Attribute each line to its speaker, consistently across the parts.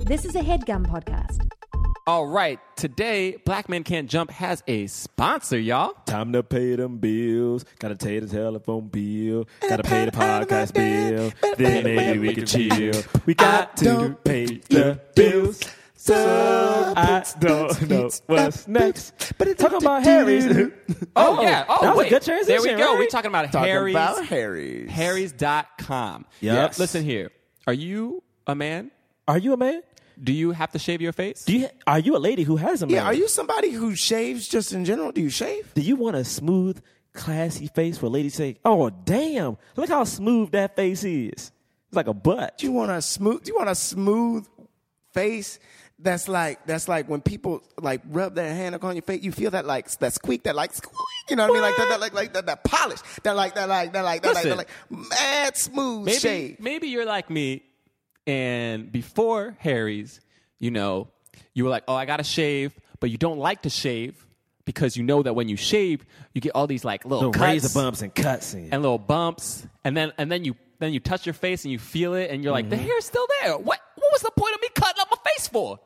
Speaker 1: This is a headgum podcast.
Speaker 2: All right, today Black Men Can't Jump has a sponsor, y'all.
Speaker 3: Time to pay them bills. Gotta pay the telephone bill. Gotta pay the podcast bill. Then maybe we can chill. We got to pay the bills. So I don't know what's next. But it's talking about Harry's.
Speaker 2: Oh, yeah. Oh,
Speaker 3: that was a
Speaker 2: wait.
Speaker 3: good transition,
Speaker 2: There we go.
Speaker 3: right?
Speaker 2: We're talking about
Speaker 4: Talking
Speaker 2: Harry's.
Speaker 4: about Oh, Harry's.
Speaker 2: Harry's.com.
Speaker 3: Yes.
Speaker 2: Listen here. Are you a man?
Speaker 3: Are you a man?
Speaker 2: Do you have to shave your face?
Speaker 3: Do you? Are you a lady who has a man?
Speaker 4: Yeah, are you somebody who shaves just in general? Do you shave?
Speaker 3: Do you want a smooth, classy face where ladies say, "Oh, damn! Look how smooth that face is. It's like a butt."
Speaker 4: Do you want a smooth? Do you want a smooth face? That's like that's like when people like rub their hand on your face. You feel that like that squeak, that like squeak. You know what I mean? Like that, that like like that, that polish. That like that like that like that like
Speaker 2: Listen.
Speaker 4: that like mad smooth
Speaker 2: maybe,
Speaker 4: shave.
Speaker 2: Maybe you're like me, and before Harry's, you know, you were like, oh, I gotta shave, but you don't like to shave because you know that when you shave, you get all these like little
Speaker 3: Little razor
Speaker 2: cuts
Speaker 3: bumps and cuts and,
Speaker 2: and little bumps, and then and then you then you touch your face and you feel it, and you're like,
Speaker 4: Mm-hmm.
Speaker 2: the hair's still there. What what was the point of me cutting up my face for?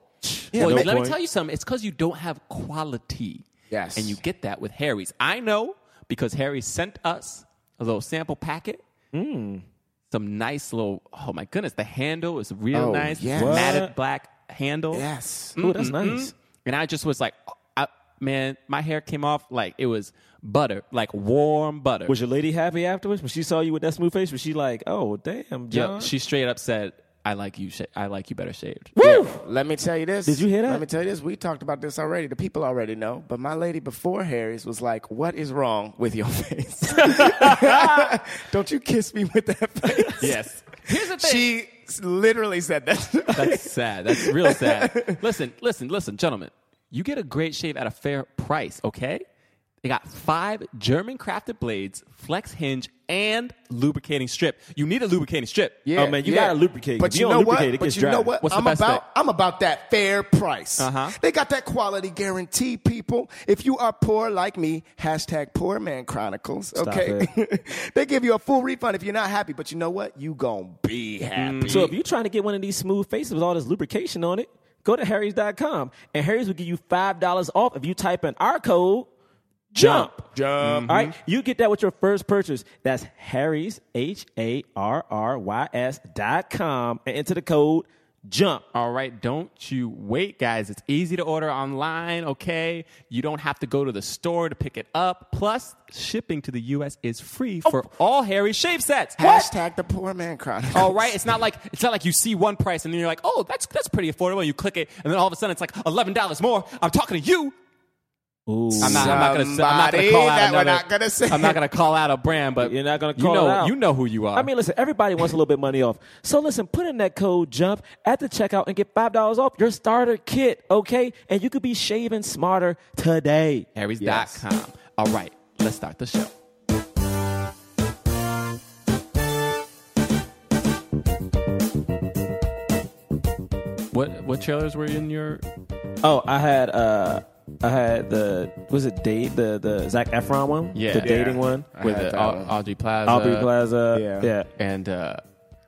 Speaker 2: well,
Speaker 3: no
Speaker 2: let me
Speaker 3: point.
Speaker 2: tell you something. It's because you don't have quality.
Speaker 4: Yes.
Speaker 2: and you get that with Harry's. I know because Harry sent us a little sample packet.
Speaker 4: Mm.
Speaker 2: Some nice little. Oh my goodness, the handle is real
Speaker 4: Oh,
Speaker 2: nice.
Speaker 4: yes.
Speaker 2: It's
Speaker 4: What?
Speaker 2: Matted black handle.
Speaker 4: Yes.
Speaker 3: Ooh, that's nice.
Speaker 2: And I just was like, oh, I, man, my hair came off like it was butter, like warm butter.
Speaker 3: Was your lady happy afterwards when she saw you with that smooth face? Was she like, "Oh, damn, John"?
Speaker 2: Yeah, she straight up said, "I like you. Sh- I like you better shaved."
Speaker 3: Woo!
Speaker 4: Let me tell you this.
Speaker 3: Did you hear that?
Speaker 4: Let me tell you this. We talked about this already. The people already know. But my lady before Harry's was like, "What is wrong with your face? Don't you kiss me with that face?"
Speaker 2: Yes. Here's the thing.
Speaker 4: She s- literally said that.
Speaker 2: That's sad. That's real sad. listen, listen, listen, gentlemen. You get a great shave at a fair price, okay? They got five German crafted blades, flex hinge, and lubricating strip. You need a lubricating strip.
Speaker 4: Yeah,
Speaker 3: Oh, man, you gotta lubricate.
Speaker 4: But
Speaker 3: If
Speaker 4: you,
Speaker 3: you don't
Speaker 4: know
Speaker 3: lubricate,
Speaker 4: what?
Speaker 3: it
Speaker 4: But
Speaker 3: gets
Speaker 4: you
Speaker 3: dry.
Speaker 4: know what?
Speaker 2: What's the
Speaker 4: I'm
Speaker 2: best
Speaker 4: about
Speaker 2: bet?
Speaker 4: I'm about that fair price.
Speaker 2: Uh-huh.
Speaker 4: They got that quality guarantee, people. If you are poor like me, hashtag Poor Man Chronicles. Okay, they give you a full refund if you're not happy. But you know what? You gonna be happy.
Speaker 3: So if you're trying to get one of these smooth faces with all this lubrication on it, go to Harry's.com and Harry's will give you five dollars off if you type in our code jump.
Speaker 4: Jump.
Speaker 3: All right,
Speaker 2: Mm-hmm.
Speaker 3: you get that with your first purchase. That's Harry's H A R R Y S dot com and enter the code jump.
Speaker 2: All right, don't you wait, guys. It's easy to order online, okay? You don't have to go to the store to pick it up. Plus, shipping to the U.S. is free for all Harry shave sets.
Speaker 4: Hashtag the Poor Man Chronicles.
Speaker 2: All right, it's not like it's not like you see one price and then you're like, oh, that's that's pretty affordable. And you click it, and then all of a sudden it's like eleven dollars more. I'm talking to you. I'm not, I'm not gonna. say- I'm not gonna
Speaker 4: Somebody
Speaker 2: call out
Speaker 4: that we're
Speaker 2: another-
Speaker 4: not gonna say.
Speaker 2: I'm not gonna call out a brand, but
Speaker 3: You're not gonna
Speaker 2: you
Speaker 3: call
Speaker 2: know
Speaker 3: it out.
Speaker 2: you know who you are.
Speaker 3: I mean, listen, everybody wants a little bit of money off. So listen, put in that code jump at the checkout and get five dollars off your starter kit, okay? And you could be shaving smarter today.
Speaker 2: Harry's.com. All right, let's start the show. What what trailers were in your?
Speaker 3: Oh, I had uh I had the was it date the the Zach Efron one?
Speaker 2: Yeah.
Speaker 3: The
Speaker 2: Yeah.
Speaker 3: dating one.
Speaker 2: With
Speaker 4: had
Speaker 2: uh,
Speaker 4: that
Speaker 2: Au-
Speaker 4: one.
Speaker 2: Audrey Plaza,
Speaker 3: Aubrey Plaza.
Speaker 4: Yeah.
Speaker 3: Yeah.
Speaker 2: and uh,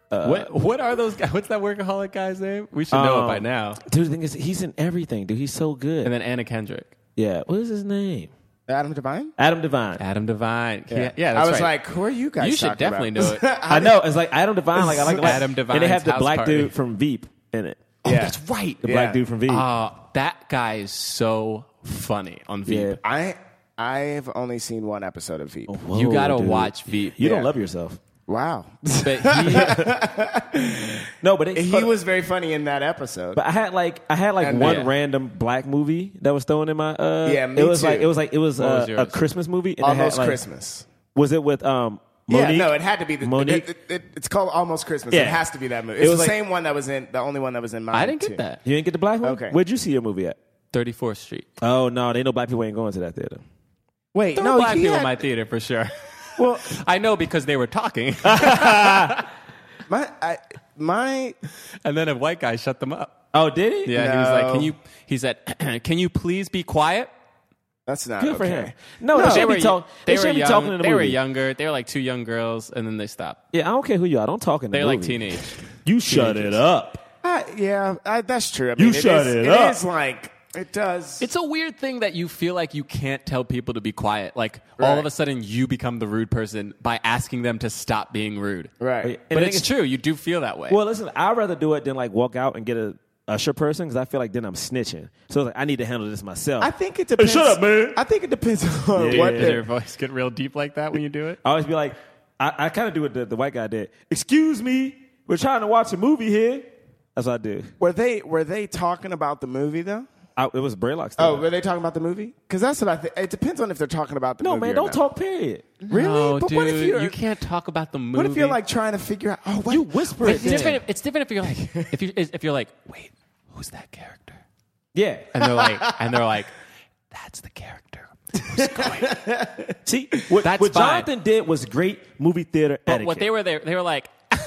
Speaker 2: what what are those guys? What's that workaholic guy's name? We should know it
Speaker 3: Um,
Speaker 2: by now.
Speaker 3: Dude, the thing is he's in everything, dude. He's so good.
Speaker 2: And then Anna Kendrick,
Speaker 3: yeah. What is his name?
Speaker 4: Adam Devine.
Speaker 3: Adam Devine.
Speaker 2: Adam Devine. Yeah, yeah that's
Speaker 4: I was
Speaker 2: right.
Speaker 4: like, who are you guys?
Speaker 2: you should
Speaker 4: talking
Speaker 2: definitely
Speaker 4: about?
Speaker 2: know it.
Speaker 3: I know. It's like Adam Devine. Like I like the black-
Speaker 2: Adam
Speaker 3: And they
Speaker 2: Devine's
Speaker 3: have the
Speaker 2: house
Speaker 3: black
Speaker 2: party.
Speaker 3: dude from Veep in it.
Speaker 2: Oh, that's right.
Speaker 3: The
Speaker 4: Yeah.
Speaker 3: black dude from Veep.
Speaker 2: Uh, that guy is so funny on Veep.
Speaker 3: Yeah.
Speaker 4: I I've only seen one episode of
Speaker 3: Oh.
Speaker 4: Veep.
Speaker 2: You
Speaker 3: Whoa,
Speaker 2: gotta
Speaker 3: dude.
Speaker 2: watch Veep.
Speaker 3: You
Speaker 4: Yeah.
Speaker 3: don't love yourself.
Speaker 4: Wow,
Speaker 2: But he,
Speaker 3: No, but it,
Speaker 4: he
Speaker 3: but-
Speaker 4: was very funny in that episode.
Speaker 3: But I had like I had like
Speaker 4: And
Speaker 3: one
Speaker 2: yeah.
Speaker 3: random black movie that was thrown in my uh
Speaker 4: Yeah, me
Speaker 3: it was like
Speaker 4: too.
Speaker 3: it was like it was, uh,
Speaker 2: was yours?
Speaker 3: a Christmas movie and it had,
Speaker 4: Almost
Speaker 3: like-
Speaker 4: Christmas.
Speaker 3: Was it with um Monique?
Speaker 4: Yeah, no, it had to be the
Speaker 3: Monique.
Speaker 4: It, it, it, it's called Almost Christmas.
Speaker 3: Yeah.
Speaker 4: It has to be that movie.
Speaker 3: It
Speaker 4: It's
Speaker 3: was
Speaker 4: the
Speaker 3: like-
Speaker 4: same one that was in the only one that was in mine.
Speaker 2: I didn't
Speaker 4: too.
Speaker 2: get that.
Speaker 3: you didn't get the black one?
Speaker 4: Okay.
Speaker 3: Where'd you see your movie at?
Speaker 2: 34th Street.
Speaker 3: Oh no, they know black people ain't going to that theater.
Speaker 4: Wait,
Speaker 2: There
Speaker 4: no,
Speaker 2: were black
Speaker 4: he
Speaker 2: people in
Speaker 4: had-
Speaker 2: my theater for sure.
Speaker 4: well,
Speaker 2: I know because they were talking,
Speaker 4: my I, my
Speaker 2: and then a white guy shut them up.
Speaker 3: Oh, did he?
Speaker 2: Yeah, he was like,
Speaker 4: No.
Speaker 2: "Can you?" He said, "Can you please be quiet?"
Speaker 4: that's not
Speaker 3: Good
Speaker 4: okay.
Speaker 3: for him. No, they should
Speaker 2: were
Speaker 3: be talking. They,
Speaker 2: they were
Speaker 3: should be
Speaker 2: young,
Speaker 3: talking in the
Speaker 2: They
Speaker 3: movie.
Speaker 2: were younger. They were like two young girls, and then they stopped.
Speaker 3: Yeah, I don't care who you are. Don't talk in the
Speaker 2: They were
Speaker 3: movie.
Speaker 2: like teenage.
Speaker 3: You shut it up.
Speaker 4: Ah, I, yeah, I, that's true. I
Speaker 3: You
Speaker 4: mean,
Speaker 3: shut
Speaker 4: is-
Speaker 3: it
Speaker 4: it
Speaker 3: up.
Speaker 4: is like it does.
Speaker 2: It's a weird thing that you feel like you can't tell people to be quiet. Like all
Speaker 4: Right.
Speaker 2: of a sudden you become the rude person by asking them to stop being rude.
Speaker 4: Right.
Speaker 2: But
Speaker 3: And
Speaker 2: I think
Speaker 3: it's-
Speaker 2: it's true. You do feel that way.
Speaker 3: Well, listen, I'd rather do it than like walk out and get a usher person because I feel like then I'm snitching. So like, I need to handle this myself.
Speaker 4: I think it depends.
Speaker 3: shut up, man.
Speaker 4: I think it depends on
Speaker 3: Yeah.
Speaker 4: what
Speaker 2: Does
Speaker 4: they're
Speaker 2: your voice get real deep like that when you do it?
Speaker 3: I always be like, I, I kind of do what the, the white guy did. Excuse me, we're trying to watch a movie here. That's what I do.
Speaker 4: Were they were they talking about the movie though?
Speaker 3: I, it was Braylock's.
Speaker 4: Oh, were they talking about the movie? Because that's what I think. It depends on if they're talking about the
Speaker 3: no,
Speaker 4: movie.
Speaker 3: man,
Speaker 4: or
Speaker 3: don't
Speaker 4: not.
Speaker 3: talk. Period.
Speaker 4: Really?
Speaker 2: No,
Speaker 4: but
Speaker 2: dude,
Speaker 4: what if you're
Speaker 2: you can't talk about the movie.
Speaker 4: what if you're like trying to figure out? Oh, what,
Speaker 3: You whisper
Speaker 4: what
Speaker 3: it
Speaker 2: It's
Speaker 4: if-
Speaker 3: then.
Speaker 2: different. It's different if you're like if you if you're like wait who's that character
Speaker 3: Yeah.
Speaker 2: and they're like and they're like that's the character. who's going."
Speaker 3: See, what,
Speaker 2: That's
Speaker 3: what
Speaker 2: fine.
Speaker 3: Jonathan did was great movie theater
Speaker 2: But
Speaker 3: etiquette.
Speaker 2: what they were there they were like.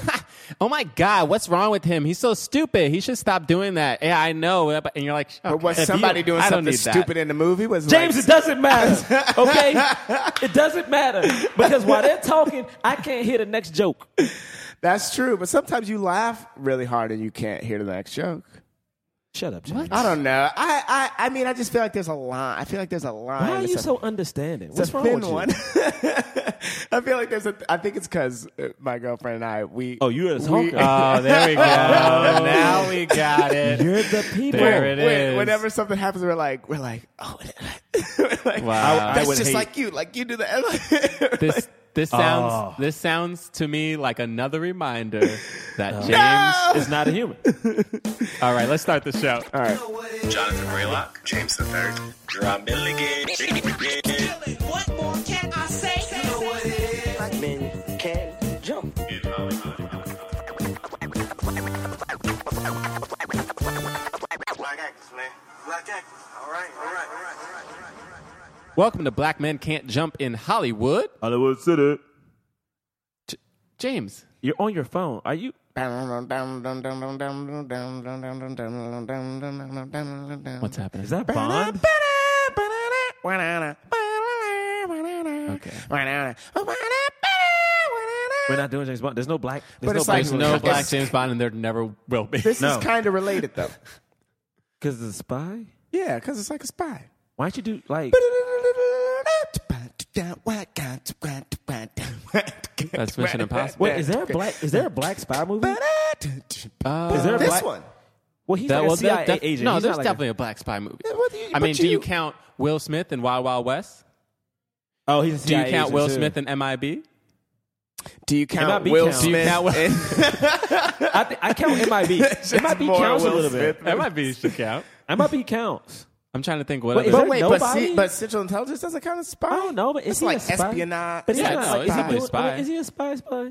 Speaker 2: Oh my God! What's wrong with him? He's so stupid. He should stop doing that. Yeah, I know. And you're like,
Speaker 4: But was
Speaker 2: "Okay, if you-
Speaker 4: somebody doing
Speaker 2: I don't
Speaker 4: something
Speaker 2: need that."
Speaker 4: stupid in the movie? Was
Speaker 3: James,
Speaker 4: like,
Speaker 3: it doesn't matter. Okay, it doesn't matter because while they're talking, I can't hear the next joke.
Speaker 4: that's true. But sometimes you laugh really hard and you can't hear the next joke.
Speaker 3: Shut up, James.
Speaker 4: I don't know. I, I I mean, I just feel like there's a line. I feel like there's a line.
Speaker 3: Why are
Speaker 4: It's
Speaker 3: you
Speaker 4: a-
Speaker 3: so understanding?
Speaker 4: It's
Speaker 3: What's
Speaker 4: a
Speaker 3: wrong
Speaker 4: thin
Speaker 3: with you?
Speaker 4: one. I feel like there's a. I think it's because my girlfriend and I we.
Speaker 3: Oh, you're a
Speaker 4: We-
Speaker 3: talker.
Speaker 2: Oh, there we go. now we got it.
Speaker 3: You're the people.
Speaker 2: There it
Speaker 4: When-
Speaker 2: is.
Speaker 4: Whenever something happens, we're like, we're like, oh, we're like,
Speaker 2: Wow. I
Speaker 4: that's
Speaker 3: would
Speaker 4: just
Speaker 3: hate-
Speaker 4: like you, like you do that.
Speaker 2: this this sounds
Speaker 3: Oh.
Speaker 2: this sounds to me like another reminder that James.
Speaker 3: It's not a human.
Speaker 2: All right, let's start the show.
Speaker 5: Jonathan Raylock, James the Third, Drum Milligan.
Speaker 6: What more can I say? You know what it is.
Speaker 5: Black actors, man. Black actors. All right, all right, all right, all right, all right.
Speaker 2: Welcome to Black Men Can't Jump in Hollywood.
Speaker 4: Uh,
Speaker 3: Hollywood City.
Speaker 2: James,
Speaker 3: You're on your phone. Are you?
Speaker 2: what's happening?
Speaker 3: Is that Bond? We're not doing James Bond. There's no black. There's
Speaker 4: But
Speaker 3: no
Speaker 4: it's
Speaker 3: black.
Speaker 2: There's no black James Bond, and there never will be.
Speaker 4: This
Speaker 3: No.
Speaker 4: is kind of related though.
Speaker 3: Because it's a spy.
Speaker 4: Yeah, because it's like a spy.
Speaker 3: Why don't you do like?
Speaker 2: That's Mission Impossible.
Speaker 3: Wait, is there a black? Is there a black spy movie?
Speaker 2: Uh,
Speaker 3: Is there a
Speaker 4: This
Speaker 3: black
Speaker 4: one.
Speaker 3: Well, he's
Speaker 2: that-
Speaker 3: like
Speaker 2: well,
Speaker 3: a CIA
Speaker 2: that- that-
Speaker 3: agent.
Speaker 2: No,
Speaker 3: He's
Speaker 2: there's
Speaker 3: not like a-
Speaker 2: definitely a black spy movie.
Speaker 4: Yeah, what do you-
Speaker 2: I mean,
Speaker 4: but
Speaker 2: do you
Speaker 4: you-
Speaker 2: count Will Smith and Wild Wild West?
Speaker 3: oh, he's a
Speaker 2: Do you
Speaker 3: CIA
Speaker 2: count
Speaker 3: agent
Speaker 2: Will
Speaker 3: too.
Speaker 2: Smith and MIB?
Speaker 4: Do you
Speaker 3: might
Speaker 4: count
Speaker 3: be
Speaker 4: Will
Speaker 3: count. Do
Speaker 2: you
Speaker 4: Smith?
Speaker 2: count Will-
Speaker 3: I, thi- I count MIB. MIB
Speaker 4: more
Speaker 3: counts a
Speaker 4: Will
Speaker 3: little bit.
Speaker 4: Smith.
Speaker 2: MIB should count.
Speaker 3: MIB counts.
Speaker 2: I'm trying to think what. other-
Speaker 3: Wait, is
Speaker 4: But
Speaker 3: there
Speaker 4: wait, but,
Speaker 3: nobody?
Speaker 4: see, but Central Intelligence doesn't count as spy.
Speaker 3: I don't know, but is
Speaker 4: it's
Speaker 3: he
Speaker 4: like
Speaker 3: a spy?
Speaker 4: espionage.
Speaker 3: But he's
Speaker 2: Yeah, no,
Speaker 3: not a
Speaker 2: he's
Speaker 3: spy.
Speaker 2: definitely a spy.
Speaker 3: Is he a spy? Spy.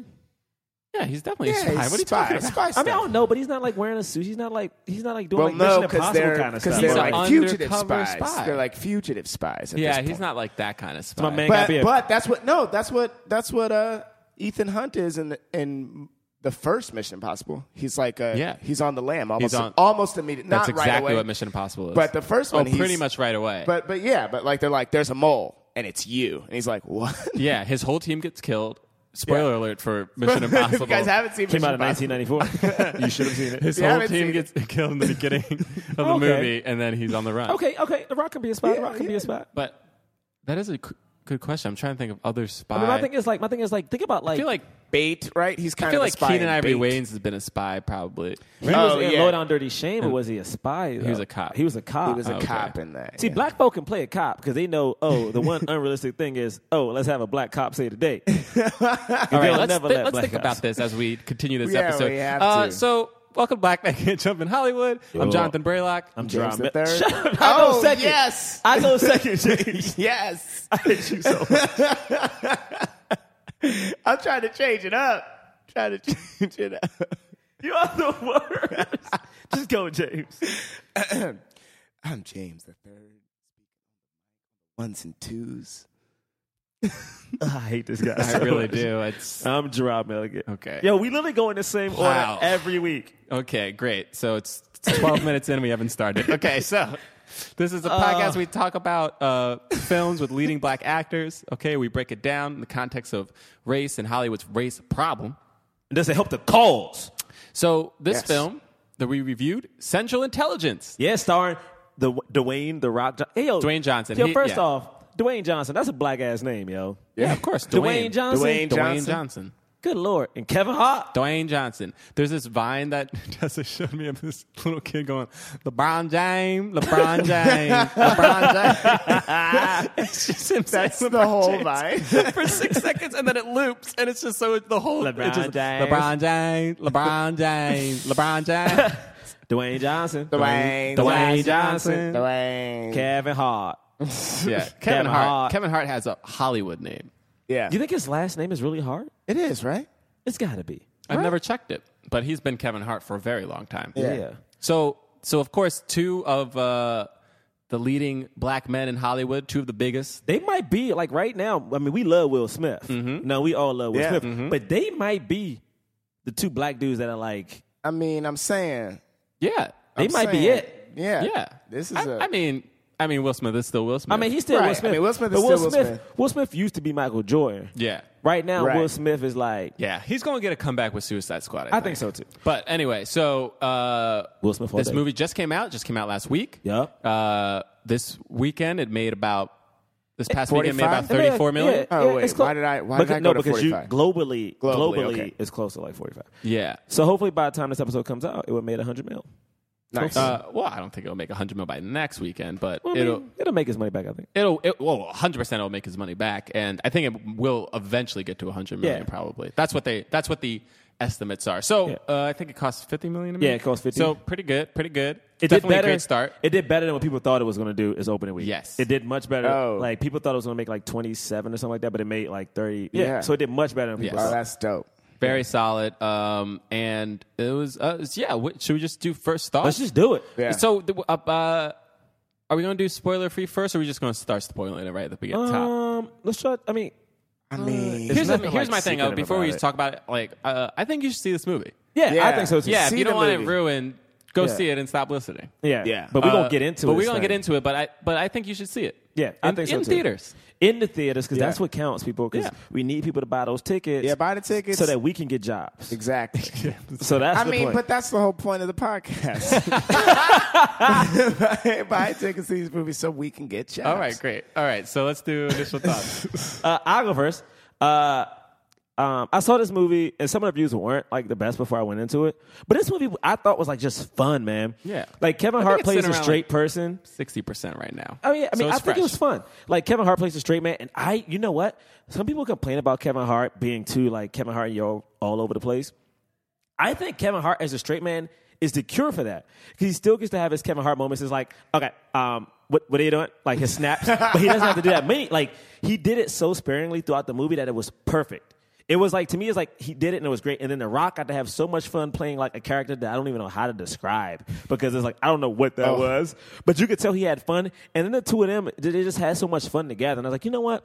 Speaker 2: yeah, he's definitely
Speaker 4: Yeah,
Speaker 2: a spy.
Speaker 4: he's
Speaker 2: What are you
Speaker 4: spy,
Speaker 2: talking about?
Speaker 4: spy
Speaker 3: I mean, I
Speaker 4: stuff.
Speaker 3: don't know, but he's not like wearing a suit. He's not like he's not like doing
Speaker 4: Well,
Speaker 3: like
Speaker 4: no,
Speaker 3: Mission
Speaker 4: because
Speaker 3: Impossible
Speaker 4: they're
Speaker 3: kind of
Speaker 4: because
Speaker 3: stuff.
Speaker 4: they're
Speaker 2: He's
Speaker 4: like
Speaker 2: an
Speaker 4: fugitive
Speaker 2: undercover
Speaker 4: spies.
Speaker 2: spy.
Speaker 4: They're like fugitive spies. At
Speaker 2: Yeah,
Speaker 4: this
Speaker 2: he's
Speaker 4: point.
Speaker 2: not like that kind of spy.
Speaker 3: my man
Speaker 4: But
Speaker 3: Gotta be a-
Speaker 4: but that's what no, that's what that's what uh Ethan Hunt is in in the first Mission Impossible. He's like uh
Speaker 2: Yeah.
Speaker 4: he's on the lam almost
Speaker 2: on-
Speaker 4: almost immediately.
Speaker 2: That's
Speaker 4: not
Speaker 2: exactly
Speaker 4: right away.
Speaker 2: what Mission Impossible is.
Speaker 4: But the first
Speaker 2: Oh,
Speaker 4: one, he's-
Speaker 2: pretty much right away.
Speaker 4: But but yeah, but like they're like there's a mole and it's you, and he's like what?
Speaker 2: yeah, his whole team gets killed. Spoiler alert for Mission
Speaker 4: if
Speaker 2: Impossible.
Speaker 4: you guys haven't seen
Speaker 3: Came
Speaker 4: Mission
Speaker 3: out in
Speaker 4: Impossible,
Speaker 3: 1994. you should have seen it.
Speaker 2: his
Speaker 4: If you
Speaker 2: whole
Speaker 4: haven't
Speaker 2: team
Speaker 4: seen
Speaker 2: gets killed in the beginning of the
Speaker 3: Okay.
Speaker 2: movie, and then he's on the run.
Speaker 3: Okay, okay. The Rock can be a spy. the
Speaker 4: Yeah,
Speaker 3: Rock can be
Speaker 4: yeah.
Speaker 3: a spy.
Speaker 2: but that is a c- good question. I'm trying to think of other spies.
Speaker 3: I mean, my thing is like my thing is like think about like
Speaker 2: I feel like
Speaker 4: bait right? He's kind
Speaker 2: I feel
Speaker 4: of
Speaker 2: like
Speaker 4: a spy
Speaker 2: Keenan
Speaker 4: in
Speaker 2: Ivory
Speaker 4: Bait.
Speaker 2: Wayans has been a spy probably. Uh,
Speaker 3: he was
Speaker 4: Oh,
Speaker 3: in
Speaker 4: yeah.
Speaker 3: Low Down Dirty Shame, or was he a spy? He
Speaker 2: was a cop.
Speaker 3: He was a cop. Oh,
Speaker 4: He was a
Speaker 2: Okay.
Speaker 4: cop in that.
Speaker 3: See,
Speaker 4: yeah.
Speaker 3: black folk can play a cop because they know. Oh, the one unrealistic thing is, oh, let's have a black cop say today.
Speaker 2: All right,
Speaker 3: They'll
Speaker 2: let's,
Speaker 3: never
Speaker 2: thi-
Speaker 3: let
Speaker 2: let's
Speaker 3: black
Speaker 2: think
Speaker 3: cops-
Speaker 2: about this as we continue this
Speaker 4: Yeah,
Speaker 2: episode.
Speaker 4: we have
Speaker 2: Uh,
Speaker 4: to.
Speaker 2: so, welcome to Black Man Can't Jump in Hollywood. I'm
Speaker 3: Yo.
Speaker 2: Jonathan Braylock.
Speaker 3: I'm
Speaker 4: James the
Speaker 3: drama.
Speaker 4: third.
Speaker 3: I go
Speaker 4: Oh,
Speaker 3: second.
Speaker 4: yes.
Speaker 3: I go second. James.
Speaker 4: Yes,
Speaker 3: I hate you so much.
Speaker 4: I'm trying to change it up. Trying to change it up.
Speaker 3: You are the worst. Just go, James.
Speaker 4: I'm James the third. Ones and twos.
Speaker 3: I hate this guy.
Speaker 2: I really do. It's
Speaker 3: I'm Gerard Milligan.
Speaker 2: Okay.
Speaker 3: Yo, we literally go in the same
Speaker 2: Wow.
Speaker 3: order every week.
Speaker 2: okay. Great. So it's it's 12 minutes in. We haven't started. Okay. So this is a
Speaker 4: Uh.
Speaker 2: podcast we talk about uh, films with leading black actors. Okay. We break it down in the context of race and Hollywody's race problem.
Speaker 3: Does it help the cause?
Speaker 2: So this
Speaker 4: Yes.
Speaker 2: film that we reviewed, Central Intelligence.
Speaker 3: Yeah, starring the Dwayne the Rock. Jo- hey, yo,
Speaker 2: Dwayne Johnson.
Speaker 3: Yo,
Speaker 2: He-
Speaker 3: first
Speaker 2: yeah.
Speaker 3: off, Dwayne Johnson. That's a black ass name, yo.
Speaker 2: Yeah, of course.
Speaker 3: Dwayne Johnson?
Speaker 2: Dwayne, Johnson.
Speaker 4: Dwayne Johnson.
Speaker 2: Johnson.
Speaker 3: Good lord, and Kevin Hart.
Speaker 2: Dwayne Johnson. There's this vine that Tessa showed me of this little kid going, LeBron James, LeBron James, LeBron James. it's just him
Speaker 4: That's
Speaker 2: saying
Speaker 4: the
Speaker 2: LeBron
Speaker 4: whole
Speaker 2: James
Speaker 4: vine.
Speaker 2: for six seconds, and then it loops, and it's just so the whole
Speaker 3: LeBron
Speaker 2: it's just,
Speaker 3: James.
Speaker 2: LeBron James, LeBron James, LeBron James,
Speaker 3: Dwayne Johnson.
Speaker 4: Dwayne.
Speaker 2: Dwayne
Speaker 3: Dwayne
Speaker 2: Johnson.
Speaker 3: Johnson.
Speaker 4: Dwayne.
Speaker 3: Kevin Hart.
Speaker 2: Yeah, Kevin,
Speaker 3: Kevin
Speaker 2: Hart.
Speaker 3: Hart.
Speaker 2: Kevin Hart has a Hollywood name.
Speaker 4: Yeah.
Speaker 3: You think his last name is really Hart?
Speaker 4: it is, right?
Speaker 3: It's got to be.
Speaker 2: I've never checked it, but he's been Kevin Hart for a very long time.
Speaker 3: Yeah.
Speaker 2: So, so of course, two of uh, the leading black men in Hollywood, two of the biggest.
Speaker 3: They might be like right now. I mean, we love Will Smith. No, we all love Will
Speaker 4: Mm-hmm. Yeah. Mm-hmm.
Speaker 3: Smith. But they might be the two black dudes that are like
Speaker 4: I mean, I'm saying.
Speaker 2: Yeah, Um,
Speaker 3: they
Speaker 4: I'm
Speaker 3: might be
Speaker 4: saying,
Speaker 3: it.
Speaker 4: Yeah.
Speaker 2: yeah.
Speaker 4: This is
Speaker 2: I
Speaker 4: a-
Speaker 2: I mean, I mean, Will Smith is still Will Smith.
Speaker 3: I mean, he's still Will
Speaker 4: Right.
Speaker 3: Smith.
Speaker 4: I mean, Will Smith is
Speaker 3: but Will
Speaker 4: still Will
Speaker 3: Smith,
Speaker 4: Smith.
Speaker 3: Will Smith used to be Michael Jordan.
Speaker 2: yeah,
Speaker 3: Right now,
Speaker 4: Right.
Speaker 3: Will Smith is like
Speaker 2: yeah. He's going to get a comeback with Suicide Squad. I,
Speaker 3: I think so too.
Speaker 2: But anyway, so uh,
Speaker 3: Will Smith. all
Speaker 2: this
Speaker 3: day.
Speaker 2: movie just came out. Just came out last week.
Speaker 3: Yup.
Speaker 2: Uh, this weekend, it made about this past weekend made
Speaker 4: 45?
Speaker 2: about thirty-four
Speaker 3: Yeah,
Speaker 2: million.
Speaker 3: yeah,
Speaker 4: Oh,
Speaker 3: yeah,
Speaker 4: wait,
Speaker 3: it's clo-
Speaker 4: why did I- why did
Speaker 3: Because-
Speaker 4: I go
Speaker 3: no,
Speaker 4: to
Speaker 3: because
Speaker 4: 45?
Speaker 3: you globally, globally,
Speaker 4: Globally, okay.
Speaker 3: it's close to like forty-five.
Speaker 2: Yeah.
Speaker 3: So hopefully, by the time this episode comes out, it would have made hundred mil.
Speaker 4: Nice.
Speaker 2: Uh, well, I don't think it'll make hundred mil by next weekend, but
Speaker 3: Well, I mean,
Speaker 2: it'll
Speaker 3: it'll make its money back. I think.
Speaker 2: it'll it, well, hundred percent it'll make his money back, and I think it will eventually get to hundred million.
Speaker 3: Yeah.
Speaker 2: Probably that's what they that's what the estimates are. So
Speaker 3: Yeah.
Speaker 2: uh, I think it costs fifty million. To
Speaker 3: Yeah,
Speaker 2: make.
Speaker 3: it costs 50.
Speaker 2: So pretty good, pretty good.
Speaker 3: It
Speaker 2: Definitely
Speaker 3: did better.
Speaker 2: a great start.
Speaker 3: It did better than what people thought it was going to do. Is opening week.
Speaker 2: Yes.
Speaker 3: it did much better.
Speaker 4: Oh.
Speaker 3: Like people thought it was going to make like twenty-seven or something like that, but it made like thirty. Yeah,
Speaker 4: Yeah.
Speaker 3: so it did much better than people
Speaker 2: Yes.
Speaker 4: oh,
Speaker 3: thought.
Speaker 4: that's dope.
Speaker 2: Very solid. Um, and it was uh, it's- yeah. What, should we just do first thoughts?
Speaker 3: Let's just do it.
Speaker 4: Yeah.
Speaker 2: So th- uh, uh, are we gonna do spoiler free first, or are we just gonna start spoiling it right at the beginning? top?
Speaker 3: Um, let's try. I mean,
Speaker 4: I mean,
Speaker 2: here's the,
Speaker 3: nothing
Speaker 2: here's
Speaker 3: like
Speaker 2: my thing.
Speaker 3: secretive
Speaker 2: Uh, before we
Speaker 3: about it.
Speaker 2: talk about it, like uh, I think you should see this movie.
Speaker 3: yeah, I
Speaker 4: Yeah.
Speaker 3: think so too.
Speaker 2: Yeah,
Speaker 4: See
Speaker 2: if you don't
Speaker 4: the
Speaker 2: want it
Speaker 4: movie.
Speaker 2: ruined, go
Speaker 3: Yeah.
Speaker 2: see it and stop listening.
Speaker 3: yeah,
Speaker 4: Yeah.
Speaker 3: But we're
Speaker 2: Uh,
Speaker 3: gonna get into
Speaker 2: but
Speaker 3: it.
Speaker 2: we're gonna get into it. But I but I think you should see it.
Speaker 3: Yeah, I
Speaker 2: in,
Speaker 3: think so
Speaker 2: in
Speaker 3: too.
Speaker 2: theaters.
Speaker 3: in the theaters because
Speaker 4: Yeah.
Speaker 3: that's what counts, people. Because
Speaker 2: Yeah.
Speaker 3: we need people to buy those tickets.
Speaker 4: Yeah, buy the tickets.
Speaker 3: so that we can get jobs.
Speaker 4: exactly.
Speaker 3: So that's
Speaker 4: I
Speaker 3: the
Speaker 4: mean,
Speaker 3: point.
Speaker 4: but that's the whole point of the podcast. Buy tickets to these movies so we can get jobs.
Speaker 2: All right, great. All right, so let's do initial thoughts.
Speaker 3: uh, I'll go first. Uh, um, I saw this movie, and some of the reviews weren't like the best before I went into it. But this movie I thought was like just fun, man.
Speaker 2: Yeah.
Speaker 3: like
Speaker 2: I
Speaker 3: Kevin
Speaker 2: think
Speaker 3: Hart
Speaker 2: it's sitting
Speaker 3: plays a
Speaker 2: around,
Speaker 3: straight
Speaker 2: like-
Speaker 3: person.
Speaker 2: Sixty percent right now.
Speaker 3: I mean, Oh, I
Speaker 2: So
Speaker 3: mean,
Speaker 2: it's
Speaker 3: I think
Speaker 2: fresh.
Speaker 3: it was fun. Like Kevin Hart plays a straight man, and I, you know what? Some people complain about Kevin Hart being too like Kevin Hart, yo, all over the place. I think Kevin Hart as a straight man is the cure for that because he still gets to have his Kevin Hart moments. It's like, okay, um, what what are you doing? Like his snaps, but he doesn't have to do that many. Like he did it so sparingly throughout the movie that it was perfect. It was like to me, it's like he did it and it was great. And then The Rock got to have so much fun playing like a character that I don't even know how to describe because it's like I don't know what that was, but you could tell he had fun. And then the two of them, they they just had so much fun together. And I was like, you know what?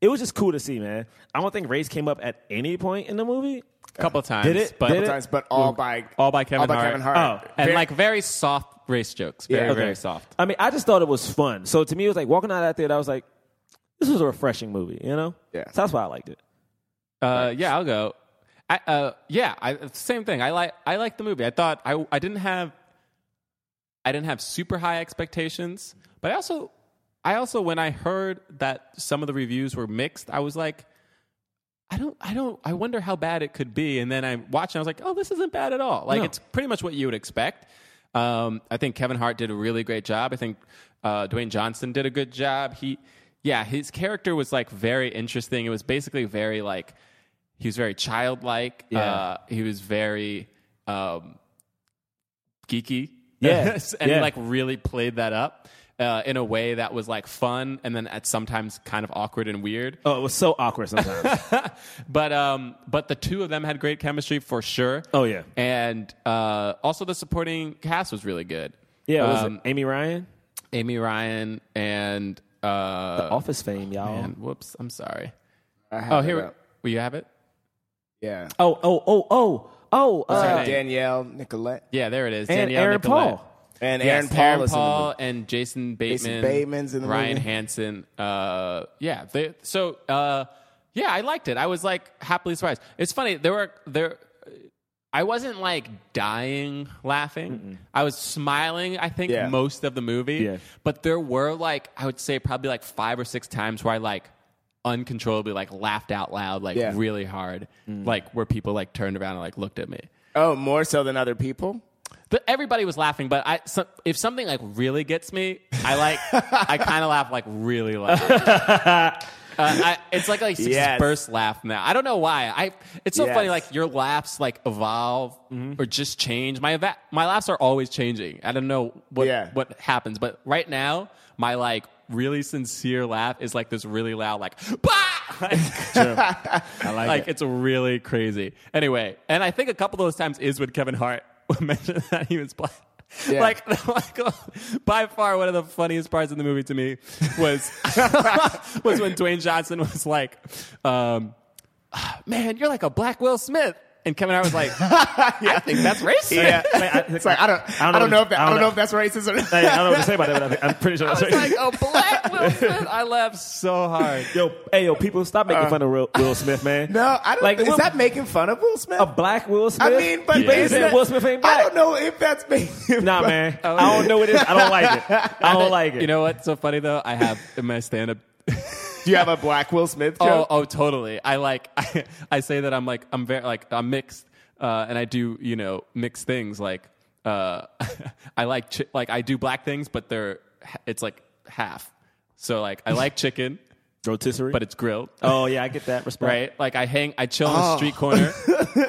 Speaker 3: It was just cool to see, man. I don't think race came up at any point in the movie.
Speaker 2: a couple times.
Speaker 3: Did it?
Speaker 2: But
Speaker 3: Did it?
Speaker 4: Sometimes, but all by
Speaker 2: all by Kevin Hart.
Speaker 3: Oh.
Speaker 2: and like very soft race jokes. Very
Speaker 3: Okay.
Speaker 2: very soft.
Speaker 3: I mean, I just thought it was fun. So to me, it was like walking out of that theater. I was like, this was a refreshing movie, you know.
Speaker 4: Yeah.
Speaker 3: So that's why I liked it.
Speaker 2: Uh, yeah, I'll go. I, uh, yeah, I, same thing. I like I like the movie. I thought I I didn't have I didn't have super high expectations, but I also I also when I heard that some of the reviews were mixed, I was like, I don't I don't I wonder how bad it could be. And then I watched and I was like, oh, this isn't bad at all. Like
Speaker 3: No.
Speaker 2: it's pretty much what you would expect. Um, I think Kevin Hart did a really great job. I think uh, Dwayne Johnson did a good job. He, yeah, his character was like very interesting. It was basically very like he was very childlike.
Speaker 3: Yeah.
Speaker 2: Uh, he was very um, geeky.
Speaker 3: Yeah.
Speaker 2: and
Speaker 3: Yeah.
Speaker 2: like really played that up uh, in a way that was like fun and then at sometimes kind of awkward and weird.
Speaker 3: Oh, it was so awkward sometimes.
Speaker 2: But um, but the two of them had great chemistry for sure.
Speaker 3: Oh, yeah.
Speaker 2: and uh, also the supporting cast was really good.
Speaker 3: yeah, was
Speaker 2: Um,
Speaker 3: it Amy Ryan?
Speaker 2: Amy Ryan and uh,
Speaker 3: Office fame, y'all.
Speaker 2: and whoops, I'm sorry.
Speaker 4: Oh,
Speaker 2: Oh, here, we, will you have it?
Speaker 4: Yeah.
Speaker 3: Oh, oh, oh, oh,
Speaker 2: her
Speaker 3: oh. uh,
Speaker 2: name?
Speaker 4: Danielle Nicolette
Speaker 2: Yeah, there it is.
Speaker 3: and
Speaker 2: Danielle
Speaker 3: Aaron
Speaker 2: Nicolette.
Speaker 3: Paul.
Speaker 4: and
Speaker 2: Yes,
Speaker 4: Aaron Paul. is in the movie.
Speaker 2: and Jason Bateman,
Speaker 4: Jason Bateman's in the
Speaker 2: Ryan
Speaker 4: movie.
Speaker 2: Hansen. Uh, yeah, they, so uh, yeah, I liked it. I was like happily surprised. It's funny there were there. I wasn't like dying laughing. I was smiling, I think,
Speaker 3: Yeah.
Speaker 2: most of the movie.
Speaker 3: Yeah.
Speaker 2: But there were like, I would say probably like five or six times where I like uncontrollably like laughed out loud, like
Speaker 4: Yeah. Mm.
Speaker 2: really hard, like where people like turned around and like looked at me.
Speaker 4: Oh, more so than other people.
Speaker 2: But everybody was laughing, but I so, if something like really gets me, I like I kind of laugh like really loud. uh, I, it's like like
Speaker 4: Yes.
Speaker 2: dispersed laugh now. I don't know why. I it's so funny
Speaker 4: Yes.
Speaker 2: like your laughs like evolve
Speaker 3: Mm-hmm.
Speaker 2: or just change. My eva- my laughs are always changing. I don't know what
Speaker 4: Yeah.
Speaker 2: what happens, but right now my like really sincere laugh is like this really loud like bah!
Speaker 3: I like,
Speaker 2: like
Speaker 3: it.
Speaker 2: it's really crazy. Anyway, and I think a couple of those times is when Kevin Hart mentioned that he was black.
Speaker 4: Yeah.
Speaker 2: Like, like, by far one of the funniest parts in the movie to me was was when Dwayne Johnson was like, um, "Man, you're like a black Will Smith," and Kevin Hart was like, "I think that's racist."
Speaker 4: Yeah,
Speaker 3: Like, I-
Speaker 4: it's like I don't, I don't, know if that, I don't know, if that's racist or
Speaker 3: Hey,
Speaker 4: not.
Speaker 3: I don't know what to say about that, but I think- I'm pretty sure that's
Speaker 2: It's
Speaker 3: right.
Speaker 2: like a black Will Smith. I laughed so hard.
Speaker 3: yo, hey, yo, people, stop making fun of Will, Will Smith, man.
Speaker 4: uh, No, I don't.
Speaker 3: Like,
Speaker 4: is
Speaker 3: Will-
Speaker 4: that making fun of Will Smith?
Speaker 3: a black Will Smith?
Speaker 4: I mean, but,
Speaker 3: you
Speaker 4: but
Speaker 3: think
Speaker 4: is
Speaker 3: that
Speaker 4: that-
Speaker 3: Will Smith ain't black?
Speaker 4: I don't know if that's me.
Speaker 3: Nah, man. I don't know what it is. I don't like it. I don't like it.
Speaker 2: You know what's so funny though? I have in my stand-up
Speaker 4: Do you have a black Will Smith
Speaker 2: Oh,
Speaker 4: joke?
Speaker 2: oh, totally. I like. I, I say that I'm like I'm very like I'm mixed, uh, and I do you know mixed things like uh, I like chi- like I do black things, but they're it's like half. So like I like chicken,
Speaker 3: rotisserie.
Speaker 2: but it's grilled.
Speaker 3: oh yeah, I get that respect.
Speaker 2: Right, like I hang, I chill on the
Speaker 3: Oh.
Speaker 2: street corner.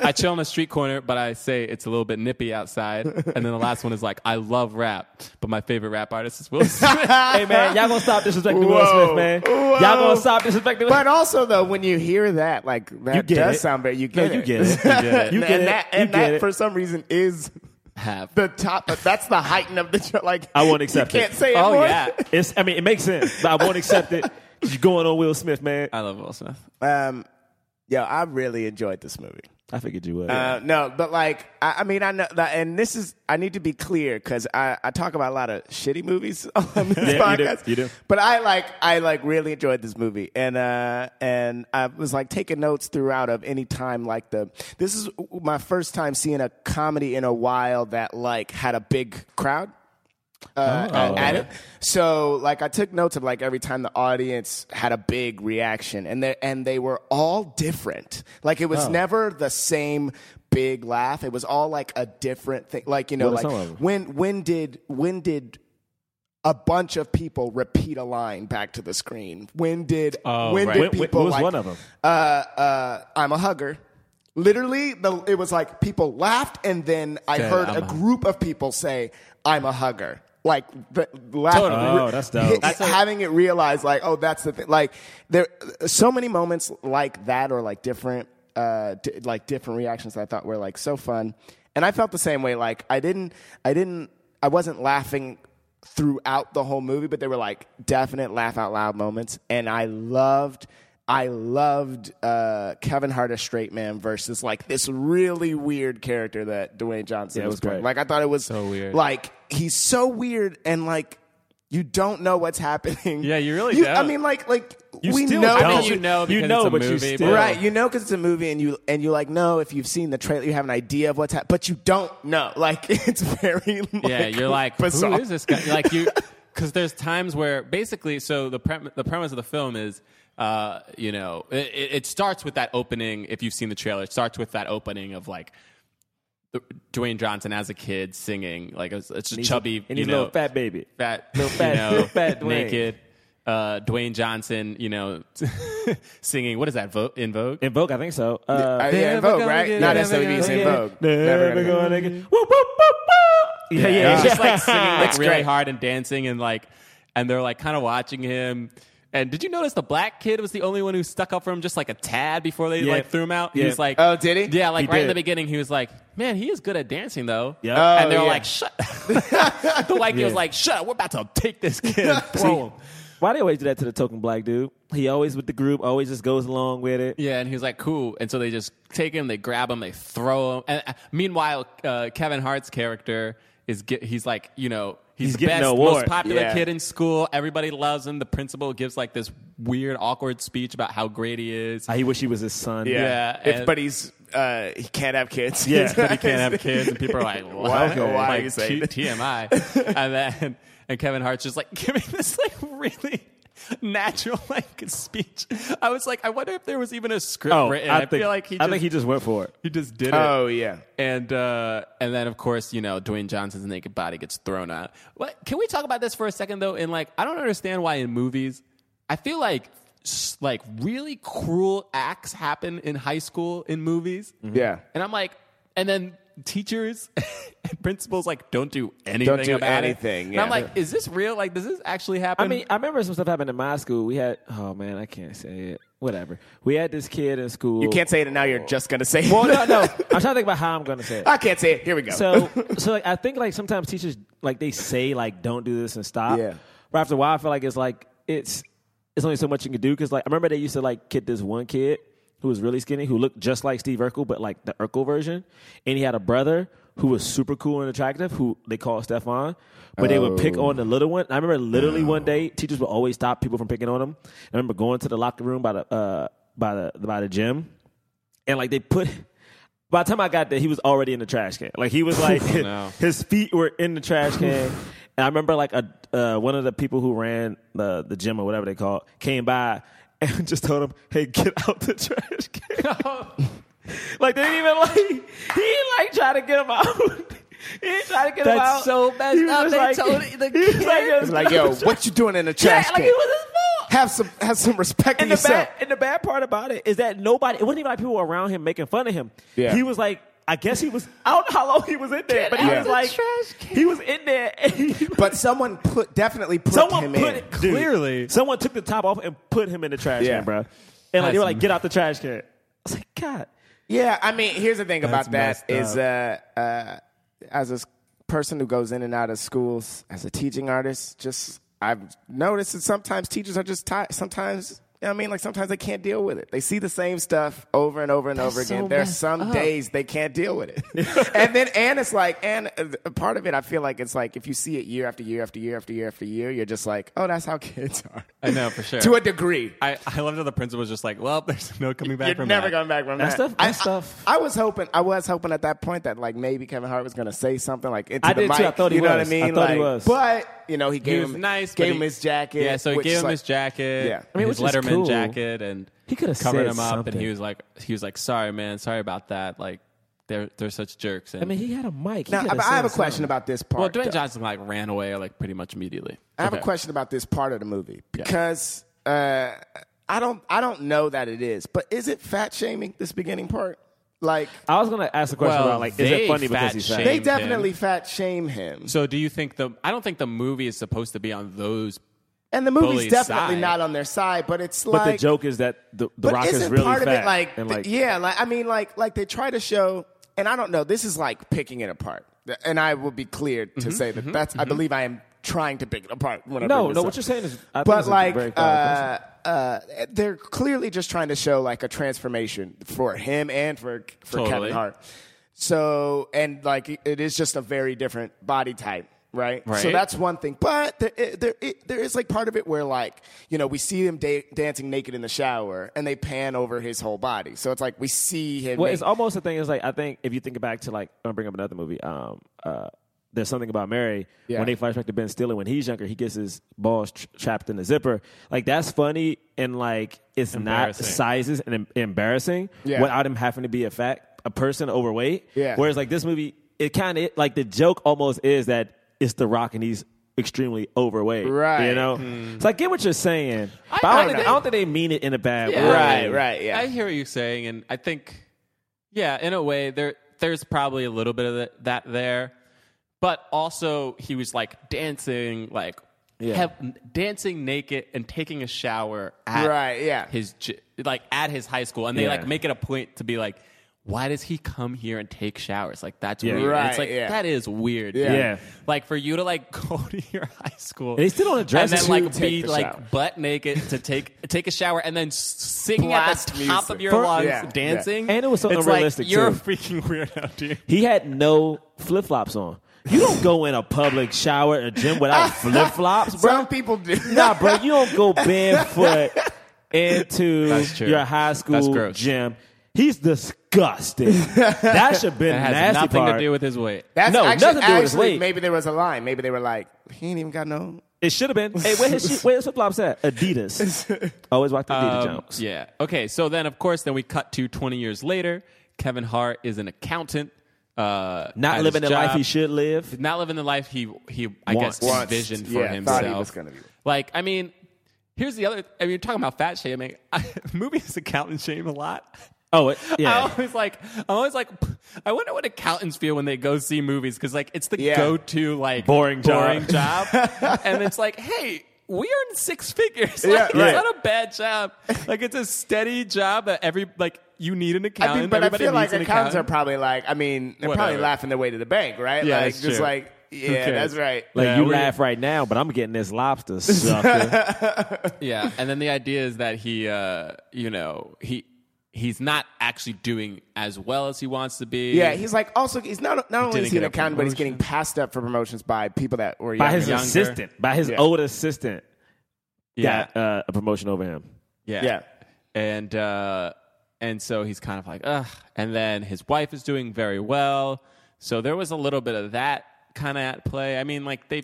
Speaker 2: I chill on the street corner, but I say it's a little bit nippy outside. And then the last one is like, I love rap, but my favorite rap artist is Will Smith.
Speaker 3: Hey man, y'all gonna stop disrespecting Will
Speaker 4: Whoa.
Speaker 3: Smith, man.
Speaker 4: Whoa.
Speaker 3: Y'all gonna stop disrespecting.
Speaker 4: But also, though, when you hear that, like that
Speaker 3: You get
Speaker 4: does
Speaker 3: it.
Speaker 4: sound very. You
Speaker 3: No,
Speaker 4: get
Speaker 3: you
Speaker 4: it.
Speaker 3: get it. You get it. You
Speaker 4: and,
Speaker 3: get it.
Speaker 4: that,
Speaker 3: You
Speaker 4: and
Speaker 3: get
Speaker 4: that
Speaker 3: it.
Speaker 4: for some reason is
Speaker 2: Half.
Speaker 4: the top. That's the heighting of the joke. Like
Speaker 3: I won't accept
Speaker 4: You
Speaker 3: it.
Speaker 4: can't say it.
Speaker 2: Oh,
Speaker 4: more.
Speaker 2: yeah.
Speaker 3: It's. I mean, it makes sense, but I won't accept it. You going on Will Smith, man?
Speaker 4: Uh,
Speaker 2: I love Will Smith.
Speaker 4: Um, yo, I really enjoyed this movie.
Speaker 3: I figured you would.
Speaker 4: Uh, no, but like, I, I mean, I know that, and this is, I need to be clear because I, I talk about a lot of shitty movies on this
Speaker 3: Yeah, you do,
Speaker 4: podcast.
Speaker 3: you do.
Speaker 4: But I like, I like really enjoyed this movie. And, uh, and I was like taking notes throughout of any time like the, this is my first time seeing a comedy in a while that like had a big crowd
Speaker 3: Oh,
Speaker 4: uh, at- at it. So like I took notes of like every time the audience had a big reaction and they and they were all different. Like it
Speaker 3: Oh.
Speaker 4: was never the same big laugh. It was all like a different thing. Like you know
Speaker 3: What are some of
Speaker 4: like
Speaker 3: them?
Speaker 4: when when did when did a bunch of people repeat a line back to the screen. When did when
Speaker 2: right.
Speaker 4: did
Speaker 3: When- when-
Speaker 4: people
Speaker 3: what was
Speaker 4: like,
Speaker 3: one of them?
Speaker 4: Uh, uh, I'm a hugger. Literally, the, it was like people laughed, and then I
Speaker 2: Said,
Speaker 4: heard
Speaker 2: "I'm
Speaker 4: a
Speaker 2: a-
Speaker 4: group of people say, "I'm a hugger." Like the laugh,
Speaker 2: Totally.
Speaker 3: Oh, that's dope. That's
Speaker 2: a-
Speaker 4: having it realized, like, oh, that's the thing. Like there, so many moments like that, or like different, uh, di- like different reactions that I thought were like so fun, and I felt the same way. Like I didn't, I didn't, I wasn't laughing throughout the whole movie, but they were like definite laugh out loud moments. And I loved, I loved uh, Kevin Hart as straight man versus like this really weird character that Dwayne Johnson
Speaker 3: Yeah, it
Speaker 4: was,
Speaker 3: was
Speaker 4: playing.
Speaker 3: great.
Speaker 4: Like I thought it was
Speaker 2: So weird.
Speaker 4: Like he's so weird and like. You don't know what's happening.
Speaker 2: Yeah, you really
Speaker 4: I
Speaker 2: don't.
Speaker 4: mean, like, like
Speaker 3: You
Speaker 4: we
Speaker 3: still
Speaker 4: know.
Speaker 3: don't.
Speaker 2: I mean,
Speaker 3: Oh,
Speaker 2: you know,
Speaker 3: you
Speaker 2: because
Speaker 3: know,
Speaker 2: it's a
Speaker 3: but you
Speaker 2: movie,
Speaker 3: still-
Speaker 4: Right, you know because it's a movie, and you and you like know if you've seen the trailer, you have an idea of what's happening, but you don't know. Like it's very like,
Speaker 2: Yeah, you're like,
Speaker 4: bizarre. Uh,
Speaker 2: who is this guy? Like you, because there's times where basically, so the prem- the premise of the film is, uh, you know, it, it it starts with that opening. If you've seen the trailer, it starts with that opening of like. the- Dwayne Johnson as a kid singing like it's, it's a chubby,
Speaker 3: and
Speaker 2: you
Speaker 3: he's a
Speaker 2: know,
Speaker 3: little fat baby.
Speaker 2: fat,
Speaker 3: fat-
Speaker 2: you know,
Speaker 3: little fat Dwayne.
Speaker 2: naked, uh, Dwayne Johnson, you know, singing. What is that? Vo- in Vogue.
Speaker 3: In Vogue, I think so. Uh,
Speaker 4: Uh, yeah, in Vogue, right?
Speaker 2: get-
Speaker 4: Not
Speaker 2: never
Speaker 4: SWB,
Speaker 2: gonna
Speaker 4: in
Speaker 2: get-
Speaker 4: Vogue. Never
Speaker 3: Never
Speaker 4: gonna get-
Speaker 3: gonna get. Whoop, whoop, whoop, whoop. Yeah, yeah.
Speaker 2: He's just like singing like
Speaker 4: It's
Speaker 2: really
Speaker 4: great.
Speaker 2: hard and dancing and like and they're like kind of watching him. And did you notice the black kid was the only one who stuck up for him just like a tad before they
Speaker 3: Yeah.
Speaker 2: like threw him out? He
Speaker 3: Yeah.
Speaker 2: was like,
Speaker 4: Oh, did he?
Speaker 2: Yeah, like
Speaker 4: He
Speaker 2: right in
Speaker 4: did.
Speaker 2: the beginning, he was like, "Man, he is good at dancing though."
Speaker 3: Yeah. Oh,
Speaker 2: and they were
Speaker 4: yeah.
Speaker 2: like, "Shut!" the white kid was
Speaker 3: Yeah.
Speaker 2: like, "Shut! up, We're about to take this kid and throw him."
Speaker 3: Why they always do that to the token black dude? He always with the group, always just goes along with it.
Speaker 2: Yeah, and he was like, "Cool." And so they just take him, they grab him, they throw him. And uh, meanwhile, uh, Kevin Hart's character is get, he's like, you know, he's,
Speaker 3: He's
Speaker 2: the
Speaker 3: getting
Speaker 2: best,
Speaker 3: an
Speaker 2: most
Speaker 3: award.
Speaker 2: popular
Speaker 4: Yeah.
Speaker 2: kid in school. Everybody loves him. The principal gives like this weird, awkward speech about how great he is.
Speaker 3: Ah, He wish he was his son.
Speaker 4: Yeah,
Speaker 2: Yeah,
Speaker 4: If-
Speaker 2: and-
Speaker 4: but he's uh, he can't have kids.
Speaker 3: Yeah,
Speaker 2: but he can't have kids, and people are like, "What?
Speaker 4: Why- why are
Speaker 2: Like,
Speaker 4: you saying
Speaker 2: T-
Speaker 4: that?
Speaker 2: TMI?" And then and Kevin Hart's just like giving this like really natural like speech. I was like, I wonder if there was even a script
Speaker 3: Oh,
Speaker 2: written.
Speaker 3: I,
Speaker 2: I,
Speaker 3: think,
Speaker 2: feel like he
Speaker 3: I
Speaker 2: just,
Speaker 3: think he just went for it.
Speaker 2: he just did it.
Speaker 4: Oh yeah.
Speaker 2: And uh, and then of course you know Dwayne Johnson's naked body gets thrown out. But can we talk about this for a second though? And like I don't understand why in movies I feel like s- like really cruel acts happen in high school in movies.
Speaker 4: Yeah.
Speaker 2: And I'm like, and then teachers and principals like don't do anything
Speaker 4: Don't do
Speaker 2: about it.
Speaker 4: anything,
Speaker 2: And I'm
Speaker 4: yeah.
Speaker 2: like, is this real? Like, does this actually happen?
Speaker 3: I mean, I remember some stuff happened in my school. We had, oh man, I can't say it. Whatever. We had this kid in school.
Speaker 4: You can't say it and now. You're just gonna say.
Speaker 3: Well, no, no. I'm trying to think about how I'm going to say it.
Speaker 4: I can't say it. Here we go.
Speaker 3: So, so like, I think like sometimes teachers like they say like don't do this and stop.
Speaker 4: Yeah.
Speaker 3: But after a while, I feel like it's like it's it's only so much you can do because like I remember they used to like kid this one kid who was really skinny who looked just like Steve Urkel but like the Urkel version, and he had a brother who was super cool and attractive who they called Stefan. But they would
Speaker 4: Oh.
Speaker 3: pick on the little one. I remember literally one day teachers would always stop people from picking on him. I remember going to the locker room by the uh, by the by the gym and like they put by the time I got there, he was already in the trash can. Like he was like his feet were in the trash can. And I remember like a uh, one of the people who ran the the gym or whatever they call it, came by and just told him, "Hey, get out the trash can." like they didn't even like he didn't like try to get him out. he didn't try to get him out.
Speaker 2: That's so messed
Speaker 3: He was
Speaker 2: up.
Speaker 3: just
Speaker 2: They
Speaker 3: like-
Speaker 2: told the
Speaker 3: he was like,
Speaker 2: kid-
Speaker 4: it's like, yo, what you doing in the trash
Speaker 3: yeah, like
Speaker 4: can?
Speaker 3: it was his fault.
Speaker 4: have some have some respect for
Speaker 3: And the,
Speaker 4: yourself.
Speaker 3: bad, and the bad part about it is that nobody, it wasn't even like people were around him making fun of him.
Speaker 4: Yeah.
Speaker 3: He was like, I guess he was, I don't know how long he was in there, but he was
Speaker 4: out the
Speaker 3: like, he was in there. And he,
Speaker 4: But someone put definitely put
Speaker 3: someone
Speaker 4: him
Speaker 3: put
Speaker 4: in.
Speaker 3: it, clearly, someone took the top off and put him in the trash
Speaker 4: Yeah.
Speaker 3: can, bro. And like, they
Speaker 2: That's
Speaker 3: were like, get out the trash can. I was like, God.
Speaker 4: Yeah, I mean, here's the thing about
Speaker 3: That's
Speaker 4: that is, uh, uh, as a s- person who goes in and out of schools as a teaching artist, just I've noticed that sometimes teachers are just tired. Sometimes. You know what I mean, like sometimes they can't deal with it. They see the same stuff over and over and over again. there are some days they can't deal with it, and then and it's like and uh, part of it, I feel like it's like if you see it year after year after year after year after year, you're just like, oh, that's how kids are.
Speaker 2: I know, for sure.
Speaker 4: to a degree.
Speaker 2: I, I loved how the principal was just like, well, there's no coming back
Speaker 4: You're
Speaker 2: from
Speaker 4: never
Speaker 2: that.
Speaker 4: going back from
Speaker 3: That
Speaker 4: that.
Speaker 3: stuff- that
Speaker 4: I,
Speaker 3: stuff-
Speaker 4: I, I was hoping. I was hoping at that point that like maybe Kevin Hart was going to say something like into
Speaker 3: I
Speaker 4: the
Speaker 3: did
Speaker 4: mic.
Speaker 3: too. I thought he
Speaker 4: you know
Speaker 3: was.
Speaker 4: what I
Speaker 3: I
Speaker 4: mean?
Speaker 3: thought he
Speaker 4: Like,
Speaker 3: was.
Speaker 4: But you know, he
Speaker 2: He
Speaker 4: gave
Speaker 2: was
Speaker 4: him
Speaker 2: nice. but
Speaker 4: Gave
Speaker 2: he-
Speaker 4: him his jacket.
Speaker 2: Yeah, so he
Speaker 4: which
Speaker 2: gave
Speaker 4: is
Speaker 2: him
Speaker 4: like-
Speaker 2: his jacket.
Speaker 4: Yeah.
Speaker 3: I mean,
Speaker 2: his
Speaker 3: which is
Speaker 2: Letterman
Speaker 3: cool.
Speaker 2: jacket, and
Speaker 3: He coulda
Speaker 2: covered
Speaker 3: said
Speaker 2: him up. And
Speaker 3: something.
Speaker 2: he was like, he was like, sorry, man, sorry about that. Like, they're they're such jerks. And
Speaker 3: I mean, he had a mic. He
Speaker 4: Now,
Speaker 3: coulda
Speaker 4: I, I
Speaker 3: said
Speaker 4: have a question
Speaker 3: something.
Speaker 4: about this part.
Speaker 2: well, Dwayne
Speaker 4: though.
Speaker 2: Johnson like ran away like pretty much immediately.
Speaker 4: I have
Speaker 2: Okay.
Speaker 4: a question about this part of the movie because uh, I don't. I don't know that it is, but is it fat shaming this beginning part? Like
Speaker 3: I was going to ask a question
Speaker 2: Well,
Speaker 3: about, like, is
Speaker 2: they
Speaker 3: it funny
Speaker 2: fat
Speaker 3: because he's fat?
Speaker 2: shamed
Speaker 4: they
Speaker 2: him.
Speaker 4: definitely fat shame him,
Speaker 2: So, do you think the? I don't think the movie is supposed to be on those.
Speaker 4: and the movie's
Speaker 2: bully's
Speaker 4: definitely
Speaker 2: side.
Speaker 4: not on their side. But it's
Speaker 3: but
Speaker 4: like
Speaker 3: the joke is that the, the
Speaker 4: But
Speaker 3: rock
Speaker 4: isn't
Speaker 3: is really
Speaker 4: part
Speaker 3: fat.
Speaker 4: of it like,
Speaker 3: and,
Speaker 4: th- yeah, like I mean, like like they try to show, and I don't know. This is like picking it apart, Th- and I will be clear to say that that's. I believe I am trying to pick it apart. When
Speaker 3: Mm-hmm,
Speaker 4: I
Speaker 3: No,
Speaker 4: bring
Speaker 3: no,
Speaker 4: this
Speaker 3: what
Speaker 4: up.
Speaker 3: you're saying is, I think
Speaker 4: but
Speaker 3: it's a
Speaker 4: like,
Speaker 3: very valid question.
Speaker 4: uh, uh, they're clearly just trying to show like a transformation for him and for for
Speaker 2: Totally.
Speaker 4: Kevin Hart. So and like it is just a very different body type, right? So
Speaker 2: Right.
Speaker 4: that's one thing. But there, it- there, it, there is like part of it where like you know we see him da- dancing naked in the shower, and they pan over his whole body. So it's like we see him.
Speaker 3: Well,
Speaker 4: na-
Speaker 3: it's almost the thing. Is like I think if you think back to like I'm gonna bring up another movie. Um, uh, there's something about Mary
Speaker 4: Yeah.
Speaker 3: when they flashback to Ben Stiller when he's younger, he gets his balls tra- trapped in the zipper. Like that's funny and like it's not
Speaker 2: Embarrassing.
Speaker 3: sizes and em- embarrassing
Speaker 4: Yeah.
Speaker 3: without him having to be a fat a person overweight.
Speaker 4: Yeah.
Speaker 3: Whereas like this movie, it kind of like the joke almost is that it's The Rock and he's extremely overweight.
Speaker 4: Right.
Speaker 3: You know. So I get what you're saying. but I,
Speaker 2: I
Speaker 3: don't
Speaker 2: don't
Speaker 3: think, I
Speaker 2: know.
Speaker 3: don't think they mean it in a bad
Speaker 2: Yeah.
Speaker 3: way.
Speaker 4: right, right, yeah.
Speaker 2: I hear what you're saying, and I think, yeah, in a way, there there's probably a little bit of that, that there, but also he was like dancing, like have- dancing naked and taking a shower at
Speaker 4: Right, yeah.
Speaker 2: his gy- like at his high school, and they
Speaker 3: Yeah.
Speaker 2: like make it a point to be like. Why does he come here and take showers? Like that's
Speaker 3: Yeah.
Speaker 2: weird. And
Speaker 4: Right,
Speaker 2: it's like
Speaker 4: yeah.
Speaker 2: that is weird.
Speaker 4: Yeah.
Speaker 2: dude.
Speaker 3: Yeah.
Speaker 2: Like for you to like go to your high school.
Speaker 3: They still don't address
Speaker 2: and
Speaker 3: it.
Speaker 2: then
Speaker 4: To
Speaker 2: like
Speaker 4: take
Speaker 2: be
Speaker 4: the
Speaker 2: like
Speaker 4: shower.
Speaker 2: butt naked to take take a shower and then s- singing
Speaker 4: Blast
Speaker 2: at the top
Speaker 4: music.
Speaker 2: of your
Speaker 4: For-
Speaker 2: lungs,
Speaker 4: yeah, yeah.
Speaker 2: dancing,
Speaker 3: And it was so
Speaker 2: it's
Speaker 3: unrealistic,
Speaker 2: Like, you're
Speaker 3: too.
Speaker 2: a freaking weirdo, dude.
Speaker 3: He had no flip flops on. You don't go in a public shower or gym without flip flops, bro.
Speaker 4: Some people do.
Speaker 3: nah, bro, you don't go barefoot into
Speaker 2: true.
Speaker 3: your high
Speaker 2: That's
Speaker 3: school
Speaker 2: gross.
Speaker 3: gym. He's disgusting. that should have been
Speaker 2: It has
Speaker 3: nasty
Speaker 2: nothing
Speaker 3: part.
Speaker 2: to do with his weight.
Speaker 4: That's
Speaker 3: No,
Speaker 4: actually,
Speaker 3: nothing to do with his
Speaker 4: actually,
Speaker 3: weight.
Speaker 4: Maybe there was a line. Maybe they were like, he ain't even got no.
Speaker 3: It should have been. Hey, where his shit- where his flip flops at? Adidas. Always rocked Adidas
Speaker 2: Um,
Speaker 3: Jones.
Speaker 2: Yeah. Okay. So then, of course, then we cut to 20 years later. Kevin Hart is an accountant. Uh, at
Speaker 3: Not
Speaker 2: his
Speaker 3: living the life
Speaker 2: job.
Speaker 3: he should live.
Speaker 2: Not living the life he he I
Speaker 3: Wants.
Speaker 2: guess
Speaker 3: Wants.
Speaker 2: envisioned for
Speaker 4: Yeah,
Speaker 2: himself.
Speaker 4: thought he was gonna be.
Speaker 2: Like I mean, here's the other. I mean, you're talking about fat shaming. movies accountant shame a lot.
Speaker 3: Oh, it,
Speaker 2: I
Speaker 3: yeah.
Speaker 2: always like. I'm always like. I wonder what accountants feel when they go see movies because like it's the
Speaker 4: Yeah.
Speaker 2: go-to like
Speaker 3: Boring job.
Speaker 2: boring job, and it's like, hey, we earn six figures. Like,
Speaker 4: Yeah,
Speaker 3: right.
Speaker 2: It's not a bad job. Like it's a steady job that every like you need an
Speaker 4: I
Speaker 2: accountant.
Speaker 4: think, but I
Speaker 2: Everybody
Speaker 4: feel like
Speaker 2: needs an
Speaker 4: accountants are
Speaker 2: accountant.
Speaker 4: probably like, I mean, they're
Speaker 2: Whatever.
Speaker 4: probably laughing their way to the bank, right?
Speaker 2: Yeah,
Speaker 4: like,
Speaker 2: that's
Speaker 4: just
Speaker 2: true.
Speaker 4: like, yeah,
Speaker 2: cares?
Speaker 4: that's right.
Speaker 3: Like
Speaker 2: Yeah,
Speaker 3: you
Speaker 2: we-
Speaker 3: laugh right now, but I'm getting this lobster sucker.
Speaker 2: yeah. And then the idea is that he, uh, you know, he he's not actually doing as well as he wants to be.
Speaker 4: yeah, he's like, also, he's not, not only
Speaker 2: didn't
Speaker 4: is he
Speaker 2: get
Speaker 4: an
Speaker 2: a
Speaker 4: accountant, but he's
Speaker 2: promotion.
Speaker 4: getting passed up for promotions by people that were
Speaker 3: by
Speaker 4: younger.
Speaker 3: his
Speaker 2: Younger.
Speaker 3: assistant, by his
Speaker 4: Yeah.
Speaker 3: old assistant,
Speaker 2: yeah,
Speaker 3: got uh, a promotion over him.
Speaker 2: Yeah.
Speaker 4: Yeah.
Speaker 2: And uh and so he's kind of like, ugh. And then his wife is doing very well. So there was a little bit of that kind of at play. I mean, like they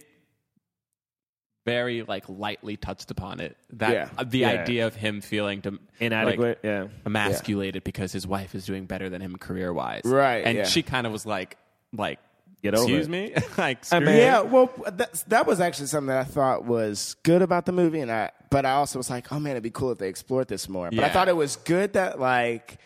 Speaker 2: very like lightly touched upon it. That
Speaker 4: Yeah.
Speaker 2: uh, the
Speaker 3: Yeah.
Speaker 2: idea of him feeling dem-
Speaker 3: Inadequate.
Speaker 2: like,
Speaker 3: yeah.
Speaker 2: emasculated because his wife is doing better than him career wise.
Speaker 4: Right,
Speaker 2: And
Speaker 4: yeah.
Speaker 2: she kind of was like, like,
Speaker 3: Get over
Speaker 2: excuse
Speaker 3: it.
Speaker 2: me, like,
Speaker 3: I
Speaker 2: screw
Speaker 3: mean-
Speaker 2: you.
Speaker 4: Yeah, well, that, that was actually something that I thought was good about the movie, and I but I also was like, oh man, it'd be cool if they explored this more. But I
Speaker 2: Yeah.
Speaker 4: thought it was good that like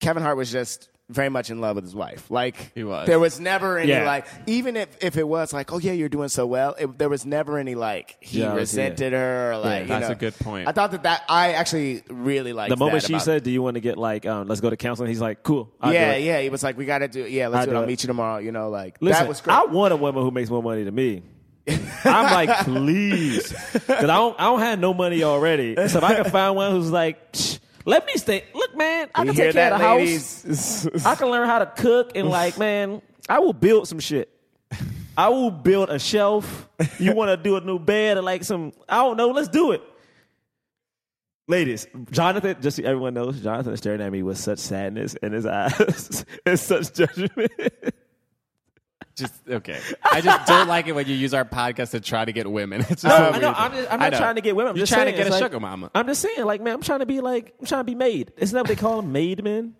Speaker 4: Kevin Hart was just very much in love with his wife. Like
Speaker 2: He was.
Speaker 4: There was never any
Speaker 3: Yeah.
Speaker 4: like, even if if it was like, oh yeah, you're doing so well, it, there was never any like he
Speaker 3: Jealousy,
Speaker 4: resented her. Or, like you
Speaker 2: that's
Speaker 4: know.
Speaker 2: a good point.
Speaker 4: I thought that that I actually really liked
Speaker 3: The moment
Speaker 4: that
Speaker 3: she
Speaker 4: about-
Speaker 3: said, "Do you want to get like, um, let's go to counseling?" He's like, "Cool." I'll do
Speaker 4: yeah,
Speaker 3: it."
Speaker 4: yeah, he was like, we got to do, yeah, let's
Speaker 3: I'll
Speaker 4: do it.
Speaker 3: do
Speaker 4: I'll
Speaker 3: it.
Speaker 4: meet you tomorrow. You know, like
Speaker 3: Listen,
Speaker 4: that was great.
Speaker 3: I want a woman who makes more money than me. I'm like, please, because I don't, I don't have no money already. So if I can find one who's like, "Psh, let me stay. Look, man, I
Speaker 4: you
Speaker 3: can
Speaker 4: hear
Speaker 3: take care
Speaker 4: that,
Speaker 3: of the house.
Speaker 4: ladies?
Speaker 3: I can learn how to cook and like, man, I will build some shit. I will build a shelf. You want to do a new bed or like some? I don't know. Let's do it, ladies. Jonathan, just so everyone knows, Jonathan is staring at me with such sadness in his eyes and such judgment.
Speaker 2: just okay. I just don't like it when you use our podcast to try to get women. It's just
Speaker 3: No,
Speaker 2: so
Speaker 3: Oh, I know,
Speaker 2: weird.
Speaker 3: I'm, just, I'm
Speaker 2: I
Speaker 3: not
Speaker 2: know.
Speaker 3: trying to get women. I'm
Speaker 2: You're
Speaker 3: just
Speaker 2: trying
Speaker 3: saying,
Speaker 2: to get
Speaker 3: it's
Speaker 2: a
Speaker 3: like-
Speaker 2: sugar mama.
Speaker 3: I'm just saying, like, man, I'm trying to be like, I'm trying to be made. Isn't that what they call them, made men?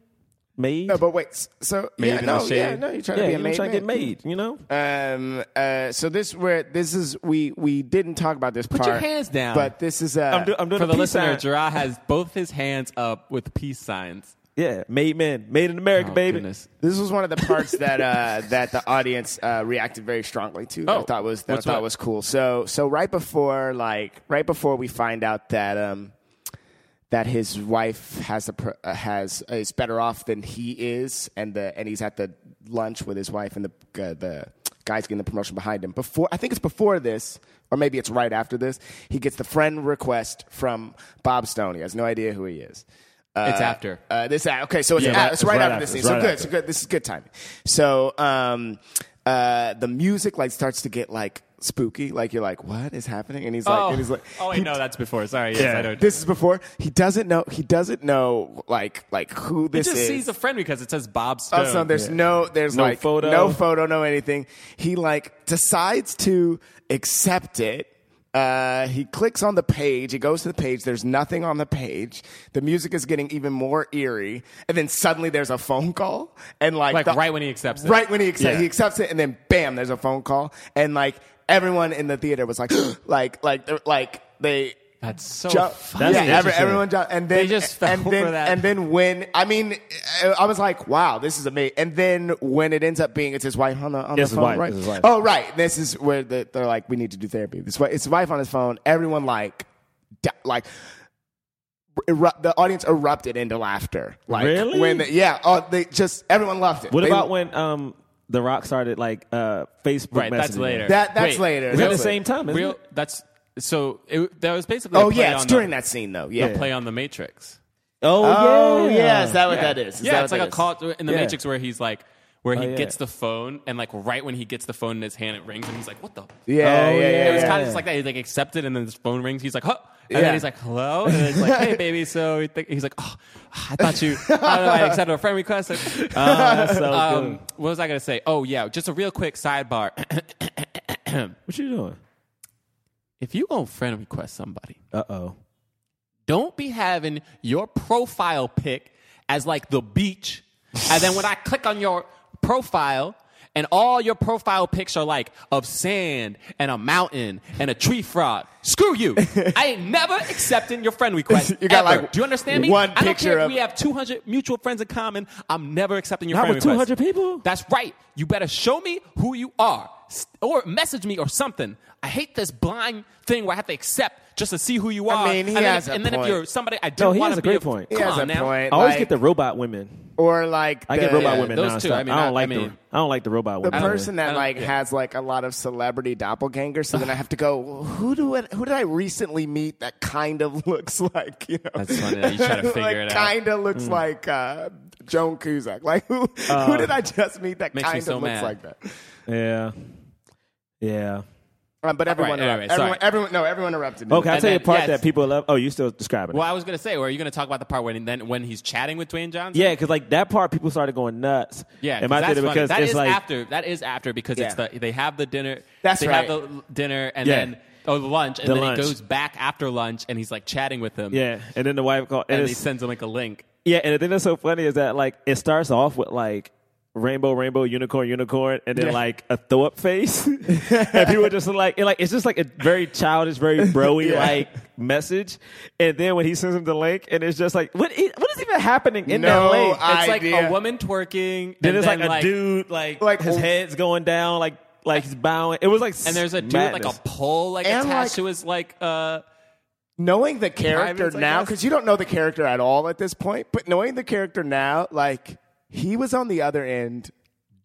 Speaker 3: Made.
Speaker 4: No, Oh, but wait. s- So yeah,
Speaker 2: in the
Speaker 4: no, yeah,
Speaker 2: shade.
Speaker 4: no. You're trying
Speaker 3: yeah,
Speaker 4: to be
Speaker 3: you
Speaker 4: a
Speaker 3: trying to
Speaker 4: made
Speaker 3: get
Speaker 4: man.
Speaker 3: made. You know,
Speaker 4: Um. Uh. So this where this is we we didn't talk about this
Speaker 2: Put
Speaker 4: part.
Speaker 2: your hands down.
Speaker 4: But this is uh.
Speaker 3: I'm, do, I'm doing
Speaker 2: For
Speaker 3: a
Speaker 2: the
Speaker 3: peace
Speaker 2: listener,
Speaker 3: sign.
Speaker 2: Gerard has both his hands up with peace signs.
Speaker 3: Yeah, made men, made in America,
Speaker 2: Oh,
Speaker 3: baby.
Speaker 2: goodness.
Speaker 4: this was one of the parts that uh, that the audience uh, reacted very strongly to. That I
Speaker 2: Oh,
Speaker 4: thought was that I
Speaker 2: what's
Speaker 4: thought
Speaker 2: what?
Speaker 4: was cool. So so right before like right before we find out that um that his wife has a pr- uh, has is better off than he is, and the and he's at the lunch with his wife and the uh, the guy's getting the promotion behind him. Before I think it's before this, or maybe it's right after this. He gets the friend request from Bob Stone. He has no idea who he is. Uh,
Speaker 2: It's after.
Speaker 4: Uh, this a- okay, so it's,
Speaker 3: Yeah,
Speaker 4: a-
Speaker 3: right-
Speaker 4: it's right,
Speaker 3: right
Speaker 4: after,
Speaker 3: after,
Speaker 4: this scene.
Speaker 3: it's
Speaker 4: So
Speaker 3: right
Speaker 4: good,
Speaker 3: after.
Speaker 4: so good. This is good timing. So um, uh, the music like starts to get like spooky. Like you're like, what is happening? And he's like, and he's like,
Speaker 2: oh wait,
Speaker 4: he-
Speaker 2: no, that's before. Sorry, yes, I know.
Speaker 4: This is before he doesn't know. He doesn't know like like who
Speaker 2: he
Speaker 4: this
Speaker 2: just
Speaker 4: is.
Speaker 2: sees a friend because it says Bob Stone.
Speaker 4: Also, there's no there's
Speaker 3: No
Speaker 4: like
Speaker 3: photo.
Speaker 4: no photo, no anything. He like decides to accept it. Uh, he clicks on the page. He goes to the page. There's nothing on the page. The music is getting even more eerie, and then suddenly there's a phone call, and like
Speaker 2: Like,
Speaker 4: the-
Speaker 2: right when he accepts it.
Speaker 4: right when he accepts
Speaker 3: Yeah.
Speaker 4: he accepts it, and then bam, there's a phone call, and like everyone in the theater was like, like like they're- like they.
Speaker 2: That's so
Speaker 4: Ju-
Speaker 2: funny.
Speaker 3: Oh, That's
Speaker 4: yeah, every,
Speaker 3: interesting.
Speaker 4: everyone jumped, and then
Speaker 2: They just fell
Speaker 4: and then,
Speaker 2: for that.
Speaker 4: And then when I mean, I- I was like, wow, this is amazing. And then when it ends up being it's his wife on the on
Speaker 3: It's his
Speaker 4: the phone,
Speaker 3: wife,
Speaker 4: right?
Speaker 3: it's his wife.
Speaker 4: Oh, right. This is where the, they're like, we need to do therapy. This way, it's his wife on his phone. Everyone like, di- like. Eru- the audience erupted into laughter. Like
Speaker 3: Really?
Speaker 4: when the, yeah, oh, they just everyone loved it.
Speaker 3: What
Speaker 4: They-
Speaker 3: about when um The Rock started like uh Facebook?
Speaker 2: Right, that's
Speaker 3: messaging?
Speaker 2: later.
Speaker 4: That- that's
Speaker 2: Wait,
Speaker 4: later.
Speaker 3: Is that the
Speaker 4: That's
Speaker 3: same time? Isn't
Speaker 2: Real,
Speaker 3: it?
Speaker 2: that's so. It, that was basically.
Speaker 4: Oh
Speaker 2: a play
Speaker 4: yeah, it's
Speaker 2: on
Speaker 4: during
Speaker 2: the,
Speaker 4: that scene though. Yeah.
Speaker 2: play on the Matrix.
Speaker 3: Oh,
Speaker 4: Oh
Speaker 3: yeah.
Speaker 4: yeah, is that what
Speaker 2: Yeah.
Speaker 4: that is? Is
Speaker 2: yeah,
Speaker 4: that
Speaker 2: it's
Speaker 4: what
Speaker 2: like a
Speaker 4: that is? Oh,
Speaker 2: call in the
Speaker 3: Yeah.
Speaker 2: Matrix where he's like, where he
Speaker 3: yeah.
Speaker 2: gets the phone and like right when he gets the phone in his hand, it rings and he's like, "What the?"
Speaker 4: Yeah,
Speaker 3: Oh,
Speaker 4: yeah,
Speaker 3: yeah,
Speaker 4: yeah.
Speaker 2: It was
Speaker 3: yeah.
Speaker 2: kind of just like that. He like accepted, and then his phone rings. He's like, "Huh," and
Speaker 4: Yeah.
Speaker 2: then he's like, "Hello," and then it's like, "Hey, baby." So he think he's like, "Oh, I thought you. I, don't know, I accepted a friend request." Like,
Speaker 3: so
Speaker 2: um, what was I gonna say? Oh yeah, just a real quick sidebar.
Speaker 3: What you doing?
Speaker 2: if you gonna friend request somebody,
Speaker 3: Uh oh.
Speaker 2: don't be having your profile pic as like the beach, and then when I click on your profile. And all your profile pics are like of sand and a mountain and a tree frog. Screw you! I ain't never accepting your friend request.
Speaker 4: You got,
Speaker 2: ever.
Speaker 4: like,
Speaker 2: do you understand me?
Speaker 4: one
Speaker 2: I don't
Speaker 4: picture
Speaker 2: care if
Speaker 4: of-
Speaker 2: we have two hundred mutual friends in common. I'm never accepting your
Speaker 3: Not
Speaker 2: friend
Speaker 3: with
Speaker 2: request.
Speaker 3: 200 people?
Speaker 2: That's right. You better show me who you are s- or message me or something. I hate this blind thing where I have to accept just to see who you are.
Speaker 4: mean, he
Speaker 2: Uh, and then,
Speaker 4: has
Speaker 2: if,
Speaker 4: a
Speaker 2: and then if
Speaker 4: point.
Speaker 2: you're somebody I
Speaker 3: No,
Speaker 2: don't
Speaker 3: he
Speaker 2: want
Speaker 3: has
Speaker 2: to
Speaker 3: a
Speaker 2: be
Speaker 3: great
Speaker 2: with-
Speaker 3: point.
Speaker 4: He
Speaker 2: Come
Speaker 4: has
Speaker 2: on
Speaker 4: a
Speaker 2: now.
Speaker 4: point.
Speaker 3: I always
Speaker 4: like-
Speaker 3: get the robot women.
Speaker 4: or like
Speaker 3: I get
Speaker 4: the,
Speaker 3: robot
Speaker 2: yeah,
Speaker 3: women
Speaker 2: those
Speaker 3: nonstop.
Speaker 2: two,
Speaker 3: I,
Speaker 2: I mean,
Speaker 3: don't
Speaker 2: I-
Speaker 3: like
Speaker 2: I mean-
Speaker 3: them. I don't like the robot
Speaker 4: the
Speaker 3: women.
Speaker 4: person
Speaker 2: I
Speaker 4: that
Speaker 2: don't-
Speaker 4: like
Speaker 2: yeah.
Speaker 4: has like a lot of celebrity doppelgangers. So then I have to go, well, who do I, who did I recently meet that kind of looks like you know?
Speaker 2: That's funny that you try to figure it out. Hmm.
Speaker 4: Kind of looks like uh, Joan Cusack. Like who who did I just meet that
Speaker 2: Oh. makes me
Speaker 4: kind of
Speaker 2: so
Speaker 4: looks
Speaker 2: mad.
Speaker 4: like that?
Speaker 3: Yeah. Yeah.
Speaker 4: Um, but everyone,
Speaker 2: All right, all right,
Speaker 4: erupted. everyone,
Speaker 2: sorry.
Speaker 4: everyone, no, everyone erupted.
Speaker 3: Okay, I'll
Speaker 2: And
Speaker 3: tell you a
Speaker 2: then-
Speaker 3: part
Speaker 2: yes.
Speaker 3: that people love. Oh, you still describing it.
Speaker 2: Well, I was gonna say, or are you gonna talk about the part when then when he's chatting with Dwayne Johnson?
Speaker 3: Yeah, because like that part, people started going nuts.
Speaker 2: Yeah,
Speaker 3: and
Speaker 2: 'cause
Speaker 3: I did
Speaker 2: that's
Speaker 3: it
Speaker 2: funny.
Speaker 3: because
Speaker 2: That
Speaker 3: it's
Speaker 2: is
Speaker 3: like
Speaker 2: after that is after because it's
Speaker 4: Yeah.
Speaker 2: the they have the dinner.
Speaker 4: That's
Speaker 2: they have
Speaker 4: right.
Speaker 2: the l- dinner and
Speaker 3: Yeah.
Speaker 2: then oh the lunch and
Speaker 3: The
Speaker 2: then
Speaker 3: lunch.
Speaker 2: he goes back after lunch and he's like chatting with him.
Speaker 3: yeah, and then the wife called, and,
Speaker 2: and he
Speaker 3: it's,
Speaker 2: sends him like a link.
Speaker 3: yeah, and the thing that's so funny is that like it starts off with like rainbow, rainbow, unicorn, unicorn, and then
Speaker 4: Yeah.
Speaker 3: like a throw up face, and people just like it, like it's just like a very childish, very broy
Speaker 4: Yeah.
Speaker 3: like message, and then when he sends him the link, and it's just like what is, what is even happening in
Speaker 4: No
Speaker 3: that link?
Speaker 4: I-
Speaker 2: It's like
Speaker 4: Idea.
Speaker 2: a woman twerking.
Speaker 3: then
Speaker 2: and
Speaker 3: it's like
Speaker 2: then, oh.
Speaker 3: a dude like
Speaker 4: Like-
Speaker 3: his head's going down like. Like he's bowing. It was like,
Speaker 2: and there's a dude
Speaker 3: madness.
Speaker 2: like a pole like
Speaker 4: And,
Speaker 2: attached
Speaker 4: like-
Speaker 2: to his like uh
Speaker 4: knowing the character
Speaker 2: Privates, I
Speaker 4: now
Speaker 2: guess.
Speaker 4: because you don't know the character at all at this point but knowing the character now like he was on the other end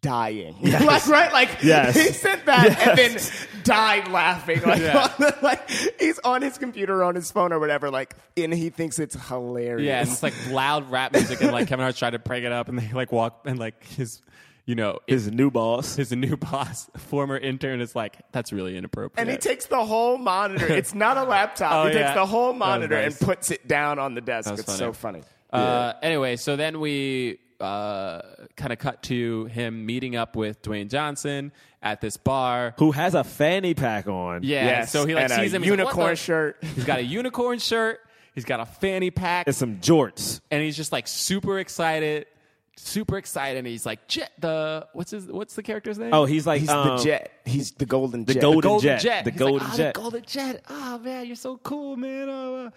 Speaker 4: dying like right like
Speaker 3: Yes.
Speaker 4: he sent that and then died laughing like, on the- like he's on his computer on his phone or whatever like and he thinks it's hilarious
Speaker 2: yeah, and it's like loud rap music and like Kevin Hart tried to break it up and they like walk and like his you know his
Speaker 3: his new boss.
Speaker 2: his new boss, former intern, is like, that's really inappropriate.
Speaker 4: and he takes the whole monitor. It's not a laptop.
Speaker 2: Oh,
Speaker 4: he takes
Speaker 2: yeah.
Speaker 4: the whole
Speaker 2: That was
Speaker 4: monitor
Speaker 2: nice.
Speaker 4: and puts it down on the desk.
Speaker 2: was
Speaker 4: It's
Speaker 2: funny.
Speaker 4: so funny.
Speaker 2: Uh, anyway, so then we uh, kind of cut to him meeting up with Dwayne Johnson at this bar.
Speaker 3: who has a fanny pack on.
Speaker 2: Yeah,
Speaker 4: Yes,
Speaker 2: so he like
Speaker 4: and a
Speaker 2: sees him. he's like, "What
Speaker 4: unicorn
Speaker 2: the-"
Speaker 4: shirt.
Speaker 2: He's got a unicorn shirt. He's got a fanny pack,
Speaker 3: And some jorts.
Speaker 2: and he's just like super excited, super excited. And he's like, Jet, the what's his what's the character's name?
Speaker 3: Oh, he's like
Speaker 4: He's
Speaker 3: um,
Speaker 4: the jet. He's the golden jet.
Speaker 3: golden-
Speaker 2: Golden
Speaker 3: Jet.
Speaker 2: Jet.
Speaker 3: The
Speaker 2: He's
Speaker 3: Golden
Speaker 2: like, "Ah,
Speaker 3: Jet."
Speaker 2: The Golden Jet. Oh man, you're so cool, man. Oh, uh."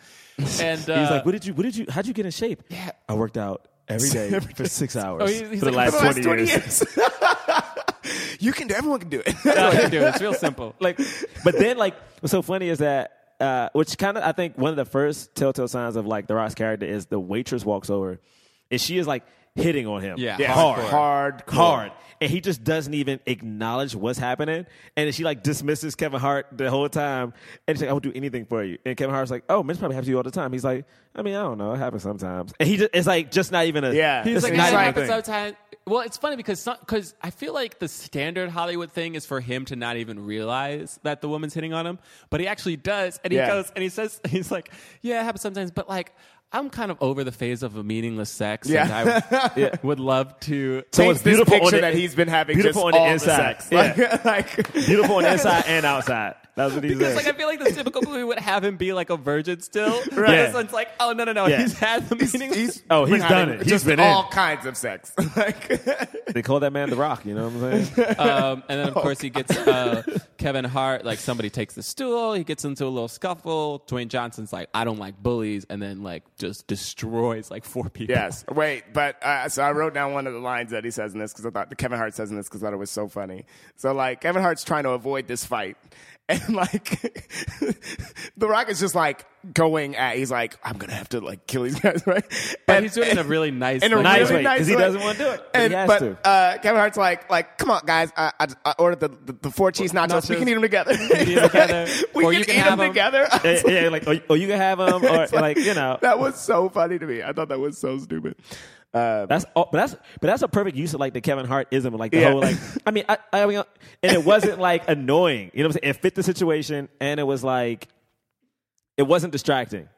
Speaker 2: and uh,
Speaker 3: He's like, what did you? What did you? How'd you get in shape? Yeah, I worked out every day for six hours
Speaker 2: Oh, he's- he's
Speaker 3: for the
Speaker 2: like,
Speaker 3: last
Speaker 2: for
Speaker 4: the last
Speaker 3: twenty
Speaker 4: 20
Speaker 3: years.
Speaker 4: years. you can do. Everyone can do it.
Speaker 2: "That's what you do. It's real simple.
Speaker 3: like, but then like, what's so funny is that. Uh, which kind of I think one of the first telltale signs of like the Rock's character is the waitress walks over, and she is like hitting on him,
Speaker 2: Yeah, Yeah,
Speaker 3: hard,
Speaker 2: hardcore.
Speaker 4: Hard,
Speaker 3: hard, and he just doesn't even acknowledge what's happening, and she like dismisses Kevin Hart the whole time, and she's like, "I won't do anything for you," and Kevin Hart's like, "Oh, this probably happens to you all the time." He's like, "I mean, I don't know, it happens sometimes," and he just it's like just not even a
Speaker 4: Yeah.
Speaker 3: he's
Speaker 4: It's
Speaker 2: It's like that
Speaker 3: not even a
Speaker 4: like-
Speaker 2: happens
Speaker 3: thing.
Speaker 2: sometimes. Well, it's funny because because I feel like the standard Hollywood thing is for him to not even realize that the woman's hitting on him, but he actually does, and he
Speaker 4: Yeah.
Speaker 2: goes and he says he's like, "Yeah, it happens sometimes," but like. I'm kind of over the phase of a meaningless sex,
Speaker 4: Yeah.
Speaker 2: and I would love to.
Speaker 3: So
Speaker 4: Paints
Speaker 3: it's
Speaker 4: this
Speaker 3: beautiful on
Speaker 4: picture
Speaker 3: the-
Speaker 4: that he's been having
Speaker 3: beautiful
Speaker 4: just
Speaker 3: on the
Speaker 4: all
Speaker 3: inside.
Speaker 4: sex.
Speaker 3: Yeah.
Speaker 4: Like, like-
Speaker 3: beautiful on the inside and outside. That's what he
Speaker 2: Because
Speaker 3: said.
Speaker 2: like I feel like the typical movie would have him be like a virgin still. But
Speaker 3: Yeah.
Speaker 2: This one's like, oh no no no,
Speaker 3: Yeah.
Speaker 2: he's had the meaningless.
Speaker 4: he's
Speaker 3: Oh, he's
Speaker 4: been
Speaker 3: done
Speaker 4: having
Speaker 3: it. He's
Speaker 4: just
Speaker 3: been in.
Speaker 4: all kinds of sex. like,
Speaker 3: they call that man the Rock. You know what I'm saying?
Speaker 2: um, and then
Speaker 4: Oh,
Speaker 2: of course he gets uh, Kevin Hart. Like somebody takes the stool, he gets into a little scuffle. Dwayne Johnson's like, I don't like bullies, and then like just destroys like four people.
Speaker 4: Yes. Wait, but uh, so I wrote down one of the lines that he says in this because I thought Kevin Hart says in this because I thought it was so funny. So like Kevin Hart's trying to avoid this fight, and like The Rock is just like going at. He's like, I'm gonna have to like kill these guys, right?
Speaker 2: But he's doing it in a really nice
Speaker 4: in a
Speaker 2: way.
Speaker 4: really
Speaker 3: Nice way, 'cause
Speaker 4: nice
Speaker 3: he
Speaker 4: way.
Speaker 3: doesn't wanna do it, but he
Speaker 4: And,
Speaker 3: has
Speaker 4: but
Speaker 3: to.
Speaker 4: Uh, Kevin Hart's like, like, come on, guys, I, I, I ordered the, the, the four cheese nachos. We
Speaker 2: Nachos.
Speaker 4: can eat them together.
Speaker 2: eat 'em together.
Speaker 4: we
Speaker 2: Or
Speaker 4: can
Speaker 2: you can
Speaker 4: eat
Speaker 2: have
Speaker 4: them
Speaker 2: 'em.
Speaker 4: together. I was
Speaker 3: yeah, oh, yeah, like, or, or you can have him, or like, you know.
Speaker 4: that was so funny to me. I thought that was so stupid.
Speaker 3: that's all, but that's but that's a perfect use of like the Kevin Hart ism, like the
Speaker 4: Yeah.
Speaker 3: whole like. I mean, I, I mean, and it wasn't like annoying. You know what I'm saying? It fit the situation, and it was like, it wasn't distracting.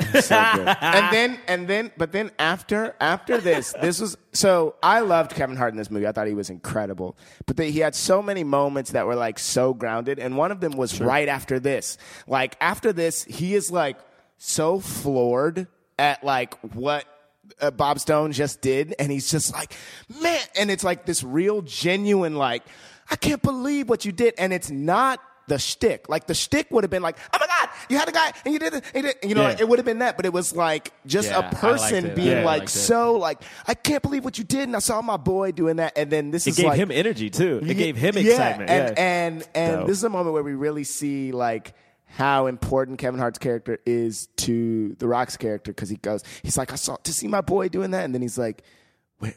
Speaker 4: and then and then but then after after this this was so i loved kevin hart in this movie i thought he was incredible but they, he had so many moments that were like so grounded and one of them was right after this like after this he is like so floored at like what uh, bob stone just did and he's just like man and it's like this real genuine like i can't believe what you did and it's not the shtick. Like the shtick would have been like, oh my God, you had a guy and you did it. And you, did, you know,
Speaker 3: Yeah.
Speaker 4: like, it would have been that, but it was like just
Speaker 2: Yeah, I
Speaker 4: a
Speaker 2: liked
Speaker 4: person
Speaker 2: it.
Speaker 4: being
Speaker 2: Yeah, I
Speaker 4: like
Speaker 2: liked it.
Speaker 4: so like, I can't believe what you did. And I saw my boy doing that. And then this
Speaker 3: It
Speaker 4: is
Speaker 3: gave
Speaker 4: like,
Speaker 3: him energy too. It
Speaker 4: Ye-
Speaker 3: gave him
Speaker 4: yeah,
Speaker 3: excitement.
Speaker 4: And
Speaker 3: yeah.
Speaker 4: and, and
Speaker 3: Dope.
Speaker 4: this is a moment where we really see like how important Kevin Hart's character is to The Rock's character because he goes, he's like, I saw to see my boy doing that, and then he's like, we're,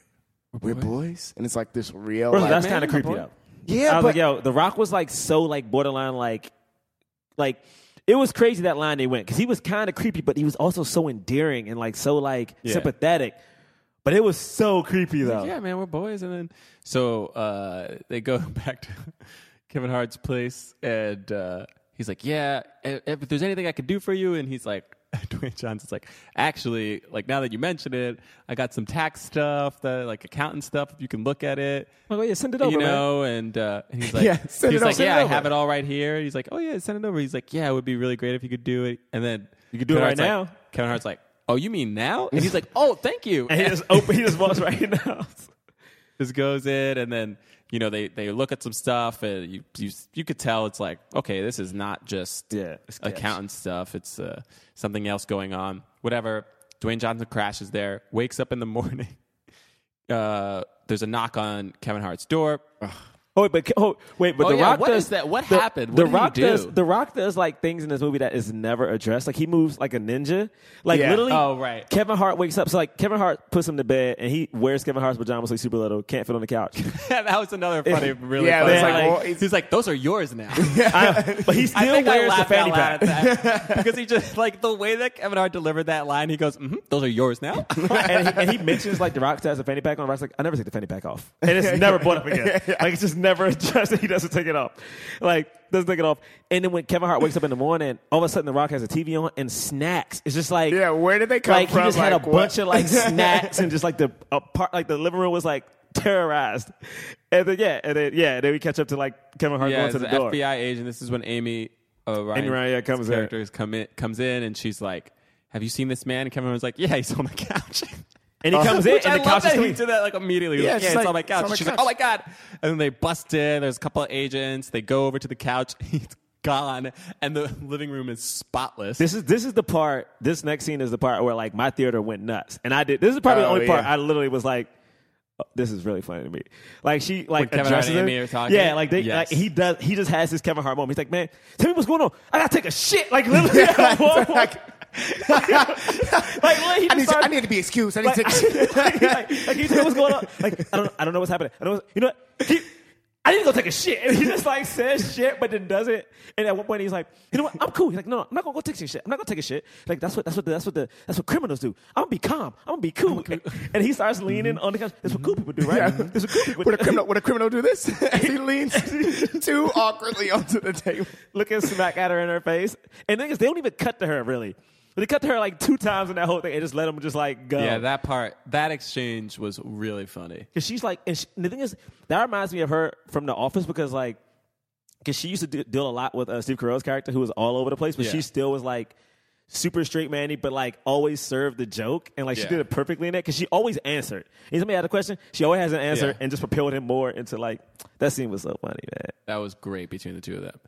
Speaker 4: we're boys, and it's like this real.
Speaker 3: Bro,
Speaker 4: like-
Speaker 3: that's
Speaker 2: man,
Speaker 3: kind of
Speaker 2: my
Speaker 3: creepy
Speaker 2: boy.
Speaker 3: though.
Speaker 4: Yeah,
Speaker 3: I was
Speaker 4: but-
Speaker 3: like, yo, The Rock was like so like borderline like, like it was crazy that line they went because he was kind of creepy, but he was also so endearing and like so like sympathetic. But it was so creepy though.
Speaker 2: yeah, man, we're boys. And then so uh, they go back to Kevin Hart's place, and uh, he's like, "Yeah, if, if there's anything I could do for you," and he's like, Dwayne Johnson's like, "Actually, like now that you mention it, I got some tax stuff, the like accountant stuff. If you can look at it."
Speaker 3: Like, oh yeah, send it over,
Speaker 2: you
Speaker 3: man.
Speaker 2: know, and uh, and he's like,
Speaker 4: Yeah, send
Speaker 2: he's
Speaker 4: it over,
Speaker 2: like,
Speaker 4: send
Speaker 2: yeah,
Speaker 4: it
Speaker 2: I
Speaker 4: over."
Speaker 2: have it all right here. And he's like, oh yeah, send it over. He's like, yeah, it would be really great if you could do it. And then you
Speaker 3: could do it right now.
Speaker 2: Kevin Hart's like, oh, you mean now? And he's like, oh, thank you.
Speaker 3: And he just open, he just walks right now.
Speaker 2: just goes in and then you know they, they look at some stuff and you, you you could tell it's like okay this is not just
Speaker 3: Yeah, it's catch.
Speaker 2: accountant stuff it's uh, something else going on whatever Dwayne Johnson crashes there wakes up in the morning uh, there's a knock on Kevin Hart's door
Speaker 3: Oh wait, but oh wait, but
Speaker 2: Oh,
Speaker 3: The
Speaker 2: yeah,
Speaker 3: Rock
Speaker 2: what
Speaker 3: does
Speaker 2: is that? What
Speaker 3: The-
Speaker 2: happened? What
Speaker 3: the
Speaker 2: did he
Speaker 3: Rock
Speaker 2: do?
Speaker 3: does The Rock does like things in this movie that is never addressed. Like he moves like a ninja. Like
Speaker 4: Yeah.
Speaker 3: literally,
Speaker 2: Oh, right.
Speaker 3: Kevin Hart wakes up. So like Kevin Hart puts him to bed, and he wears Kevin Hart's pajamas like super little, can't fit on the couch.
Speaker 2: that was another funny really
Speaker 4: Yeah, it
Speaker 2: funny
Speaker 4: was
Speaker 3: like,
Speaker 2: line.
Speaker 4: well, it's-
Speaker 2: he's like those are yours now
Speaker 3: I- but he
Speaker 2: I
Speaker 3: still
Speaker 2: think I
Speaker 3: wears the
Speaker 2: laughed
Speaker 3: fanny
Speaker 2: out loud
Speaker 3: pack.
Speaker 2: at that because he just like the way that Kevin Hart delivered that line he goes mm-hmm, those are yours now
Speaker 3: and, he, and he mentions like the rock has a fanny pack on. The rock's like, I never take the fanny pack off, and it's never brought up again. Like it's just never addressed. that He doesn't take it off. Like doesn't take it off. And then when Kevin Hart wakes up in the morning, all of a sudden the rock has a TV on and snacks. It's just like
Speaker 4: Yeah, where did they come
Speaker 3: like,
Speaker 4: from?
Speaker 3: He just had a
Speaker 4: Like, what?
Speaker 3: bunch of like snacks and just like the apart, like the living room was like terrorized. And then yeah, and then yeah, and then we catch up to like Kevin Hart
Speaker 2: yeah,
Speaker 3: going
Speaker 2: it's
Speaker 3: to the
Speaker 2: an
Speaker 3: door.
Speaker 2: FBI agent. This is when Amy uh, Ryan,
Speaker 3: Amy Ryan, yeah, comes in.
Speaker 2: character is come in, comes in, and she's like, "Have you seen this man?" And Kevin was like, "Yeah, he's on my couch."
Speaker 3: And he comes in,
Speaker 2: Which
Speaker 3: and
Speaker 2: I
Speaker 3: the
Speaker 2: love
Speaker 3: couch is
Speaker 2: that he
Speaker 3: clean.
Speaker 2: did that like immediately. Yeah,
Speaker 4: Yeah,
Speaker 2: like,
Speaker 4: it's
Speaker 2: yeah it's
Speaker 4: like,
Speaker 2: on my couch.
Speaker 4: it's on my
Speaker 2: she's like,
Speaker 4: couch.
Speaker 2: "Oh my god!" And then they bust in. There's a couple of agents. They go over to the couch. He's gone, and the living room is spotless.
Speaker 3: This is this is the part. This next scene is the part where like my theater went nuts, and I did. This is probably the
Speaker 4: Oh,
Speaker 3: only part
Speaker 4: yeah.
Speaker 3: I literally was like, oh, "This is really funny to me." Like she like
Speaker 2: Kevin Hart
Speaker 3: addresses
Speaker 2: and
Speaker 3: him.
Speaker 2: Amy are talking?
Speaker 3: Yeah, like they
Speaker 2: Yes.
Speaker 3: like he does. He just has his Kevin Hart moment. He's like, "Man, tell me what's going on. I gotta take a shit." Like literally, at Walmart. like, literally, he
Speaker 4: I need,
Speaker 3: just
Speaker 4: to, I
Speaker 3: started-
Speaker 4: need to be excused. I need
Speaker 3: like,
Speaker 4: to take
Speaker 3: like, like, like, you know what's going on? Like, I don't, I don't know what's happening. I don't, know- you know what? He, I need to go take a shit. And he just like says shit, but then doesn't. And at one point he's like, you know what? I'm cool. He's like, no, no, I'm not gonna go take some shit. I'm not gonna take a shit. Like that's what that's what the, that's what the that's what criminals do. I'm gonna be calm. I'm gonna be cool. And he starts leaning on the couch. That's what cool people do, right? That's what cool people
Speaker 4: Would Mm-hmm. a
Speaker 3: do.
Speaker 4: criminal would a criminal do this? As he leans too awkwardly onto the table.
Speaker 3: looking smack at her in her face. And niggas, they don't even cut to her really. But they cut to her like two times in that whole thing and just let him just like go.
Speaker 2: yeah, that part, that exchange was really funny.
Speaker 3: Cause she's like, and, she, and the thing is, that reminds me of her from The Office because like, cause she used to do, deal a lot with uh, Steve Carell's character who was all over the place, but
Speaker 2: Yeah.
Speaker 3: she still was like super straight manny, but like always served the joke and like
Speaker 2: Yeah.
Speaker 3: she did it perfectly in that because she always answered. And somebody had a question, she always has an answer
Speaker 2: Yeah.
Speaker 3: and just propelled him more into like that scene was so funny, man.
Speaker 2: That was great between the two of them.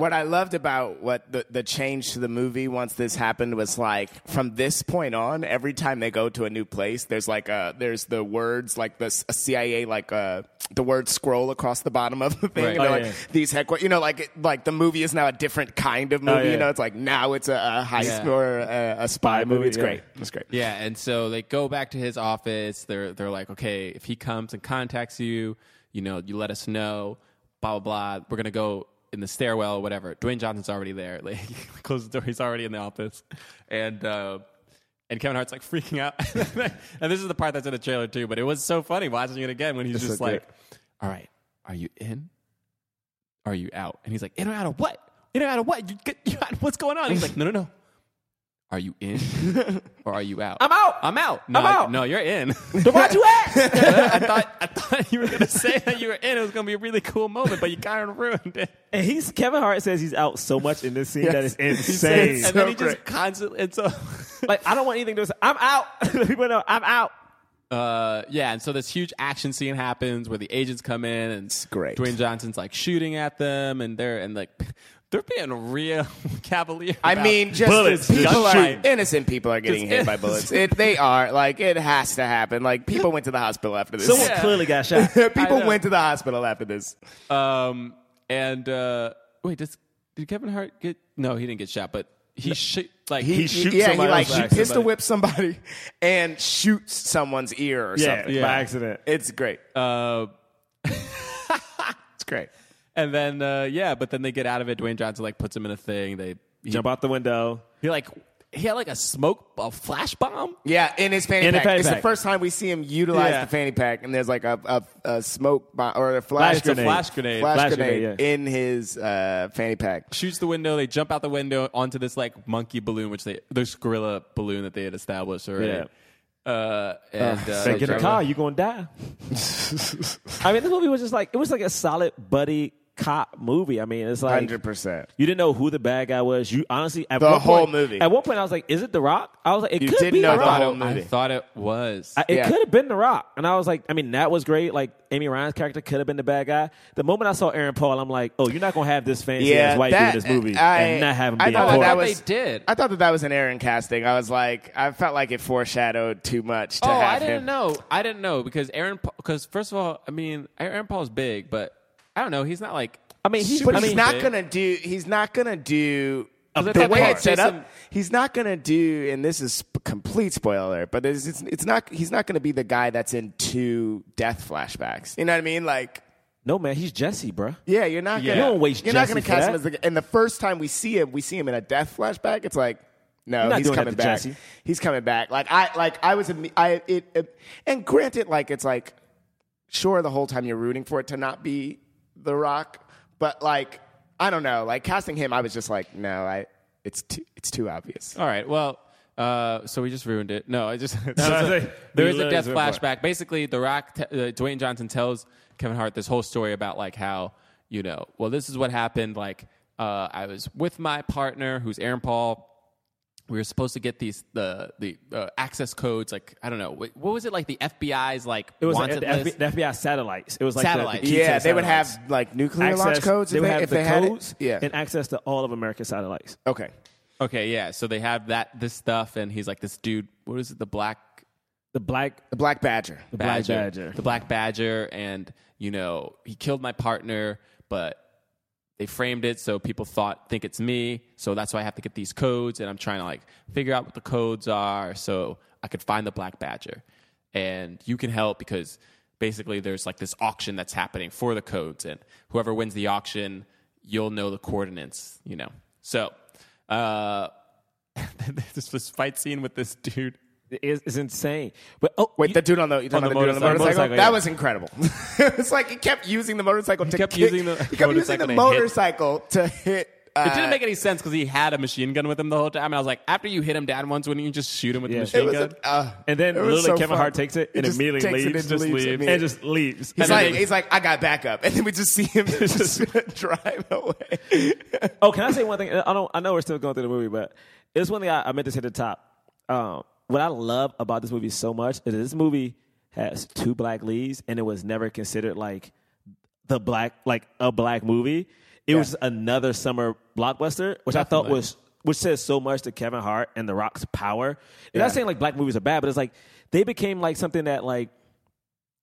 Speaker 4: what I loved about what the, the change to the movie once this happened was like from this point on, every time they go to a new place, there's like uh there's the words like the s- CIA like uh the words scroll across the bottom of the thing.
Speaker 2: Right.
Speaker 4: You know,
Speaker 3: Oh,
Speaker 4: like
Speaker 3: yeah.
Speaker 4: these headquarters. You know, like it- like the movie is now a different kind of movie.
Speaker 3: Oh, yeah.
Speaker 4: You know, it's like now it's a, a heist
Speaker 2: Yeah.
Speaker 4: or a, a spy movie.
Speaker 3: movie,
Speaker 4: It's
Speaker 3: yeah.
Speaker 4: great. It's great.
Speaker 2: Yeah, and so they go back to his office. They're they're like, okay, if he comes and contacts you, you know, you let us know. Blah blah blah. We're gonna go in the stairwell, whatever. Dwayne Johnson's already there. Like, he closes the door. He's already in the office, and uh, And Kevin Hart's like freaking out. and this is the part that's in the trailer too, but it was so funny watching it again when he's
Speaker 3: It's
Speaker 2: just
Speaker 3: so
Speaker 2: like,
Speaker 3: good.
Speaker 2: all right, are you in? Are you out? And he's like, in or out of what? In or out of what? You get, you out, what's going on? He's like, no, no, no. Are you in or are you out? I'm
Speaker 3: out.
Speaker 2: I'm out. No,
Speaker 3: I'm out.
Speaker 2: No, you're in.
Speaker 3: Why'd you ask?
Speaker 2: I thought I thought you were gonna say that you were in. It was gonna be a really cool moment, but you kind of ruined it.
Speaker 3: And he's Kevin Hart says he's out so much in this scene that it's insane.
Speaker 2: and then he just constantly. And so,
Speaker 3: like I don't want anything to. Say, I'm out. Let People know I'm out.
Speaker 2: uh, yeah, and so this huge action scene happens where the agents come in and
Speaker 4: great.
Speaker 2: Dwayne Johnson's like shooting at them, and they're and like they're being real cavalier.
Speaker 4: I
Speaker 2: about-
Speaker 4: mean, just
Speaker 3: bullets,
Speaker 4: as people
Speaker 2: just
Speaker 4: are
Speaker 2: shoot.
Speaker 4: innocent people are getting
Speaker 2: Just
Speaker 4: hit by bullets. It, they are like it has to happen. Like people went to the hospital after this.
Speaker 3: Someone
Speaker 2: Yeah.
Speaker 3: clearly got shot.
Speaker 2: I
Speaker 4: people
Speaker 2: know.
Speaker 4: went to the hospital after this.
Speaker 2: um, and uh, wait, does did Kevin Hart get? No, he didn't get shot, but he shoot like
Speaker 4: He,
Speaker 3: shoots
Speaker 4: yeah, he
Speaker 3: somebody
Speaker 4: like
Speaker 3: else
Speaker 4: he
Speaker 3: back,
Speaker 4: pistol
Speaker 3: somebody.
Speaker 4: whips somebody and shoots someone's ear or
Speaker 3: yeah,
Speaker 4: something.
Speaker 2: Yeah.
Speaker 3: by accident.
Speaker 4: It's great.
Speaker 2: Uh,
Speaker 4: It's great.
Speaker 2: and then uh, yeah, but then they get out of it. Dwayne Johnson like puts him in a thing. They he,
Speaker 3: Jump out the window.
Speaker 2: he like he had like a smoke a flash bomb.
Speaker 4: Yeah, in his fanny
Speaker 3: In the
Speaker 4: pack.
Speaker 3: fanny
Speaker 4: it's
Speaker 3: pack.
Speaker 4: the first time we see him utilize
Speaker 3: Yeah.
Speaker 4: the fanny pack, and there's like a, a, a smoke bo- or a flash,
Speaker 3: Flash grenade.
Speaker 2: Flash grenade.
Speaker 4: Flash,
Speaker 3: Flash
Speaker 4: grenade,
Speaker 3: grenade, yeah.
Speaker 4: in his uh, fanny pack.
Speaker 2: shoots the window. They jump out the window onto this like monkey balloon, which they this gorilla balloon that they had established already. Uh, and uh,
Speaker 3: Say, get in the
Speaker 2: Trevor-
Speaker 3: car. You gonna die. I mean, this movie was just like it was like a solid buddy cop movie. I mean, it's like
Speaker 4: Hundred percent.
Speaker 3: You didn't know who the bad guy was. You honestly at
Speaker 4: The
Speaker 3: one
Speaker 4: whole
Speaker 3: point-
Speaker 4: movie.
Speaker 3: At one point, I was like, "Is it The Rock?" I was like, "It
Speaker 4: You
Speaker 3: could
Speaker 4: didn't
Speaker 3: be
Speaker 4: know
Speaker 3: The
Speaker 4: the
Speaker 3: Rock."
Speaker 4: whole
Speaker 2: I
Speaker 4: movie.
Speaker 2: thought it was.
Speaker 3: I- It
Speaker 4: Yeah.
Speaker 3: could have been The Rock, and I was like, I mean, that was great. Like Amy Ryan's character could have been the bad guy. The moment I saw Aaron Paul, I'm like, oh, you're not gonna have this fancy ass
Speaker 4: Yeah,
Speaker 3: white
Speaker 4: that-
Speaker 3: dude in this movie
Speaker 4: I-
Speaker 3: and not have him
Speaker 4: I
Speaker 3: be
Speaker 4: thought
Speaker 3: important.
Speaker 4: that
Speaker 2: they
Speaker 4: was-
Speaker 2: did.
Speaker 4: I thought that that was an error in casting. I was like, I felt like it foreshadowed too much to
Speaker 2: oh,
Speaker 4: have
Speaker 2: I didn't
Speaker 4: him.
Speaker 2: know. I didn't know because Aaron. Because first of all, I mean, Aaron Paul's big, but I don't know. He's not like.
Speaker 3: I mean, he's-
Speaker 2: super
Speaker 4: But he's
Speaker 2: big.
Speaker 4: not gonna do. He's not gonna do.
Speaker 2: Look
Speaker 4: The
Speaker 2: at
Speaker 4: way
Speaker 2: that
Speaker 4: it's set
Speaker 2: Jason-
Speaker 4: up, he's not gonna do. And this is sp- complete spoiler, but it's, it's, it's not. He's not gonna be the guy that's in two death flashbacks. You know what I mean? Like,
Speaker 3: no man, he's Jesse, bruh.
Speaker 4: yeah, you're not.
Speaker 2: Yeah.
Speaker 4: Gonna,
Speaker 2: You
Speaker 3: don't waste
Speaker 4: You're not
Speaker 3: Jesse
Speaker 4: gonna
Speaker 3: for
Speaker 4: cast
Speaker 3: that.
Speaker 4: him as the. And the first time we see him, we see him in a death flashback. It's like. No,
Speaker 3: You're not
Speaker 4: he's
Speaker 3: doing that
Speaker 4: coming
Speaker 3: to
Speaker 4: back.
Speaker 3: Jesse.
Speaker 4: He's coming back. Like I, like I was, imme- I it, it, and granted, like it's like sure the whole time you're rooting for it to not be The Rock, but like I don't know, like casting him, I was just like, no, I it's too it's too
Speaker 3: Oh,
Speaker 4: obvious.
Speaker 2: All right. Well, uh, so we just ruined it. No, I just
Speaker 3: I was like,
Speaker 2: there
Speaker 3: we
Speaker 2: is a
Speaker 3: literally
Speaker 2: death
Speaker 3: just went for
Speaker 2: flashback. Basically, The Rock, t- uh, Dwayne Johnson tells Kevin Hart this whole story about like how you know, well, this is what happened. Like, uh, I was with my partner, who's Aaron Paul. We were supposed to get these the the uh, access codes. Like, I don't know what, what was it like the FBI's like
Speaker 3: It was
Speaker 2: wanted
Speaker 3: like the,
Speaker 2: list.
Speaker 3: FBI, the FBI satellites. It was like
Speaker 2: Satellites.
Speaker 3: The, the key to
Speaker 4: Yeah,
Speaker 3: the
Speaker 4: they would
Speaker 3: satellites.
Speaker 4: have like nuclear launch
Speaker 3: Access-
Speaker 4: codes.
Speaker 3: They
Speaker 4: if
Speaker 3: would
Speaker 4: they,
Speaker 3: have
Speaker 4: if
Speaker 3: the
Speaker 4: they
Speaker 3: codes
Speaker 4: had it. Yeah.
Speaker 3: and access to all of America's satellites.
Speaker 4: okay.
Speaker 2: okay, yeah. So they have that this stuff, and he's like this dude. What is it? The black
Speaker 3: The black
Speaker 4: The Black Badger.
Speaker 3: The Black Badger.
Speaker 2: The Black Badger, and you know he killed my partner, but they framed it so people thought think it's me. So that's why I have to get these codes, and I'm trying to like figure out what the codes are so I could find the Black Badger, and you can help because basically there's like this auction that's happening for the codes, and whoever wins the auction, you'll know the coordinates, you know. So. uh there's this fight scene with this dude
Speaker 3: is, is insane. But oh,
Speaker 4: Wait,
Speaker 3: you-
Speaker 4: the dude on the, you talking
Speaker 2: On the
Speaker 4: about the, dude on the
Speaker 2: motorcycle.
Speaker 3: Motorcycle,
Speaker 4: motorcycle? That
Speaker 3: yeah.
Speaker 4: was incredible. it's like he kept using the motorcycle to
Speaker 2: kept
Speaker 4: kick-
Speaker 2: using the
Speaker 4: he kept using the
Speaker 2: motorcycle
Speaker 4: motorcycle to hit. Uh,
Speaker 2: It didn't make any sense because he had a machine gun with him the whole time. And I was like, after you hit him down once, wouldn't you just shoot him with
Speaker 3: Yeah.
Speaker 2: the machine
Speaker 3: It
Speaker 4: was
Speaker 2: gun?
Speaker 4: a- uh,
Speaker 3: and then
Speaker 4: it was
Speaker 3: literally
Speaker 4: so
Speaker 3: Kevin
Speaker 4: fun.
Speaker 3: Hart takes it
Speaker 4: He
Speaker 3: and
Speaker 4: just
Speaker 3: immediately
Speaker 4: takes it
Speaker 3: leaves,
Speaker 4: and
Speaker 3: just
Speaker 4: leaves
Speaker 3: leaves,
Speaker 4: immediately.
Speaker 3: and just leaves.
Speaker 4: He's
Speaker 3: And then
Speaker 4: like,
Speaker 3: they-
Speaker 4: he's like, I got backup, and then we just see him just drive away.
Speaker 3: Oh, can I say one thing? I don't. I know we're still going through the movie, but it's one thing I, I meant to say at the top. Um, what I love about this movie so much is that this movie has two black leads, and it was never considered like the black, like a black movie. It was another summer blockbuster, which I thought was. Which says so much to Kevin Hart and The Rock's power. And I'm not saying like black movies are bad, but it's like they became like something that like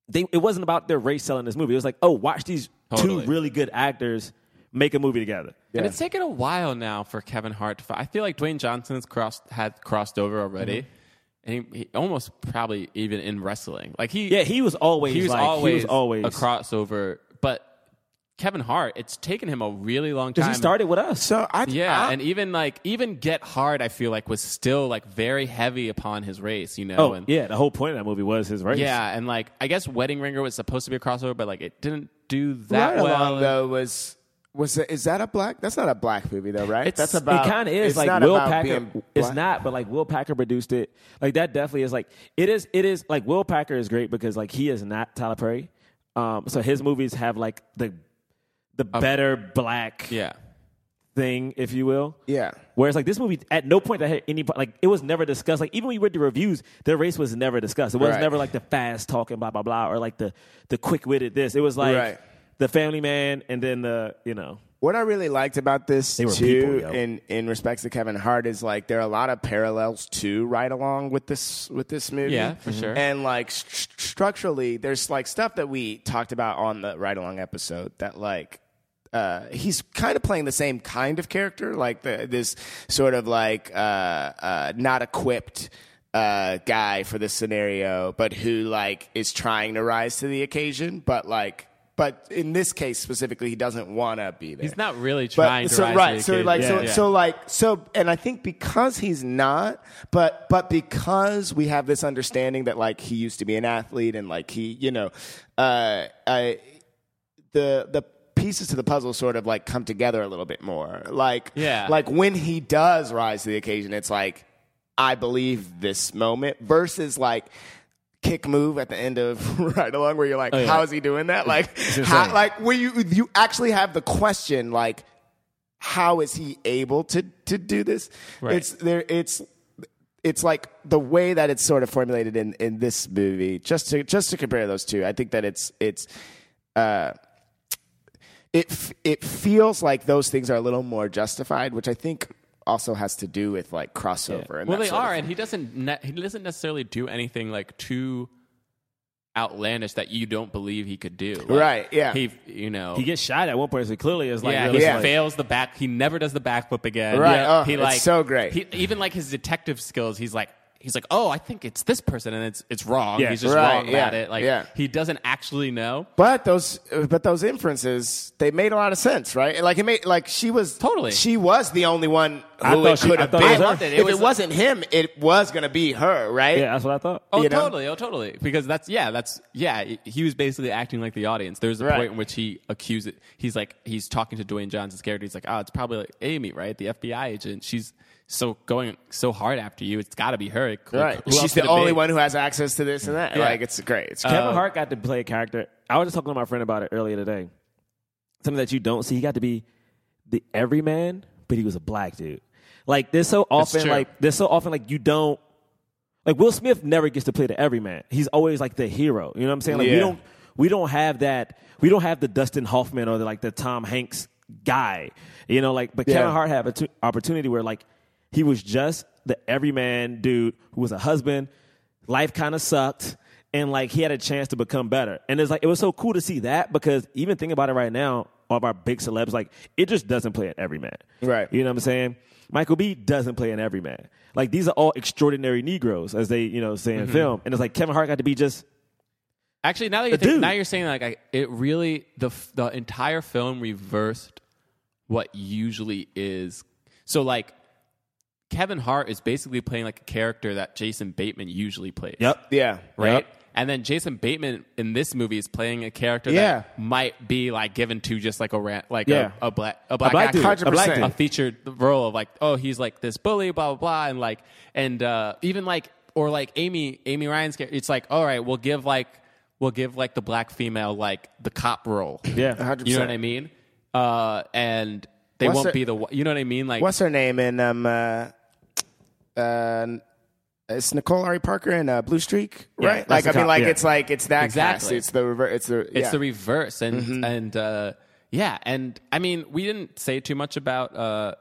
Speaker 3: they it wasn't about their race selling this movie. It was like, oh, watch these
Speaker 2: Totally.
Speaker 3: two really good actors make a movie together.
Speaker 2: And it's taken a while now for Kevin Hart to fight. I feel like Dwayne Johnson's crossed had crossed over already. And he, he almost probably even in wrestling. Like he
Speaker 3: Yeah, he was always
Speaker 2: he was
Speaker 3: like,
Speaker 2: always
Speaker 3: he was always
Speaker 2: a crossover, but Kevin Hart, it's taken him a really long time.
Speaker 3: Because he Ah. started with us.
Speaker 4: So I
Speaker 2: Yeah,
Speaker 4: I-
Speaker 2: and even like even Get Hard, I feel like was still like very heavy upon his race, you know.
Speaker 3: oh,
Speaker 2: and,
Speaker 3: yeah. The whole point of that movie was his race.
Speaker 2: yeah, and like I guess Wedding Ringer was supposed to be a crossover, but like it didn't do that
Speaker 4: Ride
Speaker 2: well.
Speaker 4: Along, though was was that, is that a black? That's not a black movie though, right?
Speaker 2: It's-
Speaker 4: that's
Speaker 2: it
Speaker 4: about
Speaker 3: it kind of is
Speaker 4: it's
Speaker 3: like
Speaker 4: not
Speaker 3: Will
Speaker 4: about
Speaker 3: Packer.
Speaker 4: being
Speaker 3: It's
Speaker 4: black.
Speaker 3: not, but like Will Packer produced it. Like that definitely is like it is. It is like Will Packer is great because like he is not Tyler Perry, um, so his movies have like the the better black
Speaker 2: yeah,
Speaker 3: thing, if you will.
Speaker 4: Yeah.
Speaker 3: Whereas like this movie, at no point that had any like it was never discussed. Like even when you read the reviews, their race was never discussed. It was
Speaker 4: Right.
Speaker 3: never like the fast talking blah blah blah or like the the quick witted this. It was like
Speaker 4: Right.
Speaker 3: the Family Man and then the you know
Speaker 4: What I really liked about this
Speaker 3: They were people,
Speaker 4: too,
Speaker 3: yo.
Speaker 4: in in respects to Kevin Hart, is like there are a lot of parallels to right along with this with this movie.
Speaker 2: Yeah, for Mhm. sure.
Speaker 4: And like st- structurally, there's like stuff that we talked about on the right along episode that like. Uh, he's kind of playing the same kind of character, like the, this sort of like uh, uh, not equipped uh, guy for this scenario, but who like is trying to rise to the occasion. But like, but in this case specifically, he doesn't want to be there
Speaker 2: he's not really
Speaker 4: but-
Speaker 2: trying to
Speaker 4: so,
Speaker 2: rise
Speaker 4: right
Speaker 2: to the
Speaker 4: so like
Speaker 2: occasion.
Speaker 4: so,
Speaker 2: Yeah.
Speaker 4: so like so and i think because he's not but but because we have this understanding that like he used to be an athlete and like he you know uh I, the the pieces to the puzzle sort of like come together a little bit more like
Speaker 2: Yeah.
Speaker 4: like when he does rise to the occasion it's like i believe this moment versus like kick move at the end of right along where you're like
Speaker 2: Oh, yeah.
Speaker 4: how is he doing that like how,
Speaker 3: insane.
Speaker 4: like where you you actually have the question like how is he able to to do this?
Speaker 2: Right.
Speaker 4: It's there. It's it's like the way that it's sort of formulated in in this movie. Just to just to compare those two, I think that it's it's. Uh, it f- it feels like those things are a little more justified, which I think also has to do with like crossover. And
Speaker 2: well,
Speaker 4: that
Speaker 2: they
Speaker 4: sort of
Speaker 2: are, and he doesn't ne- he doesn't necessarily do anything like too outlandish that you don't believe he could do. Like,
Speaker 4: Right, yeah.
Speaker 2: He you know
Speaker 3: he gets shot at one point. So clearly it's like
Speaker 2: yeah,
Speaker 3: really
Speaker 2: he
Speaker 4: yeah.
Speaker 3: like-
Speaker 2: fails the back. He never does the backflip again.
Speaker 4: Right, oh,
Speaker 2: he
Speaker 4: it's so great.
Speaker 2: He, even like his detective skills, he's like, he's like, oh, I think it's this person, and it's it's wrong.
Speaker 3: Yeah,
Speaker 2: he's just
Speaker 4: right,
Speaker 2: wrong about
Speaker 4: yeah,
Speaker 2: it. Like
Speaker 4: yeah.
Speaker 2: he doesn't actually know.
Speaker 4: But those, uh, but those inferences, they made a lot of sense, right? Like it made, like she was
Speaker 2: Totally.
Speaker 4: She was the only one
Speaker 3: I
Speaker 4: who
Speaker 3: thought
Speaker 4: it
Speaker 3: she-
Speaker 4: could
Speaker 3: I
Speaker 4: have
Speaker 3: thought
Speaker 4: been.
Speaker 3: it was her. I loved it.
Speaker 2: It
Speaker 4: if
Speaker 2: was-
Speaker 4: it wasn't him, it was gonna be her, right?
Speaker 3: Yeah, that's what I thought.
Speaker 2: Oh,
Speaker 4: You know?
Speaker 2: totally, oh, totally. Because that's yeah, that's yeah. He was basically acting like the audience. There's a
Speaker 4: Right.
Speaker 2: point in which he accused it. He's like, he's talking to Dwayne Johnson's character. He's like, oh, it's probably like Amy, right? The FBI agent. She's so going so hard after you. It's got to be her. Like,
Speaker 4: Right.
Speaker 2: who else
Speaker 4: She's
Speaker 2: could it
Speaker 4: the
Speaker 2: be?
Speaker 4: only one who has access to this and that.
Speaker 2: Yeah.
Speaker 4: Like it's great. It's
Speaker 3: Kevin Hart got to play a character. I was just talking to my friend about it earlier today. Something that you don't see. He got to be the everyman, but he was a black dude. Like there's so often
Speaker 2: true.
Speaker 3: like there's so often like you don't like Will Smith never gets to play the everyman. He's always like the hero. You know what I'm saying? Like we
Speaker 4: Yeah.
Speaker 3: don't we don't have that we don't have the Dustin Hoffman or the like the Tom Hanks guy. You know, like but Kevin
Speaker 4: Yeah.
Speaker 3: Hart had an opportu- opportunity where like he was just the everyman dude who was a husband. Life kind of sucked, and like he had a chance to become better. And it's like it was so cool to see that because even thinking about it right now, all of our big celebs, like it just doesn't play an everyman,
Speaker 4: Right.
Speaker 3: You know what I'm saying? Michael B doesn't play an everyman. Like these are all extraordinary Negroes, as they you know say
Speaker 4: Mm-hmm.
Speaker 3: in film. And it's like Kevin Hart got to be just
Speaker 2: Actually, now that you
Speaker 3: The
Speaker 2: think,
Speaker 3: dude.
Speaker 2: now you're saying like I, it really the f- the entire film reversed what usually is. So like Kevin Hart is basically playing like a character that Jason Bateman usually plays.
Speaker 4: yeah.
Speaker 2: Right. And then Jason Bateman in this movie is playing a character
Speaker 4: Yeah.
Speaker 2: that might be like given to just like a ran, like
Speaker 3: Yeah.
Speaker 2: a, a black a black,
Speaker 3: black
Speaker 2: actor,
Speaker 3: dude,
Speaker 4: a black dude.
Speaker 2: a featured role of like oh he's like this bully blah blah blah and like and uh, even like or like Amy Amy Ryan's character it's like all right we'll give like we'll give like the black female like the cop role
Speaker 3: yeah.
Speaker 4: 100%.
Speaker 2: you know what I mean uh, and they
Speaker 4: What's
Speaker 2: won't
Speaker 4: her-
Speaker 2: be the you know what I mean like
Speaker 4: What's her name? And um, uh, uh, it's Nicole Ari Parker in uh, Blue Streak, right?
Speaker 3: that's
Speaker 4: Like
Speaker 3: the
Speaker 4: I mean,
Speaker 3: cop,
Speaker 4: like
Speaker 3: yeah.
Speaker 4: it's like it's that cast.
Speaker 2: Exactly.
Speaker 4: It's the reverse. It's the
Speaker 2: it's
Speaker 4: yeah. Mm-hmm.
Speaker 2: the reverse and and uh yeah and i mean we didn't say too much about uh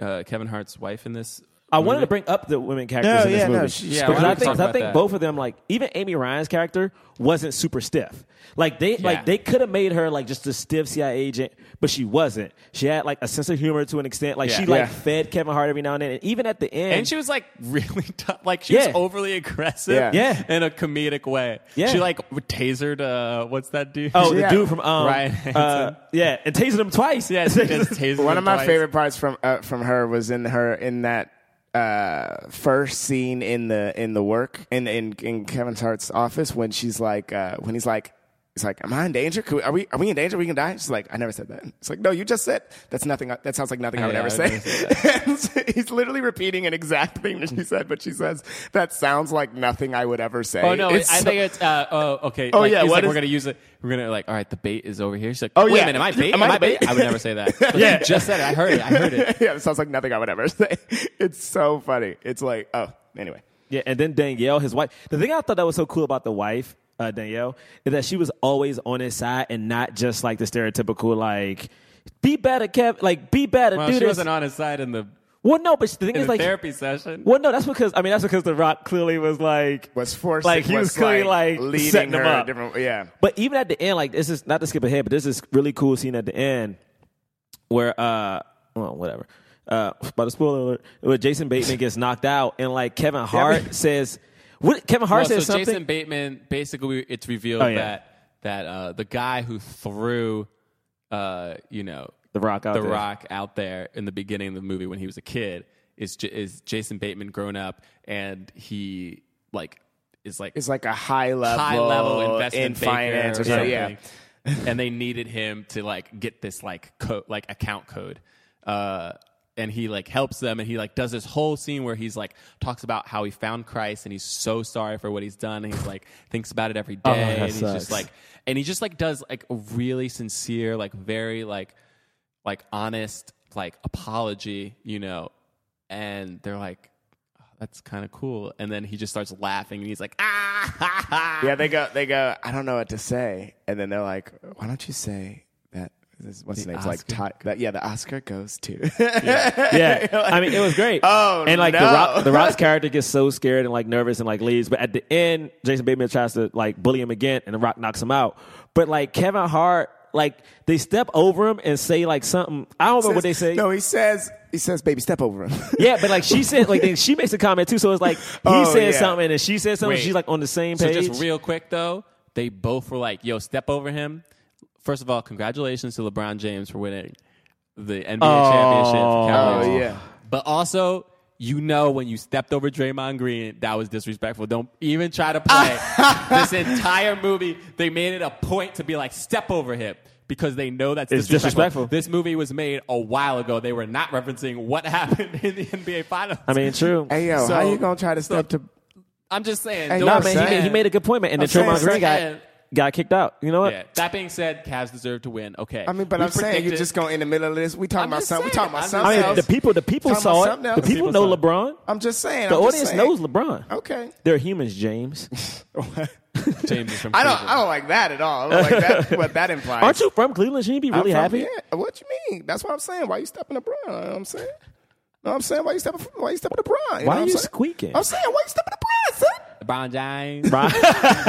Speaker 2: uh kevin hart's wife in this
Speaker 3: I wanted to bring up the women characters
Speaker 4: No,
Speaker 3: in this
Speaker 4: yeah, no,
Speaker 3: movie
Speaker 4: she- Yeah,
Speaker 2: why
Speaker 3: because
Speaker 2: don't
Speaker 3: I
Speaker 2: we
Speaker 3: think,
Speaker 2: talk
Speaker 3: 'cause I
Speaker 2: about
Speaker 3: think
Speaker 2: that?
Speaker 3: both of them, like even Amy Ryan's character, wasn't super stiff. Like they, like they could have made her like just a stiff CIA agent, but she wasn't. She had like a sense of humor to an extent. Like
Speaker 2: Yeah.
Speaker 3: she like
Speaker 2: Yeah.
Speaker 3: fed Kevin Hart every now and then, and even at the end,
Speaker 2: And she was like really tough. Like she
Speaker 3: Yeah.
Speaker 2: was overly aggressive
Speaker 4: Yeah.
Speaker 3: Yeah.
Speaker 2: in a comedic way.
Speaker 3: Yeah.
Speaker 2: She like tasered uh what's that dude?
Speaker 3: oh,
Speaker 4: Yeah.
Speaker 3: the dude from um,
Speaker 2: Ryan
Speaker 3: uh,
Speaker 2: Hansen.
Speaker 3: yeah, and tasered him twice.
Speaker 2: yeah, she just tasered
Speaker 4: One
Speaker 2: him
Speaker 4: of my
Speaker 2: twice.
Speaker 4: favorite parts from uh, from her was in her in that uh, first scene in the in the work in in, in Kevin Hart's office when she's like uh, when he's like. It's like, am I in danger? Could we, are we are we in danger? Are we gonna die? She's like, I never said that. It's like, no, you just said that's nothing. I- That sounds like nothing I would
Speaker 2: Yeah,
Speaker 4: ever
Speaker 2: I would
Speaker 4: say.
Speaker 2: never say
Speaker 4: And he's literally repeating an exact thing that she said, but she says that sounds like nothing I would ever say.
Speaker 2: Oh no!
Speaker 4: It's
Speaker 2: I
Speaker 4: so-
Speaker 2: think it's uh, oh okay.
Speaker 4: Oh,
Speaker 2: like,
Speaker 4: yeah,
Speaker 2: it's
Speaker 4: what
Speaker 2: like
Speaker 4: is-
Speaker 2: we're gonna use it. We're gonna like all right. The bait is over here. She's like,
Speaker 4: Oh,
Speaker 2: oh wait
Speaker 4: yeah.
Speaker 2: a minute, am I bait?
Speaker 4: Am
Speaker 2: Am,
Speaker 4: I
Speaker 2: I bait?
Speaker 4: bait?
Speaker 2: I would never say that. But
Speaker 4: Yeah.
Speaker 2: you just said it. I heard it. I heard it.
Speaker 4: yeah, it sounds like nothing I would ever say. It's so funny. It's like, oh, anyway.
Speaker 3: Yeah, and then Danielle, his wife. The thing I thought that was so cool about the wife, uh, Danielle, is that she was always on his side and not just like the stereotypical like be better, Kev. Like be better,
Speaker 2: Well,
Speaker 3: do
Speaker 2: she
Speaker 3: this.
Speaker 2: wasn't on his side in the
Speaker 3: well, no, but the thing
Speaker 2: in
Speaker 3: is
Speaker 2: the
Speaker 3: like.
Speaker 2: therapy session.
Speaker 3: well, no, that's because I mean that's because The Rock clearly was like
Speaker 4: was forced.
Speaker 3: like he was, clearly like,
Speaker 4: leading
Speaker 3: setting
Speaker 4: her
Speaker 3: them up.
Speaker 4: different. Yeah,
Speaker 3: But even at the end, like this is not to skip ahead, but this is really cool scene at the end where uh well, whatever. Uh by the spoiler alert, where Jason Bateman gets knocked out and like Kevin Hart says what Kevin Hart
Speaker 2: Well, so
Speaker 3: says something.
Speaker 2: Jason Bateman basically it's revealed
Speaker 3: Oh, yeah.
Speaker 2: that that uh, the guy who threw uh, you know
Speaker 3: The Rock out
Speaker 2: the
Speaker 3: there.
Speaker 2: rock out there in the beginning of the movie when he was a kid is J- is Jason Bateman grown up and he like is like
Speaker 4: it's like a high level,
Speaker 2: high level investment
Speaker 4: in
Speaker 2: banker
Speaker 4: finance or something. Yeah,
Speaker 2: and they needed him to like get this like co- like account code. Uh, and he like helps them and he like does this whole scene where he's like talks about how he found Christ and he's so sorry for what he's done and he's like thinks about it
Speaker 4: Oh,
Speaker 2: every day
Speaker 3: that
Speaker 2: and he's
Speaker 3: sucks.
Speaker 2: just like and he just like does like a really sincere like very like like honest like apology, you know, and they're like, "Oh, that's kind of cool. And then he just starts laughing and he's like, ah, ha, ha.
Speaker 4: yeah. They go, they go. I don't know what to say, and then they're like, "Why don't you say that?" This, what's the,
Speaker 2: The
Speaker 4: name's like?
Speaker 2: Oscar
Speaker 4: Ty, that, yeah, the Oscar goes to.
Speaker 3: yeah, I mean, it was great.
Speaker 4: Oh,
Speaker 3: and like the
Speaker 4: no.
Speaker 3: Rock, the Rock's character gets so scared and like nervous and like leaves. But at the end, Jason Bateman tries to like bully him again, and the Rock knocks him out. But like Kevin Hart, like they step over him and say like something. I don't remember what they say.
Speaker 4: No, he says, he says, "Baby, step over him."
Speaker 3: Yeah, but like she said, like then she makes a comment too. So it's like he
Speaker 4: Oh,
Speaker 3: said
Speaker 4: yeah.
Speaker 3: something and she said something.
Speaker 2: Wait.
Speaker 3: She's like on the same
Speaker 2: So
Speaker 3: page.
Speaker 2: just real quick though, they both were like, "Yo, step over him." First of all, congratulations to LeBron James for winning the NBA championship. for Cavaliers.
Speaker 4: Oh, yeah.
Speaker 2: But also, you know when you stepped over Draymond Green, that was disrespectful. Don't even try to play. this entire movie, they made it a point to be like, "Step over him." Because they know that's
Speaker 3: It's disrespectful.
Speaker 2: This movie was made a while ago. They were not referencing what happened in the NBA Finals.
Speaker 3: I mean, true.
Speaker 4: hey yo,
Speaker 2: So-
Speaker 4: how you gonna try to step to?
Speaker 2: I'm just saying.
Speaker 4: Hey,
Speaker 2: don't
Speaker 4: nah,
Speaker 3: I mean, he made, he
Speaker 2: understand.
Speaker 3: made a good point, man. And then
Speaker 4: saying,
Speaker 3: Draymond Green got
Speaker 2: saying-
Speaker 3: got kicked out. You know what?
Speaker 2: Yeah. That being said, Cavs deserve to win. Okay.
Speaker 4: I mean, but
Speaker 2: We
Speaker 4: I'm saying you're
Speaker 2: predicted-
Speaker 4: just going in the middle of this. We talking
Speaker 2: I'm
Speaker 4: about
Speaker 2: just
Speaker 4: something. We
Speaker 2: saying,
Speaker 4: talking about
Speaker 2: I'm
Speaker 4: something.
Speaker 2: just-
Speaker 3: I mean, the
Speaker 4: else.
Speaker 3: people, the people
Speaker 4: Talking about
Speaker 3: saw it.
Speaker 4: something else.
Speaker 3: The people know LeBron.
Speaker 4: I'm just saying.
Speaker 3: The
Speaker 4: I'm
Speaker 3: audience
Speaker 4: just saying.
Speaker 3: knows LeBron.
Speaker 4: Okay.
Speaker 3: They're humans, James.
Speaker 2: James is from
Speaker 4: I don't.
Speaker 2: Cleveland.
Speaker 4: I don't like that at all. I don't like that. what that implies.
Speaker 3: Aren't you from Cleveland? Shouldn't you be really
Speaker 4: I'm
Speaker 3: happy?
Speaker 4: from- Yeah. What you mean? That's what I'm saying. Why you stepping to Brown? You know what I'm saying. No, I'm saying why you stepping. Why you stepping to Brown? You
Speaker 3: Why
Speaker 4: know
Speaker 3: are
Speaker 4: what
Speaker 3: you
Speaker 4: I'm saying?
Speaker 3: squeaking?
Speaker 4: I'm saying why you stepping to
Speaker 2: LeBron
Speaker 4: Brown, son?
Speaker 2: James.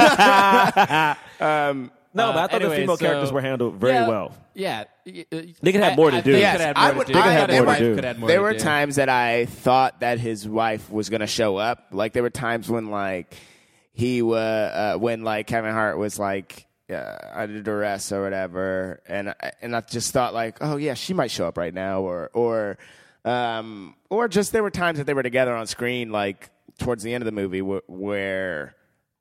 Speaker 4: Um,
Speaker 3: no, but I
Speaker 2: Uh,
Speaker 3: thought
Speaker 2: anyway,
Speaker 3: the female
Speaker 2: so-
Speaker 3: characters were handled very
Speaker 2: Yeah,
Speaker 3: well.
Speaker 2: Yeah.
Speaker 3: They could have more to do.
Speaker 2: They could
Speaker 3: Yes,
Speaker 2: have
Speaker 4: I
Speaker 2: more to
Speaker 4: would-
Speaker 2: do.
Speaker 4: I-
Speaker 2: They could have
Speaker 4: there
Speaker 2: more
Speaker 4: were-
Speaker 2: to do. Could have more
Speaker 4: there
Speaker 2: to
Speaker 4: were
Speaker 2: do.
Speaker 4: times that I thought that his wife was gonna show up. Like there were times when like he wa uh, when like Kevin Hart was like uh, under duress or whatever, and I, and I just thought like, oh yeah, she might show up right now, or or um or just there were times that they were together on screen, like towards the end of the movie wh- where.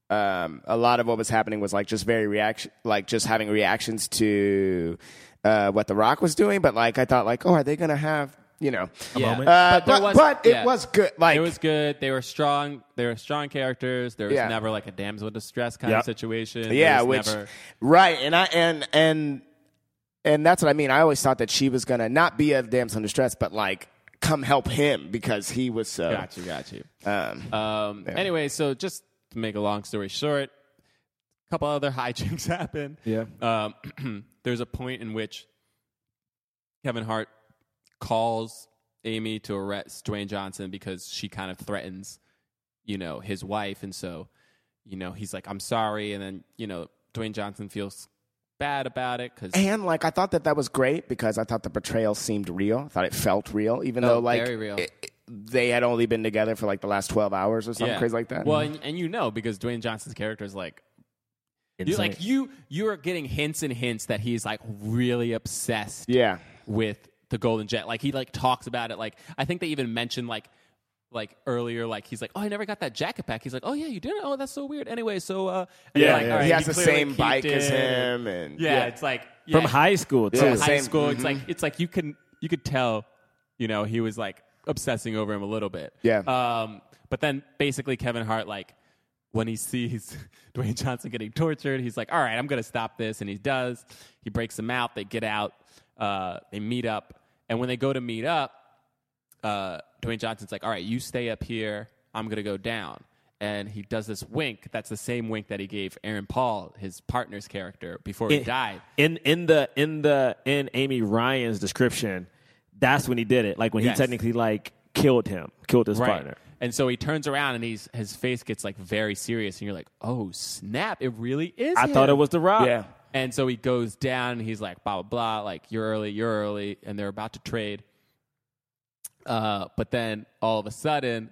Speaker 4: Um, a lot of what was happening was like just very reaction, like just having reactions to uh, what The Rock was doing. But like, I thought like, oh, are they gonna have you know?
Speaker 2: Yeah.
Speaker 3: moment.
Speaker 4: Uh,
Speaker 2: there
Speaker 4: but
Speaker 2: was-
Speaker 4: but
Speaker 2: yeah.
Speaker 4: it was good. Like
Speaker 2: It was good. They were strong. They were strong characters. There was
Speaker 4: Yeah.
Speaker 2: never like a damsel in distress kind
Speaker 3: Yep.
Speaker 2: of situation. There
Speaker 4: yeah,
Speaker 2: was
Speaker 4: which
Speaker 2: never-
Speaker 4: right, and I and and and that's what I mean. I always thought that she was gonna not be a damsel in distress, but like come help him because he was so.
Speaker 2: Got you, got you. Um, Anyway, so just to make a long story short, a couple other hijinks happen.
Speaker 3: Yeah.
Speaker 2: Um, there's a point in which Kevin Hart calls Amy to arrest Dwayne Johnson because she kind of threatens, you know, his wife, and so, you know, he's like, "I'm sorry," and then you know, Dwayne Johnson feels bad about it because
Speaker 4: And like I thought that that was great because I thought the betrayal seemed real. I thought it felt real, even
Speaker 2: Oh,
Speaker 4: though like
Speaker 2: very real.
Speaker 4: it- it- they had only been together for like the last twelve hours or something crazy like that.
Speaker 2: Well, and, and you know because Dwayne Johnson's character is like you like you you are getting hints and hints that he's like really obsessed
Speaker 4: yeah,
Speaker 2: with the golden jet. Like he like talks about it. Like I think they even mentioned like like earlier like he's like oh I never got that jacket back. He's like oh yeah you didn't oh that's so weird. Anyway so uh and
Speaker 3: Yeah,
Speaker 2: like,
Speaker 3: yeah.
Speaker 2: all right,
Speaker 4: he has the
Speaker 2: clearly
Speaker 4: same
Speaker 2: peaked
Speaker 4: bike as
Speaker 2: it.
Speaker 4: him, and
Speaker 2: Yeah, it's like
Speaker 3: From
Speaker 2: yeah,
Speaker 3: high school, too.
Speaker 4: Yeah.
Speaker 2: high
Speaker 4: same- Mm-hmm.
Speaker 2: school. It's like it's like you can you could tell you know he was like obsessing over him a little bit.
Speaker 4: Yeah.
Speaker 2: Um, but then basically Kevin Hart like when he sees Dwayne Johnson getting tortured, he's like, "All right, I'm gonna stop this," and he does. He breaks him out. They get out. Uh, they meet up, and when they go to meet up, uh, Dwayne Johnson's like, "All right, you stay up here. I'm gonna go down." And he does this wink. That's the same wink that he gave Aaron Paul, his partner's character, before he
Speaker 4: Eh.
Speaker 3: It-
Speaker 2: died.
Speaker 3: In in the in the in Amy Ryan's description, that's when he did it. Like when
Speaker 2: Yes.
Speaker 3: he technically like killed him, killed his partner.
Speaker 2: And so he turns around and he's his face gets like very serious, and you're like, oh snap! It really is.
Speaker 3: I
Speaker 2: him.
Speaker 3: thought it was the rock.
Speaker 4: Yeah.
Speaker 2: And so he goes down and he's like, blah blah blah, like you're early, you're early, and they're about to trade. Uh, but then all of a sudden,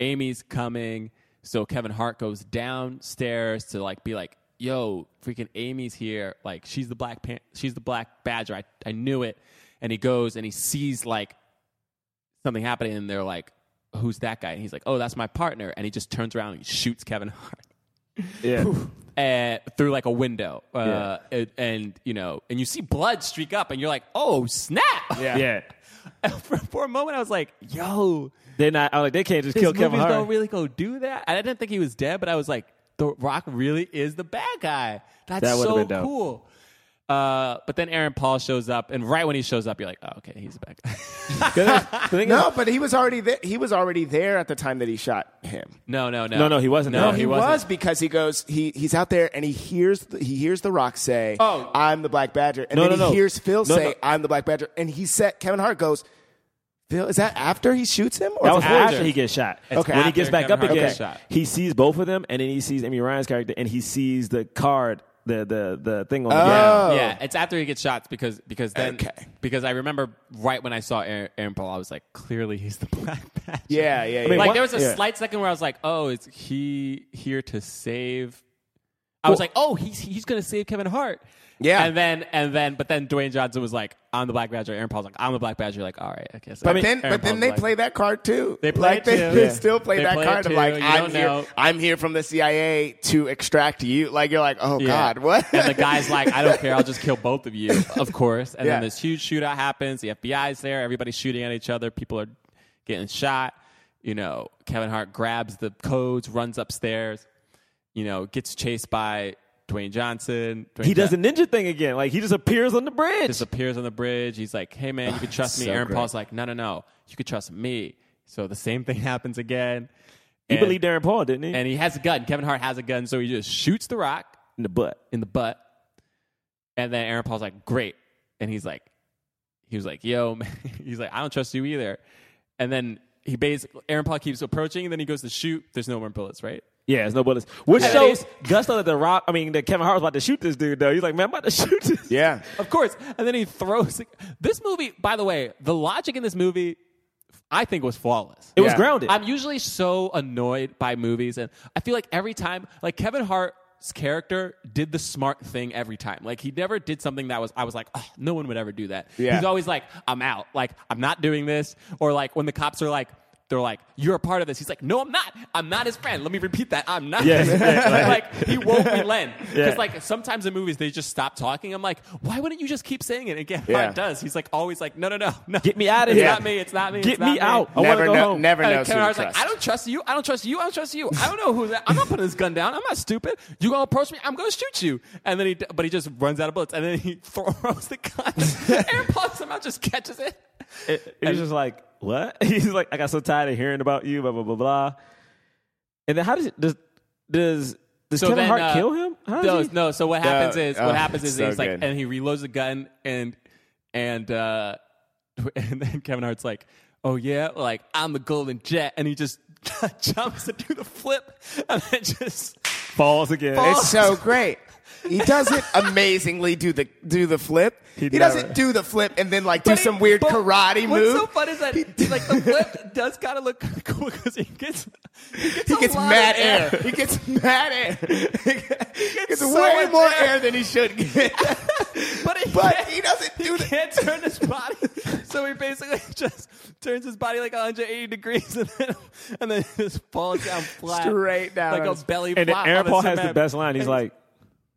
Speaker 2: Amy's coming. So Kevin Hart goes downstairs to like be like, "Yo, freaking Amy's here! Like she's the black pan- she's the black badger. I I knew it." And he goes and he sees like something happening, and they're like, "Who's that guy?" And he's like, "Oh, that's my partner." And he just turns around and he shoots Kevin Hart
Speaker 3: Yeah.
Speaker 2: uh, through like a window, uh, and, and you know, and you see blood streak up, and you're like, "Oh snap!"
Speaker 3: yeah.
Speaker 2: for, for a moment, I was like, "Yo,
Speaker 3: They're not. I was like, they can't just
Speaker 2: his
Speaker 3: kill
Speaker 2: movies
Speaker 3: Kevin Hart.
Speaker 2: don't really go do that." And I didn't think he was dead, but I was like, "The Rock really is the bad guy. That's
Speaker 3: That would've
Speaker 2: so
Speaker 3: been dope.
Speaker 2: cool." Uh, but then Aaron Paul shows up, and right when he shows up, you're like, "Oh, okay, he's the bad guy."
Speaker 4: no, but he was already there. He was already there at the time that he shot him.
Speaker 2: no, no, no,
Speaker 3: No, no, he wasn't
Speaker 2: No,
Speaker 3: there.
Speaker 2: he,
Speaker 4: he
Speaker 2: wasn't.
Speaker 4: was because he goes he he's out there and he hears the, he hears the Rock say,
Speaker 2: Oh.
Speaker 4: I'm the Black Badger," and
Speaker 3: No,
Speaker 4: then
Speaker 3: no,
Speaker 4: he
Speaker 3: no.
Speaker 4: hears Phil
Speaker 3: No,
Speaker 4: say,
Speaker 3: no.
Speaker 4: "I'm the Black Badger," and he said, "Kevin Hart goes, Phil, is that after he shoots him?" Or
Speaker 3: That was
Speaker 4: before?
Speaker 3: after he gets shot.
Speaker 2: Okay.
Speaker 3: When he gets
Speaker 2: after
Speaker 3: back
Speaker 2: Kevin
Speaker 3: up
Speaker 2: Hart
Speaker 3: again,
Speaker 2: gets shot.
Speaker 3: he sees both of them, and then he sees Amy Ryan's character, and he sees the card, the the the thing on the ground.
Speaker 4: Oh.
Speaker 2: Yeah, it's after he gets shot because because then
Speaker 4: Okay.
Speaker 2: because I remember right when I saw Aaron, Aaron Paul, I was like, clearly he's the Black Panther.
Speaker 4: Yeah, yeah, yeah.
Speaker 3: mean,
Speaker 2: like
Speaker 3: what-
Speaker 2: there was a
Speaker 3: yeah.
Speaker 2: slight second where I was like, oh, is he here to save? I was like, oh, he's he's gonna save Kevin Hart.
Speaker 4: Yeah.
Speaker 2: and then and then but then Dwayne Johnson was like, I'm the Black Badger. Aaron Paul's like, I'm the Black Badger. You're like, all right, okay. So
Speaker 4: but
Speaker 2: Aaron
Speaker 4: then,
Speaker 2: Paul's
Speaker 4: but then
Speaker 2: the
Speaker 4: they
Speaker 2: Black
Speaker 4: play that card too.
Speaker 2: They play
Speaker 4: like
Speaker 2: it
Speaker 4: they,
Speaker 2: too.
Speaker 4: they
Speaker 2: Yeah.
Speaker 4: still play
Speaker 2: They
Speaker 4: that
Speaker 2: play it
Speaker 4: card of
Speaker 2: too.
Speaker 4: like
Speaker 2: You
Speaker 4: I'm
Speaker 2: don't
Speaker 4: here,
Speaker 2: know."
Speaker 4: I'm here from the CIA to extract you. Like you're like, oh God, what?
Speaker 2: and the guy's like, I don't care, I'll just kill both of you, of course. And
Speaker 4: Yeah.
Speaker 2: then this huge shootout happens. The FBI's there, everybody's shooting at each other, people are getting shot. You know, Kevin Hart grabs the codes, runs upstairs, you know, gets chased by Dwayne Johnson. Dwayne
Speaker 3: He does
Speaker 2: Johnson
Speaker 3: the ninja thing again. Like he just appears on the bridge.
Speaker 2: disappears on the bridge. He's like, hey, man, you can trust me.
Speaker 3: so
Speaker 2: Aaron
Speaker 3: great.
Speaker 2: Paul's like, no, no, no, you can trust me. So the same thing happens again.
Speaker 3: he
Speaker 2: And-
Speaker 3: believed Darren Paul, didn't he?
Speaker 2: And he has a gun. Kevin Hart has a gun, so he just shoots the rock.
Speaker 3: in the butt.
Speaker 2: in the butt. And then Aaron Paul's like, great. And he's like, he was like, yo, man. he's like, I don't trust you either. And then he basically, Aaron Paul keeps approaching, and then he goes to shoot. There's no more bullets, right?
Speaker 3: Yeah, it's no bullets. Which
Speaker 2: Yeah.
Speaker 3: shows Gus thought that the Rock, I mean, that Kevin Hart was about to shoot this dude. Though he's like, man, I'm about to shoot this.
Speaker 4: yeah,
Speaker 2: Of course. And then he throws this movie, by the way, the logic in this movie, I think, was flawless.
Speaker 3: It was
Speaker 4: Yeah.
Speaker 3: grounded.
Speaker 2: I'm usually so annoyed by movies, and I feel like every time, like Kevin Hart's character did the smart thing every time. Like he never did something that was I was like, oh, no one would ever do that.
Speaker 4: Yeah.
Speaker 2: He's always like, I'm out. Like I'm not doing this. Or like when the cops are like. They're like, you're a part of this. He's like, no, I'm not. I'm not his friend. Let me repeat that. I'm not.
Speaker 3: Yeah,
Speaker 2: his friend.
Speaker 3: yeah,
Speaker 2: like, he won't relent. Because
Speaker 3: Yeah.
Speaker 2: like sometimes in movies they just stop talking. I'm like, why wouldn't you just keep saying it? And Kevin
Speaker 4: Yeah.
Speaker 2: Hart does. He's like always like, no, no, no, no.
Speaker 3: Get me out of
Speaker 2: It's
Speaker 3: here.
Speaker 2: not me. It's not me.
Speaker 3: Get
Speaker 2: it's not
Speaker 3: me out. I want
Speaker 4: never
Speaker 3: to go
Speaker 4: know,
Speaker 3: home.
Speaker 4: never
Speaker 2: and
Speaker 4: knows.
Speaker 2: Kevin
Speaker 4: who to
Speaker 2: Hart's like,
Speaker 4: trust.
Speaker 2: I don't trust you. I don't trust you. I don't trust you. I don't know who that. I'm not putting this gun down. I'm not stupid. You gonna approach me? I'm gonna shoot you. And then he, d- but he just runs out of bullets, and then he throws the gun. Aaron Paul somehow just catches it.
Speaker 3: It, it was just like, what? He's like, I got so tired of hearing about you, blah blah blah blah. And then how does it does does does Kevin
Speaker 2: then,
Speaker 3: Hart
Speaker 2: uh,
Speaker 3: kill him? How does
Speaker 2: no,
Speaker 3: he-
Speaker 2: no. So what happens is,
Speaker 4: oh,
Speaker 2: what happens is
Speaker 4: so
Speaker 2: he's like,
Speaker 4: good.
Speaker 2: and he reloads the gun, and and uh, and then Kevin Hart's like, oh yeah, like I'm the golden jet, and he just jumps to do the flip, and then just
Speaker 3: Falls again.
Speaker 4: It's
Speaker 2: Oh.
Speaker 4: so great. He doesn't amazingly do the do the flip. He,
Speaker 3: never-
Speaker 4: doesn't do the flip and then like do
Speaker 2: But he-
Speaker 4: some weird
Speaker 2: but
Speaker 4: karate
Speaker 2: What's
Speaker 4: move.
Speaker 2: so funny is that like the flip does kind of look kinda cool because he gets he gets,
Speaker 4: he
Speaker 2: a
Speaker 4: gets
Speaker 2: lot
Speaker 4: mad
Speaker 2: of
Speaker 4: air. He gets mad air. he gets
Speaker 2: so
Speaker 4: way
Speaker 2: much
Speaker 4: more
Speaker 2: air.
Speaker 4: air. than he should get.
Speaker 2: but he,
Speaker 4: But
Speaker 2: can't,
Speaker 4: he doesn't do
Speaker 2: he
Speaker 4: that.
Speaker 2: can't turn his body, so he basically just turns his body like 180 degrees and then and then just falls down flat,
Speaker 4: Straight down
Speaker 2: like
Speaker 4: on
Speaker 2: a
Speaker 4: his-
Speaker 2: belly
Speaker 3: And
Speaker 2: flop.
Speaker 3: then Aaron
Speaker 2: on the
Speaker 3: Paul has the
Speaker 2: cement.
Speaker 3: best line. He's
Speaker 2: And
Speaker 3: like,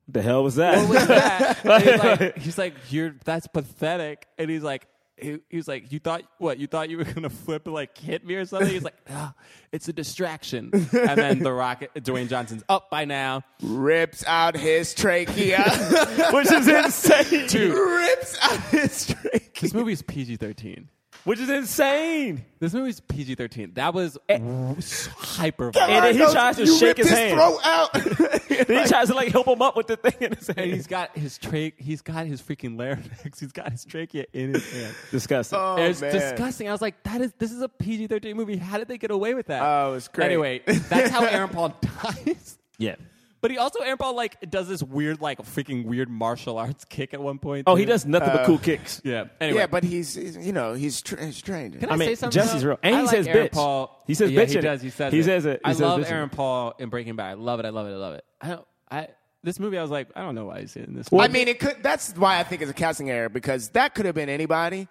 Speaker 3: "The hell was
Speaker 2: what
Speaker 3: that?"
Speaker 2: was that? And he's, like, he's like, you're that's pathetic. And he's like, he, he was like, you thought what? You thought you were gonna flip and like hit me or something? He's like, "Ah, it's a distraction. And then the Rocket, Dwayne Johnson's up by now.
Speaker 4: Rips out his trachea.
Speaker 3: which is insane.
Speaker 2: Dude,
Speaker 4: Rips out his trachea.
Speaker 2: this movie's PG thirteen.
Speaker 3: Which is insane.
Speaker 2: This movie's PG thirteen. That was
Speaker 4: Eh.
Speaker 2: hyper.
Speaker 3: And then he
Speaker 4: Goes,
Speaker 3: tries to
Speaker 4: you
Speaker 3: shake his
Speaker 4: ripped
Speaker 3: hand.
Speaker 4: throat out.
Speaker 3: Then he tries to like help him up with the thing in his hand.
Speaker 2: And he's got his tra- he's got his freaking larynx. He's got his trachea in his hand.
Speaker 3: disgusting.
Speaker 4: Oh,
Speaker 2: it's
Speaker 4: man.
Speaker 2: disgusting. I was like, that is this is a PG thirteen movie. How did they get away with that?
Speaker 4: Oh, it's great.
Speaker 2: Anyway, that's how Aaron Paul dies.
Speaker 3: yeah.
Speaker 2: But he also Aaron Paul like does this weird like freaking weird martial arts kick at one point.
Speaker 3: Oh, he
Speaker 2: too.
Speaker 3: does nothing but cool kicks.
Speaker 2: Uh, Yeah. Anyway,
Speaker 4: yeah, but he's, he's you know he's, tra- he's trained.
Speaker 2: Can
Speaker 3: I mean,
Speaker 2: say something
Speaker 3: Jesse's
Speaker 2: though?
Speaker 3: real. And
Speaker 2: I
Speaker 3: he
Speaker 2: like
Speaker 3: says
Speaker 2: Aaron
Speaker 3: bitch.
Speaker 2: Paul.
Speaker 3: He says
Speaker 2: yeah,
Speaker 3: bitch
Speaker 2: He
Speaker 3: in it.
Speaker 2: does. He says.
Speaker 3: He
Speaker 2: it.
Speaker 3: says it. He
Speaker 2: I
Speaker 3: says
Speaker 2: love
Speaker 3: bitch in
Speaker 2: Aaron
Speaker 3: it.
Speaker 2: Paul in Breaking Bad. I love it. I love it. I love it. I don't. I this movie. I was like, I don't know why he's in this.
Speaker 4: I
Speaker 2: movie.
Speaker 4: mean, it could. That's why I think it's a casting error because that could have been anybody,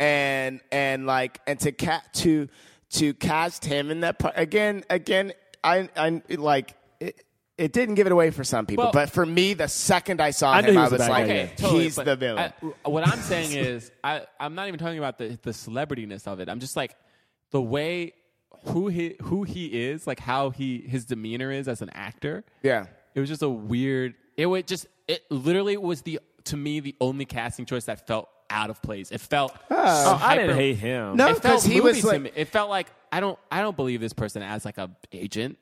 Speaker 4: and and like and to cat to to cast him in that part again. Again, I I it, like it. It didn't give it away for some people,
Speaker 2: Well-
Speaker 4: but for me, the second I saw
Speaker 3: I knew
Speaker 4: him,
Speaker 3: he
Speaker 4: I
Speaker 3: was a
Speaker 4: was
Speaker 3: bad
Speaker 4: like,
Speaker 3: guy,
Speaker 2: okay,
Speaker 3: yeah.
Speaker 2: totally,
Speaker 4: he's
Speaker 2: but
Speaker 4: the villain.
Speaker 2: I- what I'm saying is, I, I'm not even talking about the the celebrityness of it. I'm just like the way who he who he is, like how he his demeanor is as an actor.
Speaker 4: Yeah.
Speaker 2: it was just a weird. It would just it literally was the to me the only casting choice that felt out of place. It felt
Speaker 3: Oh, I
Speaker 2: hyper-
Speaker 3: didn't hate him.
Speaker 4: No,
Speaker 2: It felt
Speaker 4: because he
Speaker 2: movie
Speaker 4: was
Speaker 2: to
Speaker 4: like,
Speaker 2: me. It felt like I don't I don't believe this person as like a agent.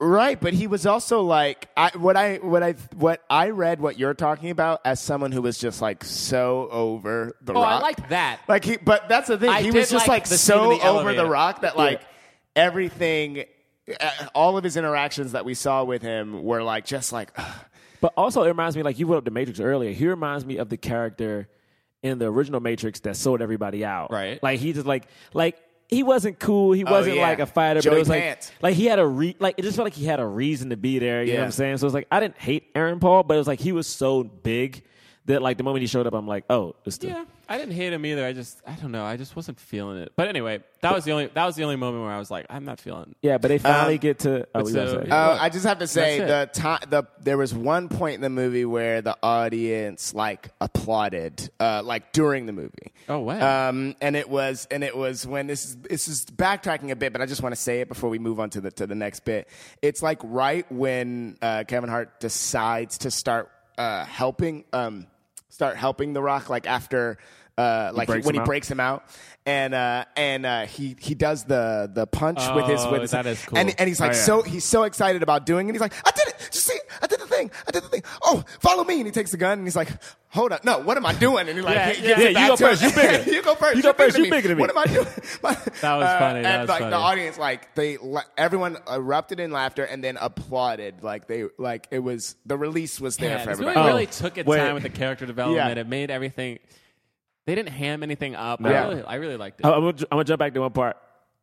Speaker 4: Right, but he was also like I, what I what I what I read what you're talking about as someone who was just like so over the
Speaker 2: Oh,
Speaker 4: rock.
Speaker 2: I like that.
Speaker 4: Like he, but that's the thing.
Speaker 2: I
Speaker 4: he
Speaker 2: did
Speaker 4: was just
Speaker 2: like
Speaker 4: like
Speaker 2: the scene
Speaker 4: so
Speaker 2: in the
Speaker 4: over the
Speaker 2: elevator.
Speaker 4: rock that like everything, uh, all of his interactions that we saw with him were like just like ugh.
Speaker 3: But also, it reminds me, like you brought up the Matrix earlier. He reminds me of the character in the original Matrix that sold everybody out.
Speaker 2: Right.
Speaker 3: Like he just like like he wasn't cool. He
Speaker 4: Oh,
Speaker 3: wasn't
Speaker 4: yeah.
Speaker 3: like a fighter. but
Speaker 4: Joey
Speaker 3: it was
Speaker 4: Pants.
Speaker 3: like like he had a re- like it just felt like he had a reason to be there. You know
Speaker 4: Yeah.
Speaker 3: what I'm saying? So it's like I didn't hate Aaron Paul, but it was like he was so big that like the moment he showed up, I'm like, oh, it's the
Speaker 2: Yeah, I didn't hate him either. I just I don't know. I just wasn't feeling it. But anyway, that was the only that was the only moment where I was like, I'm not feeling.
Speaker 3: Yeah, but they finally
Speaker 4: Um,
Speaker 3: get to. Oh,
Speaker 2: but
Speaker 3: we gotta
Speaker 2: so-
Speaker 3: say.
Speaker 2: Uh,
Speaker 4: Oh,
Speaker 2: Look,
Speaker 4: I just have to say the
Speaker 2: that's
Speaker 4: time the there was one point in the movie where the audience like applauded uh, like during the movie.
Speaker 2: Oh, wow.
Speaker 4: Um, and it was and it was when this is this is backtracking a bit, but I just want to say it before we move on to the to the next bit. It's like right when uh, Kevin Hart decides to start uh, helping um, start helping The Rock, like after. Uh, like
Speaker 3: breaks
Speaker 4: when
Speaker 3: him
Speaker 4: he
Speaker 3: out.
Speaker 4: breaks him out, and uh, and uh, he he does the the punch with his
Speaker 2: Oh,
Speaker 4: with his,
Speaker 2: that is cool.
Speaker 4: and and he's like
Speaker 2: Oh, yeah.
Speaker 4: so he's so excited about doing it. He's like, I did it. Did you see? I did the thing. I did the thing. Oh, follow me. And he takes the gun and he's like, Hold up. No, what am I doing? And he like,
Speaker 2: Yeah,
Speaker 4: he gets
Speaker 2: yeah.
Speaker 4: it
Speaker 3: Yeah, you
Speaker 4: back
Speaker 3: go
Speaker 4: to
Speaker 3: first.
Speaker 4: him.
Speaker 3: You bigger.
Speaker 4: you go first.
Speaker 3: You go first. You bigger than me.
Speaker 4: What am I doing? that was
Speaker 2: funny.
Speaker 4: And
Speaker 2: That was
Speaker 4: like
Speaker 2: funny.
Speaker 4: the audience, like they, like, everyone erupted in laughter and then applauded. Like they, like it was the release was there
Speaker 2: Yeah,
Speaker 4: for
Speaker 2: this
Speaker 4: everybody.
Speaker 2: movie really
Speaker 3: Oh,
Speaker 2: took its
Speaker 3: wait.
Speaker 2: time with the character development.
Speaker 4: Yeah.
Speaker 2: It made everything. They didn't ham anything up.
Speaker 4: Yeah.
Speaker 2: I, really, I really liked it.
Speaker 3: I'm, gonna, I'm gonna jump back to one part,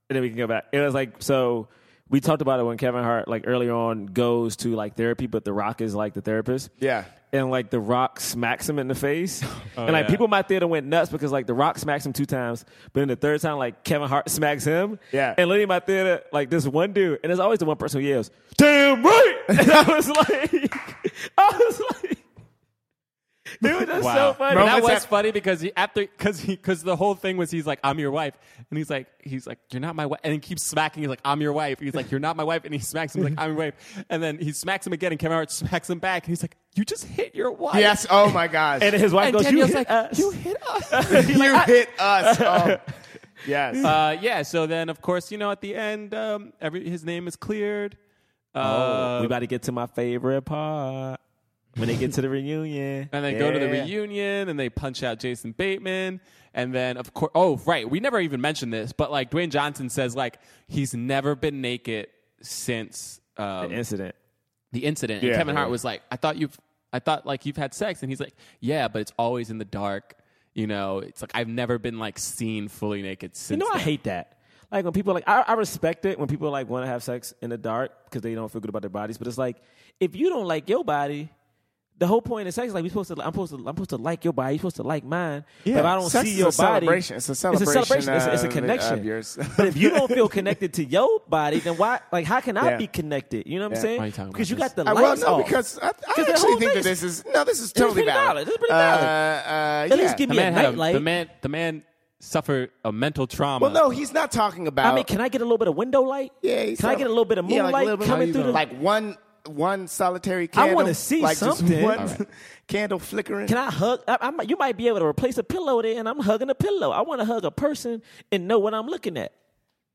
Speaker 3: and then we can go back. It was like so. We talked about it when Kevin Hart, like earlier on, goes to like therapy, but The Rock is like the therapist.
Speaker 4: Yeah.
Speaker 3: And like The Rock smacks him in the face, and like
Speaker 2: yeah.
Speaker 3: people in my theater went nuts because like The Rock smacks him two times, but then the third time like Kevin Hart smacks him.
Speaker 4: Yeah.
Speaker 3: And literally in my theater, like this one dude, and there's always the one person who yells, "Damn right!" And I was like, I was like, it was just so funny.
Speaker 2: And that was
Speaker 4: Moments after-
Speaker 2: funny because he after because he because the whole thing was he's like I'm your wife and he's like he's like you're not my wife and he keeps smacking he's like I'm your wife he's like you're not my wife and he smacks him he's like I'm your wife and then he smacks him again and Kevin Hart smacks him back and he's like you just hit your wife
Speaker 4: Yes. Oh my gosh.
Speaker 3: And his wife
Speaker 2: and
Speaker 3: goes,
Speaker 2: Danielle's
Speaker 3: "You hit
Speaker 2: like
Speaker 3: us."
Speaker 2: you hit us
Speaker 4: you hit us. Oh. Yes.
Speaker 2: uh, yeah so then of course you know at the end um, every his name is cleared
Speaker 3: Oh,
Speaker 2: uh,
Speaker 3: we about to get to my favorite part. when they get to the reunion.
Speaker 2: And they go to the
Speaker 3: Yeah.
Speaker 2: reunion and they punch out Jason Bateman. And then, of course, oh, right. We never even mentioned this, but like Dwayne Johnson says, like, he's never been naked since um,
Speaker 3: The incident.
Speaker 2: the incident.
Speaker 3: Yeah.
Speaker 2: and Kevin Hart was like, I thought you've, I thought like you've had sex. And he's like, yeah, but it's always in the dark. You know, it's like I've never been like seen fully naked since.
Speaker 3: You know, I
Speaker 2: then.
Speaker 3: hate that. Like when people like, I, I respect it when people like want to have sex in the dark because they don't feel good about their bodies. But it's like, if you don't like your body, the whole point of sex is like we supposed to. I'm supposed to. I'm supposed to like your body. You're supposed to like mine. Yeah, but if I don't
Speaker 4: sex
Speaker 3: see
Speaker 4: is
Speaker 3: your
Speaker 4: a
Speaker 3: body.
Speaker 4: celebration. It's a
Speaker 3: It's a celebration. It's a, it's a
Speaker 4: celebration of-
Speaker 3: connection.
Speaker 4: of yours.
Speaker 3: but if you don't feel connected to your body, then why? Like, how can I
Speaker 4: Yeah.
Speaker 3: be connected? You know what
Speaker 4: Yeah.
Speaker 3: I'm saying?
Speaker 2: Why are you talking about
Speaker 3: Because you
Speaker 2: this?
Speaker 3: got the
Speaker 4: I, well,
Speaker 3: lights
Speaker 4: no,
Speaker 3: off.
Speaker 4: because I, I
Speaker 3: the
Speaker 4: actually
Speaker 3: whole
Speaker 4: think
Speaker 3: thing
Speaker 4: that this is no, this is totally
Speaker 3: pretty
Speaker 4: valid.
Speaker 3: valid. It's pretty
Speaker 4: Uh,
Speaker 3: valid.
Speaker 4: uh,
Speaker 3: At least
Speaker 4: yeah.
Speaker 3: give me
Speaker 2: The
Speaker 3: a
Speaker 2: man, had a,
Speaker 3: nightlight.
Speaker 2: the man, the man suffered a mental trauma.
Speaker 4: Well, no, he's not talking about.
Speaker 3: I mean, can I get a little bit of window light?
Speaker 4: yeah, he's
Speaker 3: Can I
Speaker 4: talking-
Speaker 3: get a little bit of
Speaker 4: yeah,
Speaker 3: moonlight
Speaker 4: like a little bit-
Speaker 3: coming
Speaker 2: How
Speaker 3: through
Speaker 2: you
Speaker 3: the?
Speaker 4: like one one solitary
Speaker 3: I
Speaker 4: candle?
Speaker 3: wanna see
Speaker 4: like
Speaker 3: something.
Speaker 4: Just one
Speaker 3: All right.
Speaker 4: candle flickering.
Speaker 3: Can I hug? I, I, might- you might be able to replace a pillow there, and I'm hugging a pillow. I want to hug a person and know what I'm looking at.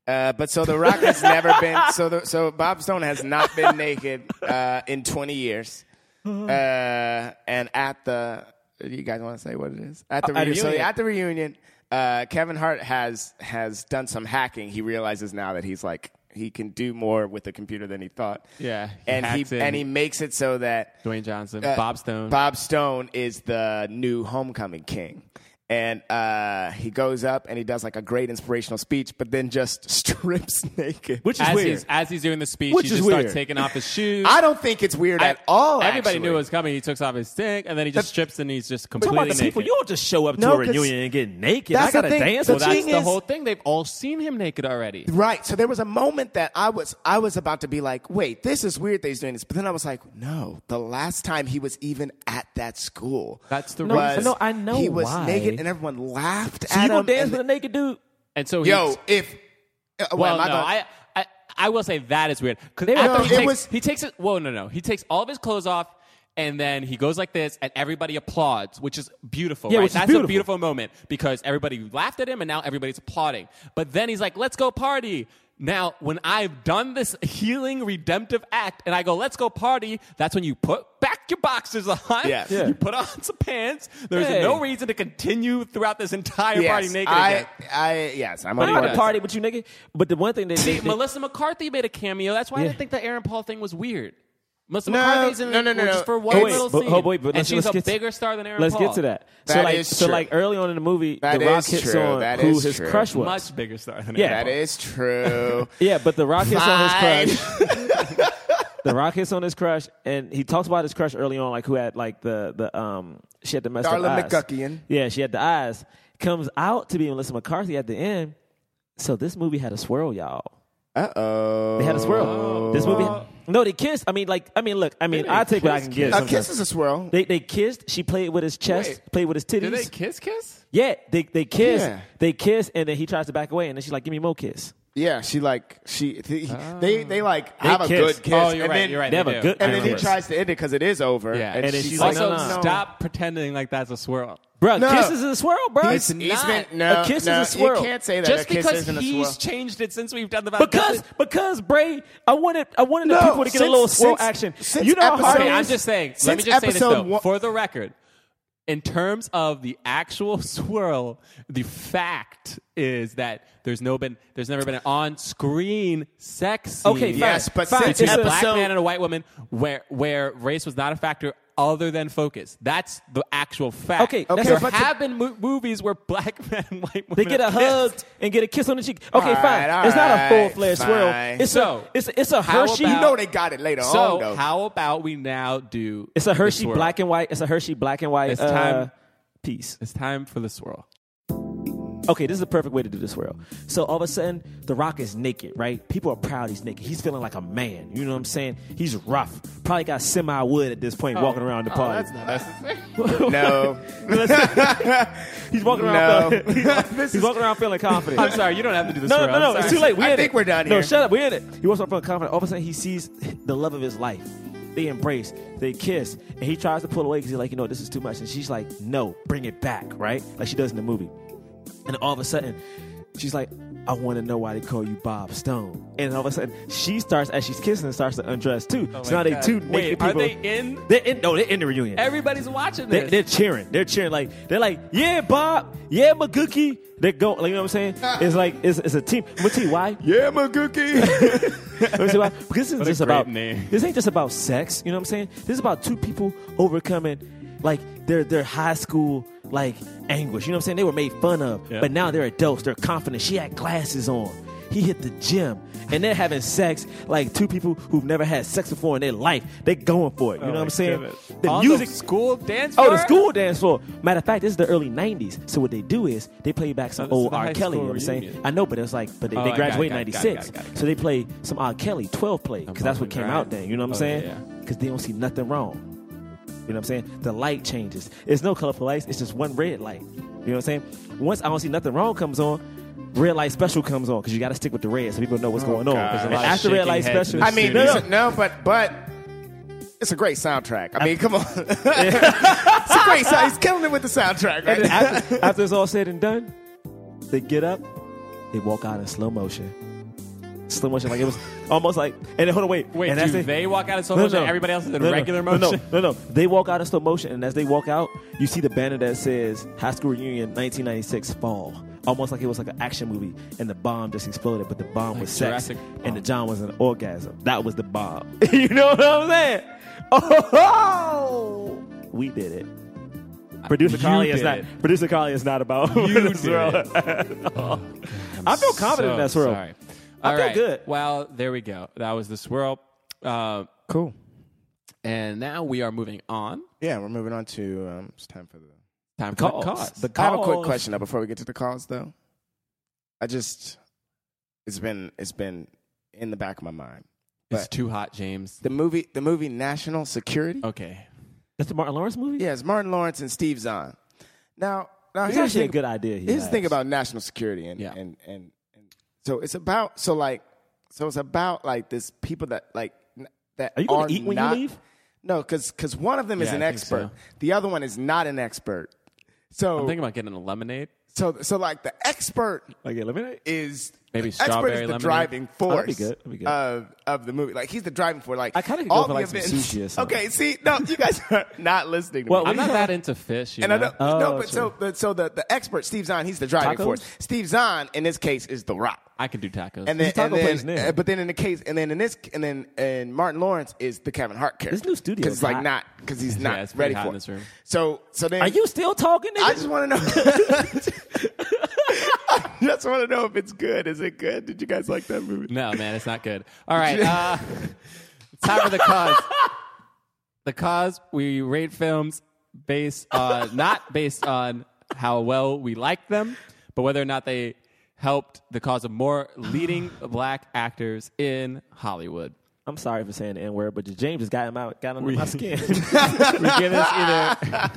Speaker 4: Uh, but so the Rock has never been so. The, so Bob Stone has not been naked uh, in twenty years.
Speaker 2: Mm-hmm.
Speaker 4: Uh, and at the you guys want to say what it is at the
Speaker 3: At
Speaker 4: reunion. So
Speaker 3: reunion.
Speaker 4: at the reunion, uh, Kevin Hart has has done some hacking. He realizes now that he's like he can do more with the computer than he thought.
Speaker 2: Yeah, he
Speaker 4: and he
Speaker 2: hacks in.
Speaker 4: and he makes it so that
Speaker 2: Dwayne Johnson,
Speaker 4: uh,
Speaker 2: Bob Stone.
Speaker 4: Bob Stone is the new homecoming king. And uh, he goes up and he does like a great inspirational speech, but then just strips naked.
Speaker 3: Which is
Speaker 2: as
Speaker 3: weird.
Speaker 2: he's as he's doing the speech, he
Speaker 3: Which is
Speaker 2: just starts
Speaker 3: weird.
Speaker 2: taking off his shoes.
Speaker 4: I don't think it's weird at all.
Speaker 2: Everybody
Speaker 4: actually.
Speaker 2: knew it was coming. He took off his stick, and then he just strips, and he's just
Speaker 3: Talking
Speaker 2: completely
Speaker 3: about the people,
Speaker 2: naked.
Speaker 3: you don't just show up to
Speaker 4: No,
Speaker 3: a
Speaker 4: 'cause
Speaker 3: reunion and get naked.
Speaker 4: that's
Speaker 3: I gotta
Speaker 4: the thing.
Speaker 3: dance.
Speaker 4: The
Speaker 2: well, that's
Speaker 4: thing
Speaker 2: the
Speaker 4: is-
Speaker 2: whole thing. They've all seen him naked already.
Speaker 4: Right. So there was a moment that I was I was about to be like, wait, this is weird that he's doing this. But then I was like, no, the last time he was even at that school.
Speaker 2: That's the
Speaker 4: was-
Speaker 2: reason.
Speaker 3: No, I know
Speaker 4: He was
Speaker 3: why.
Speaker 4: naked and everyone laughed
Speaker 3: so
Speaker 4: at
Speaker 3: you
Speaker 4: him.
Speaker 3: gonna dance
Speaker 4: and
Speaker 3: with a naked dude?
Speaker 2: And so,
Speaker 4: the-
Speaker 2: he,
Speaker 4: Yo, if uh,
Speaker 2: well,
Speaker 4: am I
Speaker 2: no,
Speaker 4: gonna-
Speaker 2: I, I, I will say that is weird. Because
Speaker 3: They were-
Speaker 2: after
Speaker 4: No,
Speaker 2: he,
Speaker 4: it
Speaker 2: takes,
Speaker 4: was-
Speaker 2: he takes it. Whoa, no, no, he takes all of his clothes off, and then he goes like this, and everybody applauds, which is beautiful.
Speaker 3: Yeah,
Speaker 2: right?
Speaker 3: which is
Speaker 2: that's
Speaker 3: beautiful.
Speaker 2: a beautiful moment because everybody laughed at him, and now everybody's applauding. But then he's like, "Let's go party." Now, when I've done this healing, redemptive act, and I go, "Let's go party," that's when you put back your boxers on.
Speaker 4: Yes. Yeah.
Speaker 2: You put on some pants. There's
Speaker 3: Hey.
Speaker 2: no reason to continue throughout this entire
Speaker 4: yes,
Speaker 2: party naked.
Speaker 4: I,
Speaker 2: again.
Speaker 4: I, yes, I'm
Speaker 3: I'm
Speaker 4: on
Speaker 3: about
Speaker 4: board.
Speaker 3: to party with you, naked. But the one thing that
Speaker 2: See, Melissa McCarthy made a cameo. That's why I
Speaker 3: Yeah.
Speaker 2: didn't think the Aaron Paul thing was weird. Melissa
Speaker 4: No,
Speaker 2: McCarthy's in
Speaker 4: no, no, no,
Speaker 2: it
Speaker 4: no.
Speaker 2: just for
Speaker 4: Hey,
Speaker 2: one
Speaker 4: wait,
Speaker 2: little
Speaker 3: but-
Speaker 2: scene.
Speaker 3: oh, wait, but
Speaker 2: and
Speaker 3: let's-
Speaker 2: she's
Speaker 3: let's
Speaker 2: a
Speaker 3: get to-
Speaker 2: bigger star than Aaron
Speaker 3: let's
Speaker 2: Paul.
Speaker 3: get to that. so
Speaker 4: That
Speaker 3: like,
Speaker 4: is
Speaker 3: so
Speaker 4: true.
Speaker 3: like early on in the movie,
Speaker 4: That
Speaker 3: the Rock
Speaker 4: is
Speaker 3: hits
Speaker 4: true.
Speaker 3: on
Speaker 4: That
Speaker 3: who
Speaker 4: is
Speaker 3: his
Speaker 4: true.
Speaker 3: crush was.
Speaker 2: Much bigger star than
Speaker 3: Yeah.
Speaker 2: Aaron
Speaker 4: That is true.
Speaker 3: Yeah, but the Rock hits on his
Speaker 4: Fine.
Speaker 3: crush. the Rock hits on his crush, and he talks about his crush early on, like who had like the the um she had the messed
Speaker 4: Darla
Speaker 3: up eyes.
Speaker 4: McGuckian.
Speaker 3: Yeah, she had the eyes. Comes out to be Melissa McCarthy at the end. So this movie had a swirl, y'all.
Speaker 4: Uh oh.
Speaker 3: They had a swirl. This movie, no, they kissed. I mean, like, I mean, look, I mean, I take what I can get.
Speaker 4: A
Speaker 3: sometimes.
Speaker 4: kiss is a swirl.
Speaker 3: They they kissed. She played with his chest,
Speaker 2: Wait.
Speaker 3: played with his
Speaker 2: Did
Speaker 3: titties.
Speaker 2: they kiss? Kiss?
Speaker 3: yeah, they they kiss,
Speaker 4: Yeah.
Speaker 3: they kiss, and then he tries to back away, and then she's like, "Give me more kiss."
Speaker 4: yeah, she like she th- they they like have a
Speaker 3: kiss.
Speaker 4: good kiss.
Speaker 2: Oh, you're
Speaker 4: and
Speaker 2: right.
Speaker 4: Then,
Speaker 2: you're right.
Speaker 3: they have
Speaker 2: they
Speaker 3: a
Speaker 2: do.
Speaker 3: good-
Speaker 4: And
Speaker 3: I
Speaker 4: then he
Speaker 3: remember.
Speaker 4: tries to end it because it is over.
Speaker 2: Yeah.
Speaker 4: And,
Speaker 3: And then
Speaker 4: she's
Speaker 3: she's
Speaker 4: like,
Speaker 3: like,
Speaker 2: also,
Speaker 4: no, no, no.
Speaker 2: stop pretending like that's a swirl.
Speaker 3: Bro,
Speaker 4: No.
Speaker 3: kisses is a swirl, bro.
Speaker 4: He's,
Speaker 2: It's
Speaker 4: he's
Speaker 2: not.
Speaker 4: been no,
Speaker 3: A kiss is
Speaker 4: no,
Speaker 3: a swirl.
Speaker 4: You can't say that.
Speaker 2: Just
Speaker 4: a kiss
Speaker 2: because
Speaker 4: isn't a
Speaker 2: he's
Speaker 4: swirl.
Speaker 2: changed it since we've done the
Speaker 3: because because Bray, I wanted I wanted the people to get a little
Speaker 4: since-
Speaker 3: swirl
Speaker 4: since-
Speaker 3: action.
Speaker 4: since
Speaker 3: you know how hard
Speaker 4: episode-
Speaker 2: Okay,
Speaker 3: it
Speaker 2: I'm
Speaker 3: is?
Speaker 2: just saying. Let me
Speaker 4: Since
Speaker 2: just say this
Speaker 4: episode
Speaker 2: though,
Speaker 4: one-
Speaker 2: for the record. In terms of the actual swirl, the fact is that there's no been there's never been an on-screen sex scene.
Speaker 3: Okay, fine.
Speaker 4: Yes, but
Speaker 3: fine.
Speaker 4: since
Speaker 2: between
Speaker 3: It's
Speaker 2: a
Speaker 4: episode-
Speaker 2: black man and a white woman where where race was not a factor other than focus. That's the actual fact.
Speaker 3: Okay,
Speaker 4: Okay,
Speaker 2: there
Speaker 4: but to-
Speaker 2: have been mo- movies where black men and white women
Speaker 3: they get a
Speaker 2: are
Speaker 3: hug
Speaker 2: kissed.
Speaker 3: and get a kiss on the cheek. Okay,
Speaker 4: All
Speaker 3: fine.
Speaker 4: right,
Speaker 3: it's
Speaker 4: all
Speaker 3: not a full
Speaker 4: right,
Speaker 3: fledged
Speaker 4: fine.
Speaker 3: swirl. It's
Speaker 2: So,
Speaker 3: a it's a, it's a
Speaker 2: how
Speaker 3: Hershey.
Speaker 2: about-
Speaker 4: You know they got it later on
Speaker 2: So
Speaker 4: though.
Speaker 2: how about we now do
Speaker 3: it's a
Speaker 2: the
Speaker 3: Hershey
Speaker 2: swirl?
Speaker 3: black and white. It's a Hershey black and white
Speaker 2: It's
Speaker 3: uh,
Speaker 2: time-
Speaker 3: piece.
Speaker 2: It's time for the swirl.
Speaker 3: Okay, this is the perfect way to do this swirl. So all of a sudden, The Rock is naked, right? People are proud he's naked. He's feeling like a man. You know what I'm saying? He's rough. Probably got semi wood at this point
Speaker 2: Oh.
Speaker 3: walking around the party.
Speaker 4: no.
Speaker 3: he's walking
Speaker 4: No.
Speaker 3: around. Feeling, he's, walking around feeling confident.
Speaker 2: I'm sorry, you don't have to do the
Speaker 3: No,
Speaker 2: swirl.
Speaker 3: no, no,
Speaker 2: I'm
Speaker 3: it's
Speaker 2: sorry.
Speaker 3: too late. We
Speaker 4: I
Speaker 3: in it.
Speaker 4: think we're done
Speaker 3: No,
Speaker 4: here.
Speaker 3: shut up. We're in it. He walks up from confident. All of a sudden, he sees the love of his life. They embrace. They kiss. And he tries to pull away because he's like, you know, this is too much. And she's like, no, bring it back, right? Like she does in the movie. And all of a sudden, she's like, I want to know why they call you Bob Stone. And all of a sudden, she starts as she's kissing, starts to undress too. so now they two naked
Speaker 2: Oh Wait,
Speaker 3: people.
Speaker 2: are they in?
Speaker 3: They're in. No, they're in the reunion.
Speaker 2: Everybody's watching
Speaker 3: They,
Speaker 2: this.
Speaker 3: they're cheering. They're cheering like they're like, yeah, Bob, yeah, McGookie. They go, like, you know what I'm saying? It's like it's, it's a team. But see why?
Speaker 4: Yeah, my cookie.
Speaker 3: Let me see why. Because this isn't
Speaker 2: What a great
Speaker 3: just about
Speaker 2: name.
Speaker 3: this ain't just about sex. You know what I'm saying? This is about two people overcoming like their their high school like anguish. You know what I'm saying? They were made fun of,
Speaker 2: Yeah.
Speaker 3: but now they're adults. They're confident. She had glasses on. He hit the gym, and they're having sex like two people who've never had sex before in their life. They're going for it.
Speaker 2: Oh
Speaker 3: You know what I'm saying? The
Speaker 2: On
Speaker 3: music
Speaker 2: school dance.
Speaker 3: Oh, the
Speaker 2: floor?
Speaker 3: school dance floor. Matter of fact, this is the early '90s. So what they do is they play back
Speaker 2: Oh,
Speaker 3: some
Speaker 2: this is
Speaker 3: old
Speaker 2: the
Speaker 3: R.
Speaker 2: high
Speaker 3: Kelly. You
Speaker 2: school
Speaker 3: know what I'm saying?
Speaker 2: reunion.
Speaker 3: I know, but it's like, but they,
Speaker 2: Oh, I
Speaker 3: they
Speaker 2: got it,
Speaker 3: graduate
Speaker 2: got it, got it,
Speaker 3: '96,
Speaker 2: got it, got it.
Speaker 3: so they play some R. Kelly 12 play because that's what
Speaker 2: probably
Speaker 3: came
Speaker 2: right.
Speaker 3: out then. You know what I'm
Speaker 2: Oh,
Speaker 3: saying?
Speaker 2: yeah.
Speaker 3: Because they don't see nothing wrong. You know what I'm saying? The light changes. It's no colorful lights. It's just one red light. You know what I'm saying? Once I don't see nothing wrong comes on, red light special comes on because you got to stick with the red so people know what's going
Speaker 2: Oh,
Speaker 3: on.
Speaker 2: God. There's a
Speaker 3: And
Speaker 2: lot of
Speaker 3: after red
Speaker 2: shaking
Speaker 3: light
Speaker 2: heads in
Speaker 3: special,
Speaker 2: the
Speaker 4: I mean,
Speaker 3: no,
Speaker 4: no,
Speaker 3: no.
Speaker 4: no, but but it's a great soundtrack. I mean, come on, it's a great. Sound. He's killing it with the soundtrack.
Speaker 3: And
Speaker 4: Right?
Speaker 3: then after, after it's all said and done, they get up, they walk out in slow motion. Slow motion, like it was almost like. And then, hold on, wait.
Speaker 2: Wait,
Speaker 3: and
Speaker 2: do
Speaker 3: as
Speaker 2: they walk out in slow motion? Everybody else is in regular
Speaker 3: no,
Speaker 2: motion?
Speaker 3: No, no, no. They walk out in slow motion, and as they walk out, you see the banner that says High School Reunion 1996 Fall. Almost like it was like an action movie, and the bomb just exploded, but the bomb was sex,
Speaker 2: Jurassic
Speaker 3: and the
Speaker 2: Bomb.
Speaker 3: John was an orgasm. That was the bomb. you know what I'm saying? Oh, we did it. Producer
Speaker 2: You
Speaker 3: Carly is
Speaker 2: did
Speaker 3: not.
Speaker 2: it.
Speaker 3: Producer Carly is not about.
Speaker 2: You
Speaker 3: this role
Speaker 2: did
Speaker 3: at all. I feel confident in that swirl.
Speaker 2: Sorry.
Speaker 3: I
Speaker 2: All
Speaker 3: feel
Speaker 2: right.
Speaker 3: good.
Speaker 2: Well, there we go. That was the swirl. Uh,
Speaker 4: cool.
Speaker 2: and now we are moving on.
Speaker 4: Yeah, we're moving on to. Um, it's time for the.
Speaker 2: Time for
Speaker 3: Calls.
Speaker 2: the cause.
Speaker 3: The
Speaker 4: I have a quick
Speaker 3: calls.
Speaker 4: question though before we get to the calls though. I just, it's been it's been in the back of my mind.
Speaker 2: it's
Speaker 4: but-
Speaker 2: too hot, James.
Speaker 4: The movie the movie National Security.
Speaker 3: Oh.
Speaker 2: Okay.
Speaker 3: That's the Martin Lawrence movie.
Speaker 4: Yeah, it's Martin Lawrence and Steve Zahn. Now, now
Speaker 3: it's
Speaker 4: here's the
Speaker 3: actually a
Speaker 4: thing-
Speaker 3: good idea. He
Speaker 4: Here's the thing
Speaker 3: has.
Speaker 4: about national security and,
Speaker 2: Yeah.
Speaker 4: and, and, and so it's about so like so it's about like this people that like n- that
Speaker 3: Are you gonna
Speaker 4: are
Speaker 3: eat when you
Speaker 4: not,
Speaker 3: leave?
Speaker 4: No, because because one of them is
Speaker 2: Yeah,
Speaker 4: an
Speaker 2: I think
Speaker 4: expert,
Speaker 2: so.
Speaker 4: the other one is not an expert.
Speaker 2: I'm
Speaker 4: So
Speaker 2: thinking about getting a lemonade.
Speaker 4: so so like the expert
Speaker 3: like eliminate.
Speaker 4: is
Speaker 2: Maybe
Speaker 4: the expert
Speaker 2: strawberry
Speaker 4: is the
Speaker 2: lemonade?
Speaker 4: driving force
Speaker 3: Oh, that'd be good. That'd be good.
Speaker 4: of of the movie. Like he's the driving force. Like
Speaker 3: I kinda could go
Speaker 4: all
Speaker 3: for,
Speaker 4: the
Speaker 3: like, some
Speaker 4: events.
Speaker 3: sushi or something.
Speaker 4: Okay, see, no, you guys are not listening. To
Speaker 3: Well,
Speaker 4: me.
Speaker 2: I'm not that into fish. You
Speaker 4: And
Speaker 2: know?
Speaker 4: I know,
Speaker 3: Oh,
Speaker 4: no, but
Speaker 3: sure.
Speaker 4: so, but so the, the expert Steve Zahn, he's the driving
Speaker 3: Tacos?
Speaker 4: force. Steve Zahn, in this case, is the Rock.
Speaker 2: I could do tacos.
Speaker 4: And
Speaker 3: He's
Speaker 4: then,
Speaker 3: a taco
Speaker 4: and
Speaker 3: place
Speaker 4: then-
Speaker 3: now.
Speaker 4: uh, but then in the case, and then in this, and then and Martin Lawrence is the Kevin Hart character.
Speaker 3: This new studio
Speaker 4: because
Speaker 3: is
Speaker 4: it's like
Speaker 3: hot.
Speaker 4: not because he's not
Speaker 2: it's pretty
Speaker 4: ready
Speaker 2: hot
Speaker 4: for
Speaker 2: in
Speaker 4: it.
Speaker 2: this room.
Speaker 4: So, so then
Speaker 3: Are you still talking? Nigga?
Speaker 4: I just want to know. I just want to know if it's good. Is it good? Did you guys like that movie?
Speaker 2: No, man, it's not good. All right. Uh, it's time for the cause. The cause we rate films based on not based on how well we like them, but whether or not they helped the cause of more leading black actors in Hollywood.
Speaker 3: I'm sorry for saying the N word, but James just got him out, got under my skin.
Speaker 2: We give this either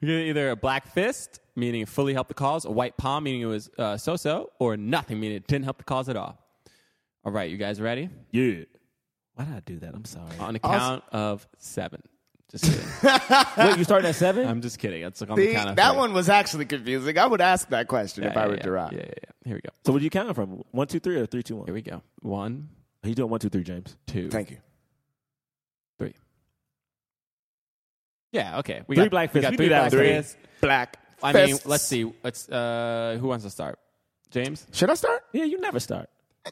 Speaker 2: we give it either a black fist, meaning it fully helped the cause, a white palm, meaning it was uh, so-so, or nothing, meaning it didn't help the cause at all. All right, you guys ready?
Speaker 3: yeah. Why did I do that? I'm sorry.
Speaker 2: On the count of seven. Just kidding.
Speaker 3: Wait, you started at seven?
Speaker 2: I'm just kidding. It's like on
Speaker 4: See,
Speaker 2: the count of
Speaker 4: that
Speaker 2: three.
Speaker 4: one was actually confusing. I would ask that question
Speaker 2: Yeah,
Speaker 4: if
Speaker 2: yeah,
Speaker 4: I were
Speaker 2: yeah.
Speaker 4: to rock.
Speaker 2: Yeah, yeah, yeah. Here we go.
Speaker 3: so what are you counting from? One, two, three, or three, two, one?
Speaker 2: Here we go. One,
Speaker 3: Are you doing one, two, three, James?
Speaker 2: two,
Speaker 4: Thank you.
Speaker 2: three. Yeah. Okay. We
Speaker 3: Three
Speaker 2: got,
Speaker 3: black
Speaker 2: We
Speaker 3: fists.
Speaker 2: got
Speaker 3: We
Speaker 2: three
Speaker 3: do that
Speaker 2: black
Speaker 3: one. Three.
Speaker 2: fists.
Speaker 4: Black.
Speaker 2: I mean,
Speaker 4: fists.
Speaker 2: let's see. Let's. Uh, who wants to start? James.
Speaker 4: Should I start?
Speaker 3: Yeah, you never start.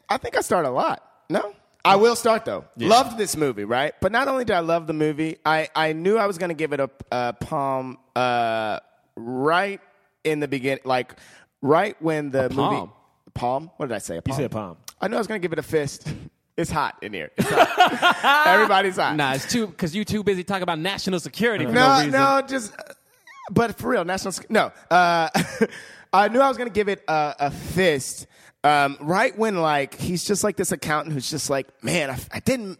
Speaker 4: I think I start a lot. No? I will start though. Loved this movie, right? But not only did I love the movie, I, I knew I was going to give it a, a palm uh, right in the beginning, like right when the movie.
Speaker 2: palm?
Speaker 4: Palm? What did I say? A palm?
Speaker 3: said palm.
Speaker 4: I knew I was going to give it a fist. It's hot in here. It's hot. Everybody's hot.
Speaker 2: Nah, it's too because you too busy talking about national security for no,
Speaker 4: no,
Speaker 2: reason.
Speaker 4: no, just. uh, But for real, national. sec- No, uh, I knew I was gonna give it a, a fist. Um, right when like he's just like this accountant who's just like, man, I, I didn't.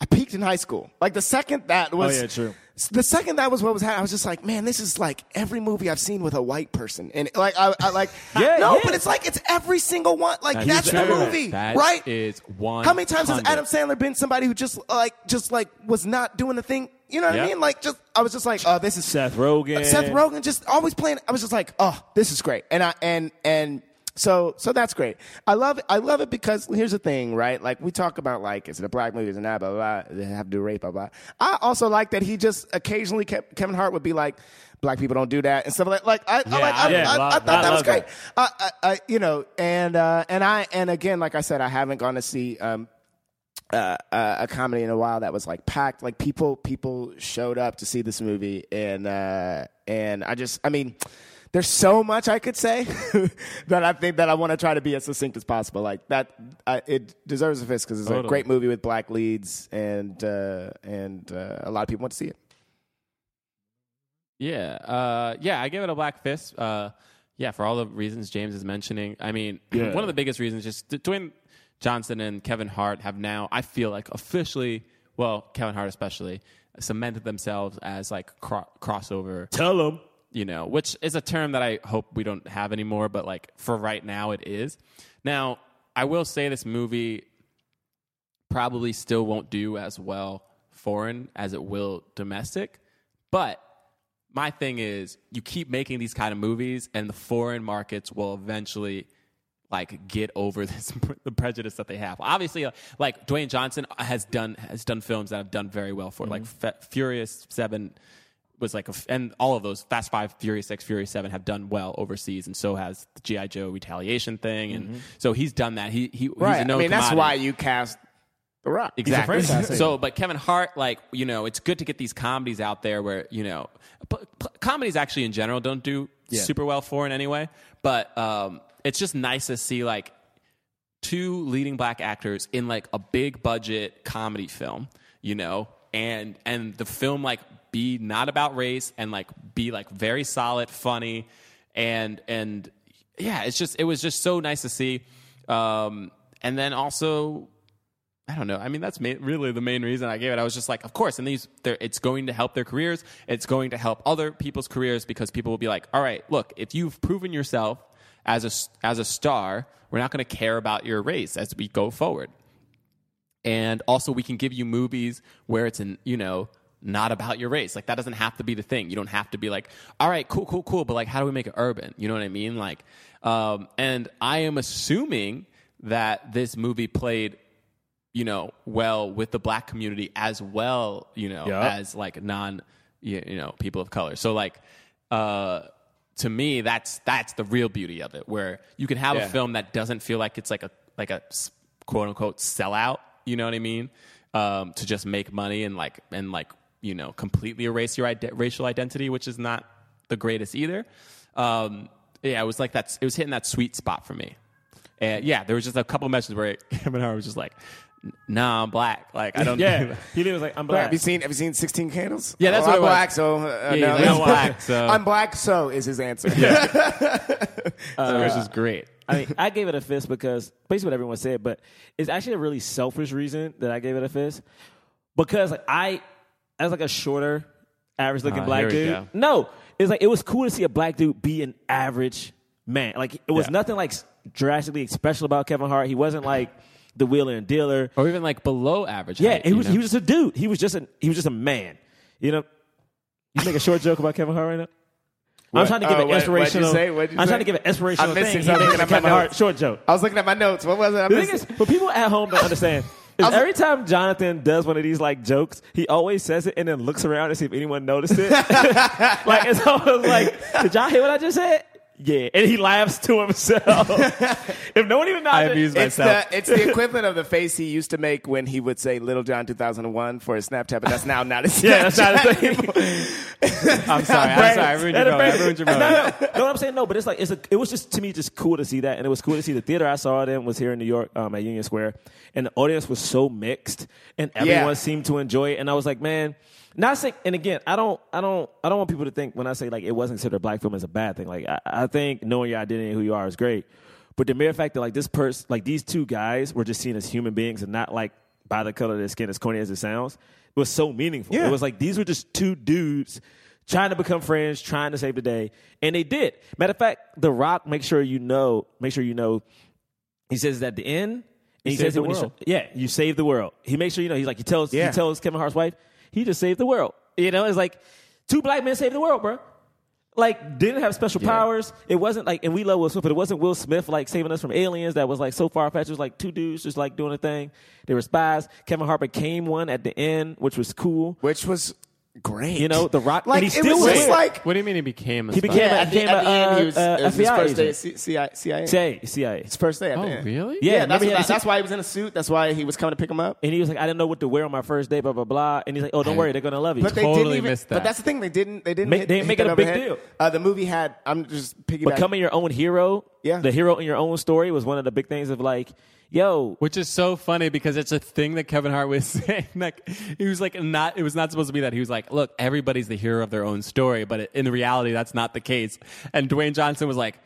Speaker 4: I peaked in high school. Like the second
Speaker 2: Oh,
Speaker 4: that was.
Speaker 3: yeah, true.
Speaker 4: The second that was what was happening, I was just like, man, this is like every movie I've seen with a white person, and like I, I like,
Speaker 3: Yeah,
Speaker 4: no,
Speaker 3: yeah.
Speaker 4: but it's like it's every single one. Like
Speaker 3: That's
Speaker 4: that's the
Speaker 3: true.
Speaker 4: movie,
Speaker 2: That
Speaker 4: right?
Speaker 2: is
Speaker 4: How many times has
Speaker 2: 100.
Speaker 4: Adam Sandler been somebody who just like just like was not doing the thing? You know what
Speaker 2: Yeah.
Speaker 4: I mean? Like just I was just like, oh, this is Uh,
Speaker 3: Seth Rogen.
Speaker 4: Seth Rogen just always playing. I was just like, oh, this is great. And I and and So so that's great. I love I love it because here's the thing, right? Like we talk about like is it a black movie? Is it not? Blah blah. blah they have to do rape. Blah blah. I also like that he just occasionally kept, Kevin Hart would be like, black people don't do that and stuff like like I I, like, I,
Speaker 3: yeah,
Speaker 4: I, I
Speaker 3: love-
Speaker 4: thought
Speaker 3: I
Speaker 4: that was
Speaker 3: love
Speaker 4: great.
Speaker 3: that.
Speaker 4: I, I, I you know and uh, and I and again like I said I haven't gone to see um, uh, uh, a comedy in a while that was like packed. Like people people showed up to see this movie, and uh, and I just I mean. There's so much I could say that I think that I want to try to be as succinct as possible. Like that, I, it deserves a fist because it's a
Speaker 3: Totally.
Speaker 4: great movie with black leads, and uh, and uh, a lot of people want to see it.
Speaker 2: Yeah, uh, yeah, I give it a black fist. Uh, yeah, for all the reasons James is mentioning. I mean,
Speaker 3: Yeah.
Speaker 2: one of the biggest reasons just Dwayne Johnson and Kevin Hart have now, I feel like officially, well, Kevin Hart especially, cemented themselves as like cro- crossover
Speaker 3: Tell them.
Speaker 2: you know, which is a term that I hope we don't have anymore, but like for right now it is. Now, I will say this movie probably still won't do as well foreign as it will domestic, but my thing is you keep making these kind of movies and the foreign markets will eventually like get over this the prejudice that they have. Obviously, uh, like Dwayne Johnson has done has done films that have done very well for it. like
Speaker 4: Mm-hmm.
Speaker 2: Fa- Furious Seven was like a f and all of those Fast Five, Furious Six, Furious Seven have done well overseas, and so has the GI Joe retaliation thing, and so he's done that. He he he's a
Speaker 4: Mm-hmm. Right. I
Speaker 2: known
Speaker 4: mean, that's
Speaker 2: commodity.
Speaker 4: why you cast The Rock.
Speaker 2: Exactly.
Speaker 4: He's a franchise.
Speaker 2: So, but Kevin Hart, like you know, it's good to get these comedies out there where you know, but, but comedies actually in general don't do super well for in any way. But um, it's just nice to see like two leading black actors in like a big budget comedy film, you know, and and the film like be not about race and like be like very solid, funny, and and yeah, it's just it was just so nice to see. Um, and then also I don't know. I mean, that's ma- really the main reason I gave it. I was just like, of course. And these, they're- it's going to help their careers. It's going to help other people's careers because people will be like, all right, look, if you've proven yourself as a s- as a star, we're not going to care about your race as we go forward. And also, we can give you movies where it's an you know not about your race. Like that doesn't have to be the thing. You don't have to be like, all right, cool, cool, cool. But like, how do we make it urban? You know what I mean? Like, um, and I am assuming that this movie played you know, well with the black community as well, you know,
Speaker 3: Yeah.
Speaker 2: as like non, you you know, people of color. So like, uh, to me, that's that's the real beauty of it, where you can have a film that doesn't feel like it's like a like a s- quote unquote sellout. You know what I mean? Um, to just make money and like and like you know completely erase your ide- racial identity, which is not the greatest either. Um, yeah, it was like that. It was hitting that sweet spot for me. And yeah, there was just a couple messages where Kevin Hart was just like, "Nah, I'm black. Like I don't."
Speaker 3: Yeah. he was like, I'm
Speaker 4: Right,
Speaker 3: black.
Speaker 4: Have you seen Have you seen Sixteen Candles?
Speaker 2: Yeah, that's
Speaker 4: oh,
Speaker 2: what
Speaker 4: I'm
Speaker 2: it was.
Speaker 4: black. So uh,
Speaker 2: Yeah,
Speaker 4: no,
Speaker 2: he's like, I'm black, so-
Speaker 4: I'm black. So is his answer.
Speaker 2: so it was
Speaker 3: Uh,
Speaker 2: just great.
Speaker 3: I mean, I gave it a fist because basically what everyone said, but it's actually a really selfish reason that I gave it a fist because like I, as like a shorter, average looking
Speaker 2: Ah,
Speaker 3: black
Speaker 2: here we
Speaker 3: dude.
Speaker 2: go.
Speaker 3: No, it's like it was cool to see a black dude be an average man. Like it was
Speaker 2: Yeah.
Speaker 3: nothing like s- drastically special about Kevin Hart. He wasn't like the wheeler and dealer.
Speaker 2: Or even like below average.
Speaker 3: Yeah,
Speaker 2: height,
Speaker 3: he
Speaker 2: you
Speaker 3: was
Speaker 2: know?
Speaker 3: he was just a dude. He was just a he was just a man. You know, you make a short joke about Kevin Hart right now. I'm trying to give
Speaker 4: Oh,
Speaker 3: an
Speaker 4: what- what'd you
Speaker 3: inspirational.
Speaker 4: say? What'd you
Speaker 3: I'm
Speaker 4: say?
Speaker 3: trying to give an inspirational
Speaker 4: I'm missing
Speaker 3: thing. He
Speaker 4: something
Speaker 3: makes a
Speaker 4: in my
Speaker 3: Kevin Hart
Speaker 4: notes.
Speaker 3: short joke.
Speaker 4: I was looking at my notes. What was it? I
Speaker 3: The thing
Speaker 4: missed
Speaker 3: is,
Speaker 4: it.
Speaker 3: for people at home to understand, is
Speaker 4: was-
Speaker 3: every time Jonathan does one of these like jokes, he always says it and then looks around to see if anyone noticed it. like it's almost like, did y'all hear what I just said? Yeah, and he laughs to himself. if no one even
Speaker 2: I
Speaker 3: noticed,
Speaker 2: amused
Speaker 4: It's
Speaker 2: myself.
Speaker 4: the, it's the equivalent of the face he used to make when he would say Little John 2001 for his Snapchat, but that's now not his
Speaker 3: Yeah, that's not his
Speaker 4: Snapchat
Speaker 3: thing.
Speaker 4: anymore.
Speaker 2: I'm sorry. I'm
Speaker 3: Right.
Speaker 2: sorry. I ruined
Speaker 3: That
Speaker 2: your moment. I
Speaker 3: offends-
Speaker 2: ruined your moment.
Speaker 3: No, no, no, I'm saying no, but it's like it's a, it was just to me just cool to see that, and it was cool to see the theater I saw it in was here in New York um, at Union Square, and the audience was so mixed, and everyone seemed to enjoy it, and I was like, man. Not saying, and again, I don't, I don't, I don't want people to think when I say like it wasn't considered a black film is a bad thing. Like I, I think knowing your identity and who you are is great, but the mere fact that like this person, like these two guys, were just seen as human beings and not like by the color of their skin, as corny as it sounds, was so meaningful. It was like these were just two dudes trying to become friends, trying to save the day, and they did. Matter of fact, The Rock, make sure you know, make sure you know, he says at the end, and he,
Speaker 2: saved
Speaker 3: says it
Speaker 2: the
Speaker 3: when he
Speaker 2: world.
Speaker 3: sho- yeah, you saved the world. He makes sure you know. He's like he tells
Speaker 4: Yeah.
Speaker 3: he tells Kevin Hart's wife, he just saved the world. You know, it's like two black men saved the world, bro. like didn't have special
Speaker 2: Yeah.
Speaker 3: powers. It wasn't like, and we love Will Smith, but it wasn't Will Smith like saving us from aliens. That was like so far fetched. It was like two dudes just like doing a thing. They were spies. Kevin Hart became one at the end, which was cool.
Speaker 4: which was great.
Speaker 3: You know, The Rock-
Speaker 4: Like
Speaker 3: and he still
Speaker 4: it was
Speaker 3: was
Speaker 4: just
Speaker 3: great.
Speaker 4: like
Speaker 2: What do you mean he became? A
Speaker 3: He
Speaker 2: spy?
Speaker 3: became
Speaker 4: yeah.
Speaker 3: a-
Speaker 4: At the, at the
Speaker 3: became a,
Speaker 4: end, he was,
Speaker 3: uh,
Speaker 4: it was his
Speaker 3: FBI
Speaker 4: first day at
Speaker 3: agent.
Speaker 4: C- CIA. CIA.
Speaker 3: CIA, CIA.
Speaker 4: His first day at
Speaker 2: Oh,
Speaker 4: the end.
Speaker 2: really?
Speaker 3: Yeah,
Speaker 4: Yeah, that's,
Speaker 3: remember he
Speaker 4: what,
Speaker 3: had
Speaker 4: that,
Speaker 3: the-
Speaker 4: that's why he was in a suit. That's why he was coming to pick him up.
Speaker 3: And he was like, I didn't know what to wear on my first day, blah blah blah. And he's like, Oh, don't
Speaker 2: I-
Speaker 3: worry, they're gonna love you.
Speaker 4: But they didn't
Speaker 2: totally
Speaker 4: even,
Speaker 2: missed
Speaker 4: But
Speaker 2: that.
Speaker 4: that's the thing. They didn't. They didn't.
Speaker 3: Make-
Speaker 4: hit,
Speaker 3: they didn't make
Speaker 4: hit
Speaker 3: it a
Speaker 4: that
Speaker 3: big
Speaker 4: over the head.
Speaker 3: deal.
Speaker 4: Uh, the movie had. I'm just piggybacking.
Speaker 3: Becoming your own hero,
Speaker 4: Yeah.
Speaker 3: the hero in your own story was one of the big things of like, yo,
Speaker 2: Which is so funny because it's a thing that Kevin Hart was saying. Like he was like not it was not supposed to be that. He was like, look, everybody's the hero of their own story, but in reality, that's not the case. And Dwayne Johnson was like.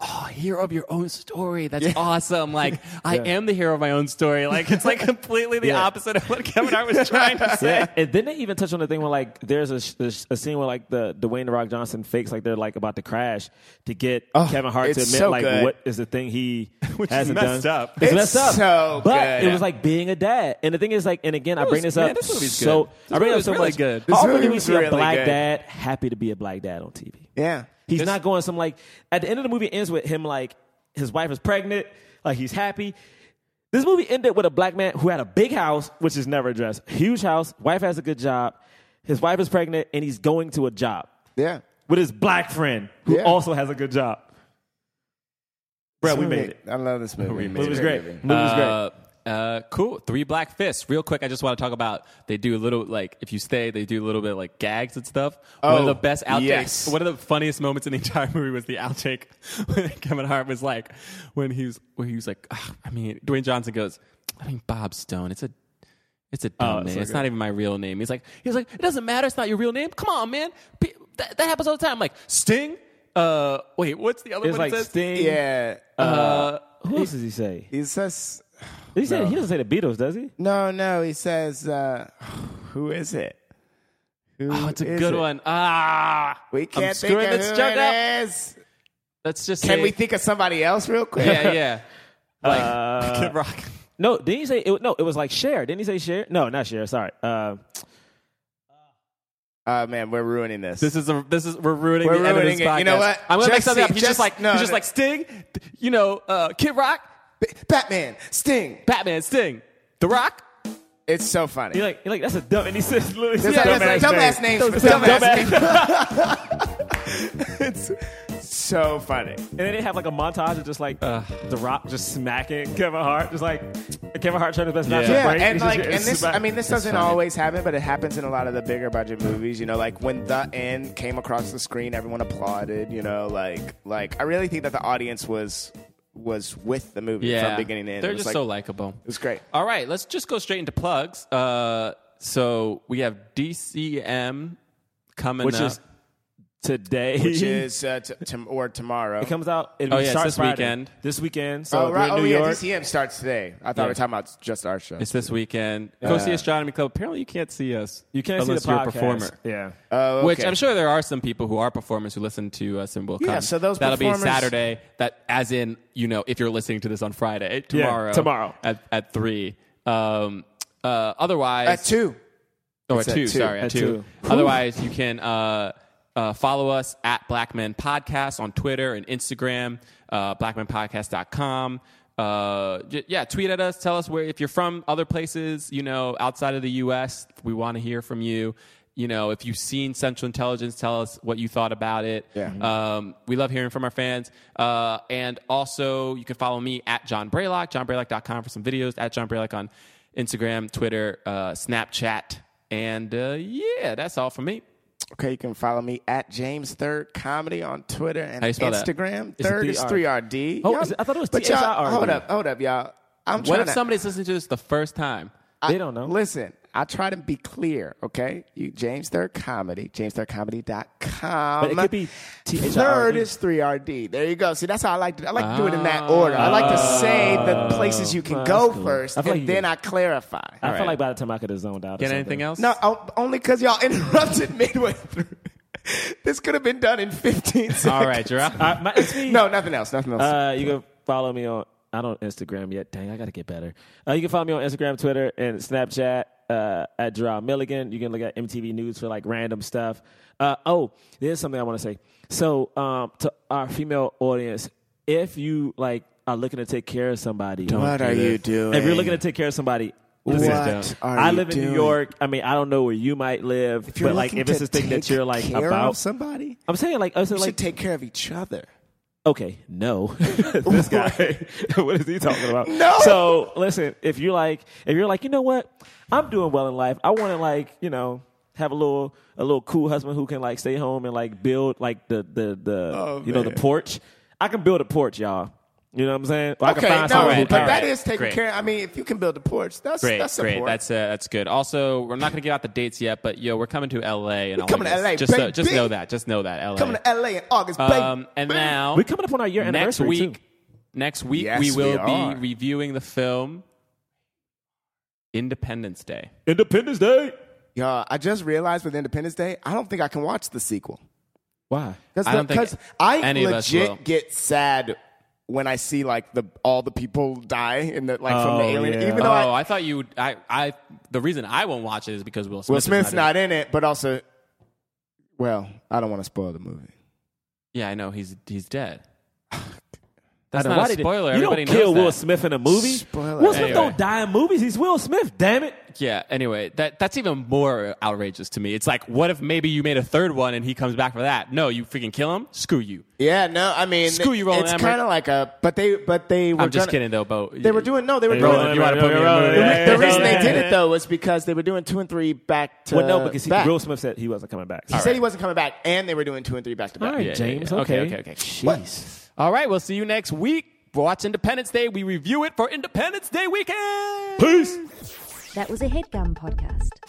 Speaker 2: Oh, hero of your own story. That's awesome. Like, I am the hero of my own story. Like, it's like completely the
Speaker 3: Yeah.
Speaker 2: opposite of what Kevin Hart was trying to say.
Speaker 3: Yeah. And then they even touch on the thing where like there's a, sh- a, sh- a scene where like the Dwayne the Rock Johnson fakes like they're like about to crash to get
Speaker 4: Oh,
Speaker 3: Kevin Hart to
Speaker 4: it's
Speaker 3: admit
Speaker 4: so
Speaker 3: like
Speaker 4: good.
Speaker 3: what is the thing he
Speaker 2: Which is
Speaker 3: hasn't
Speaker 2: messed
Speaker 3: done.
Speaker 2: up.
Speaker 3: It's,
Speaker 4: It's
Speaker 3: messed up.
Speaker 4: so
Speaker 3: but
Speaker 4: good.
Speaker 3: it was like being a dad. And the thing is like, and again, I
Speaker 2: This
Speaker 3: bring
Speaker 2: was-
Speaker 3: this up
Speaker 2: man, this movie's
Speaker 3: so
Speaker 2: good.
Speaker 3: I bring it up
Speaker 2: This
Speaker 3: so
Speaker 2: movie was
Speaker 3: much.
Speaker 2: really good.
Speaker 3: How
Speaker 4: This
Speaker 3: often
Speaker 4: movie
Speaker 3: do we
Speaker 4: was
Speaker 3: see a
Speaker 4: really
Speaker 3: black
Speaker 4: good.
Speaker 3: dad happy to be a black dad on TV?
Speaker 4: Yeah.
Speaker 3: He's not going some like at the end of the movie ends with him like his wife is pregnant, like he's happy. This movie ended with a black man who had a big house, which is never addressed. Huge house, wife has a good job, his wife is pregnant, and he's going to a job
Speaker 4: Yeah.
Speaker 3: with his black friend who
Speaker 4: Yeah.
Speaker 3: also has a good job. Bro, we made it.
Speaker 4: I love this movie. We
Speaker 2: made
Speaker 3: Movie was great. Movie was great.
Speaker 2: Uh, uh, cool. Three Black Fists. Real quick, I just want to talk about they do a little like if you stay, they do a little bit like gags and stuff. One
Speaker 4: Oh,
Speaker 2: of the best outtakes.
Speaker 4: yes.
Speaker 2: One of the funniest moments in the entire movie was the outtake when Kevin Hart was like when he was where he was like "Ah," I mean Dwayne Johnson goes I mean Bob Stone. It's a it's a dumb
Speaker 3: it's
Speaker 2: name.
Speaker 3: so
Speaker 2: It's
Speaker 3: good.
Speaker 2: not even my real name. He's like, he's like, it doesn't matter. It's not your real name. Come on, man. Pe- that, that happens all the time. I'm like Sting. Uh, wait, what's the other
Speaker 3: It's
Speaker 2: one? it
Speaker 3: like
Speaker 2: says?
Speaker 3: Sting.
Speaker 4: Yeah.
Speaker 2: Uh,
Speaker 3: Who else does he say?
Speaker 4: he says
Speaker 3: He, said, he doesn't say the Beatles, does he?
Speaker 4: no, no. He says, uh, "Who is it? Who
Speaker 2: oh, it's a
Speaker 4: is
Speaker 2: good
Speaker 4: it?
Speaker 2: one. Ah,
Speaker 4: We can't
Speaker 2: I'm
Speaker 4: think
Speaker 2: screwing
Speaker 4: of
Speaker 2: this
Speaker 4: who
Speaker 2: joke
Speaker 4: it
Speaker 2: up.
Speaker 4: is.
Speaker 2: Let's just
Speaker 4: Can
Speaker 2: say-
Speaker 4: we think of somebody else real quick?
Speaker 2: Yeah, yeah. Like
Speaker 3: Uh,
Speaker 2: Kid Rock.
Speaker 3: No, didn't he say it? No, it was like share. Didn't he say share? No, not share. Sorry. Uh,
Speaker 4: Oh man, we're ruining this.
Speaker 2: This is a, this is we're ruining
Speaker 4: We're
Speaker 2: the end of this
Speaker 4: ruining it.
Speaker 2: podcast.
Speaker 4: You know what?
Speaker 2: I'm gonna
Speaker 4: Just
Speaker 2: make something up.
Speaker 4: see-
Speaker 2: He's
Speaker 4: just-
Speaker 2: just, like
Speaker 4: no,
Speaker 2: he's just
Speaker 4: no.
Speaker 2: like Sting. th- You know, uh, Kid Rock,
Speaker 4: Ba- Batman, Sting.
Speaker 2: Batman, Sting, The Rock.
Speaker 4: It's so funny.
Speaker 3: he like, he like that's a dumb. And he says, literally,
Speaker 4: It's
Speaker 3: says
Speaker 4: like- it's like
Speaker 3: dumbass
Speaker 4: dumbass
Speaker 3: name.
Speaker 4: names for
Speaker 3: Dumb-
Speaker 4: dumbass
Speaker 3: dumbass.
Speaker 4: it's so funny.
Speaker 3: And then they have like a montage of just like
Speaker 2: Uh.
Speaker 3: The Rock just smacking Kevin Hart, just like Kevin Hart trying his best not to
Speaker 2: Yeah,
Speaker 4: Yeah,
Speaker 3: break.
Speaker 4: and
Speaker 3: He's
Speaker 4: like,
Speaker 3: just-
Speaker 4: and this,
Speaker 3: smack-
Speaker 4: I mean, this
Speaker 2: It's
Speaker 4: doesn't
Speaker 2: funny.
Speaker 4: always happen, but it happens in a lot of the bigger budget movies. You know, like when The End came across the screen, everyone applauded. You know, like, like I really think that the audience was was with the movie
Speaker 2: Yeah,
Speaker 4: from beginning to end.
Speaker 2: They're
Speaker 4: It was
Speaker 2: just
Speaker 4: like,
Speaker 2: so likable.
Speaker 4: It was great.
Speaker 2: All right, let's just go straight into plugs. Uh, so we have DCM coming
Speaker 3: which
Speaker 2: up.
Speaker 3: is today,
Speaker 4: Which is uh, t- tom- or tomorrow.
Speaker 3: it comes out. It
Speaker 2: Oh, yeah, it's
Speaker 3: starts
Speaker 2: this
Speaker 3: Friday.
Speaker 2: weekend.
Speaker 3: This weekend, so
Speaker 4: Oh,
Speaker 3: if you're
Speaker 4: right.
Speaker 3: in
Speaker 4: oh
Speaker 3: New
Speaker 4: yeah,
Speaker 3: York,
Speaker 4: DCM starts today. I thought we were talking about just our show.
Speaker 2: it's this weekend. Go
Speaker 4: Uh,
Speaker 2: see Astronomy Club. Apparently, you can't see us.
Speaker 3: you can't see
Speaker 2: unless
Speaker 3: the podcast.
Speaker 2: you're a performer.
Speaker 3: Yeah,
Speaker 4: Oh,
Speaker 2: Which
Speaker 4: okay.
Speaker 2: I'm sure there are some people who are performers who listen to us and will
Speaker 4: Yeah,
Speaker 2: come.
Speaker 4: so those
Speaker 2: that'll be
Speaker 4: performers-
Speaker 2: Saturday. That as in you know if you're listening to this on Friday tomorrow
Speaker 3: tomorrow.
Speaker 2: at at three. Um, uh, otherwise,
Speaker 4: at two.
Speaker 2: Oh,
Speaker 4: It's
Speaker 2: at
Speaker 4: at
Speaker 2: two.
Speaker 4: two.
Speaker 2: Sorry, at,
Speaker 3: At
Speaker 2: two. Otherwise, you can uh, uh, follow us at Black Men Podcast on Twitter and Instagram, uh, blackmenpodcast.com. Uh, j- yeah, tweet at us. Tell us where, if you're from other places, you know, outside of the U.S., we want to hear from you. You know, if you've seen Central Intelligence, tell us what you thought about it.
Speaker 4: Yeah.
Speaker 2: Um, we love hearing from our fans. Uh, and also, you can follow me at John Braylock, johnbraylock.com for some videos, at John Braylock on Instagram, Twitter, uh, Snapchat. And uh, yeah, that's all from me.
Speaker 4: Okay, you can follow me at James Third Comedy on Twitter and
Speaker 2: How you spell that?
Speaker 4: Instagram.
Speaker 3: It's a
Speaker 4: Third is three
Speaker 3: THRD.
Speaker 4: R D.
Speaker 3: Oh, is it- I thought it was THRD.
Speaker 4: Hold up, hold up, y'all. I'm
Speaker 2: What
Speaker 4: trying
Speaker 2: if
Speaker 4: to-
Speaker 2: somebody's listening to this the first time?
Speaker 4: I-
Speaker 3: they don't know.
Speaker 4: Listen, I try to be clear, okay? You James Third Comedy, jamesthirdcomedy.com.
Speaker 3: But it could be THRD.
Speaker 4: Third is 3RD. There you go. See, that's how I like to I like to do it in that order. I like to say the places you can
Speaker 3: Oh,
Speaker 4: go
Speaker 3: that's cool.
Speaker 4: first
Speaker 3: I
Speaker 4: and
Speaker 3: feel like you-
Speaker 4: then I clarify.
Speaker 3: I feel
Speaker 2: right.
Speaker 3: like by the time I could have zoned out. or
Speaker 2: Get
Speaker 3: something.
Speaker 2: anything else?
Speaker 4: No, o- uh, only cuz y'all interrupted midway through. this could have been done in 15 seconds.
Speaker 2: All right, you're out.
Speaker 3: All right, Uh, my- it's me.
Speaker 4: No, nothing else. Nothing else.
Speaker 3: Uh, you can follow me on. I don't Instagram yet. Dang, I gotta get better. Uh, you can follow me on Instagram, Twitter, and Snapchat uh, at Gerard Milligan. You can look at MTV News for like random stuff. Uh, oh, there's something I want to say. So um, to our female audience, if you like are looking to take care of somebody,
Speaker 4: What are you doing?
Speaker 3: if you're looking to take care of somebody. listen,
Speaker 4: what are
Speaker 3: I
Speaker 4: you
Speaker 3: live in
Speaker 4: doing?
Speaker 3: New York. I mean, I don't know where you might live,
Speaker 4: If you're
Speaker 3: but like,
Speaker 4: looking
Speaker 3: if it's
Speaker 4: to
Speaker 3: a thing that
Speaker 4: take
Speaker 3: you're like
Speaker 4: care
Speaker 3: about,
Speaker 4: of somebody,
Speaker 3: I'm saying like, I was
Speaker 4: you
Speaker 3: like,
Speaker 4: should take care of each other.
Speaker 3: Okay, no. this guy. what is he talking about?
Speaker 4: No.
Speaker 3: So listen, if you like, if you're like, you know what, I'm doing well in life. I want to like, you know, have a little, a little cool husband who can like stay home and like build like the the the
Speaker 4: Oh,
Speaker 3: you know the
Speaker 4: man.
Speaker 3: porch. I can build a porch, y'all. You know what I'm saying? Or I can find
Speaker 4: no,
Speaker 3: someone who
Speaker 2: right,
Speaker 4: but
Speaker 3: can.
Speaker 2: all
Speaker 4: that
Speaker 2: right,
Speaker 4: is taking
Speaker 2: great.
Speaker 4: care. I mean, if you can build a porch, that's
Speaker 2: Great,
Speaker 4: that's
Speaker 2: great.
Speaker 4: support.
Speaker 2: That's uh, that's good. Also, we're not going to give out the dates yet, but yo, we're coming to LA and all
Speaker 4: coming
Speaker 2: of
Speaker 4: to
Speaker 2: this.
Speaker 4: LA,
Speaker 2: Just, so- just
Speaker 4: baby.
Speaker 2: know that. Just know that LA.
Speaker 4: Coming to LA in August,
Speaker 2: um,
Speaker 4: baby.
Speaker 2: and now
Speaker 3: We're coming up on our year
Speaker 2: next
Speaker 3: anniversary
Speaker 2: week.
Speaker 3: too.
Speaker 2: Next week
Speaker 4: Yes,
Speaker 2: we will
Speaker 4: we are.
Speaker 2: be reviewing the film Independence Day.
Speaker 3: Independence Day.
Speaker 4: Y'all, I just realized with Independence Day, I don't think I can watch the sequel.
Speaker 3: Why?
Speaker 4: Because
Speaker 2: I don't think
Speaker 4: I
Speaker 2: any of us
Speaker 4: legit
Speaker 2: will.
Speaker 4: get sad when I see like the all the people die in the like from the
Speaker 3: Oh,
Speaker 4: alien.
Speaker 3: yeah.
Speaker 4: Even though
Speaker 2: oh,
Speaker 4: I,
Speaker 2: I, thought you. Would, I, I. The reason I won't watch it is because Will Smith.
Speaker 4: Will
Speaker 2: is
Speaker 4: Smith's
Speaker 2: not. in
Speaker 4: not in it, but also, well, I don't want to spoil the movie.
Speaker 2: it. Yeah, I know he's he's dead. That's
Speaker 3: Now,
Speaker 2: not
Speaker 3: why
Speaker 2: a
Speaker 3: did-
Speaker 2: spoiler.
Speaker 3: You
Speaker 2: Everybody
Speaker 3: don't kill
Speaker 2: knows
Speaker 3: Will
Speaker 2: that.
Speaker 3: Smith in a movie.
Speaker 4: Spoiler.
Speaker 3: Will Smith
Speaker 2: Anyway.
Speaker 3: don't die in movies. He's Will Smith. Damn it.
Speaker 2: Yeah. Anyway, that that's even more outrageous to me. It's like, what if maybe you made a third one and he comes back for that? No, you freaking kill him. Screw you.
Speaker 4: Yeah, no, I mean,
Speaker 2: Screw you, Roland
Speaker 4: It's
Speaker 2: Emmerich.
Speaker 4: kind of like a, but they, but they were.
Speaker 2: I'm just
Speaker 4: gonna-
Speaker 2: kidding though, but
Speaker 4: They were doing no, they were doing.
Speaker 2: Roland, you want to put me in a movie?
Speaker 4: The, re-
Speaker 3: Yeah,
Speaker 4: the
Speaker 3: yeah,
Speaker 4: reason
Speaker 3: yeah.
Speaker 4: they did it though was because they were doing two and three back to
Speaker 3: Well, no, because he,
Speaker 4: back.
Speaker 3: Will Smith said he wasn't coming back.
Speaker 4: he said he wasn't coming back, and they were doing two and three back to back.
Speaker 3: All right,
Speaker 2: Yeah, yeah,
Speaker 3: James.
Speaker 2: yeah.
Speaker 3: Okay.
Speaker 2: Okay, okay, okay. All right, we'll see you next week. Watch Independence Day. We review it for Independence Day weekend.
Speaker 3: Peace.
Speaker 1: That was a headgum podcast.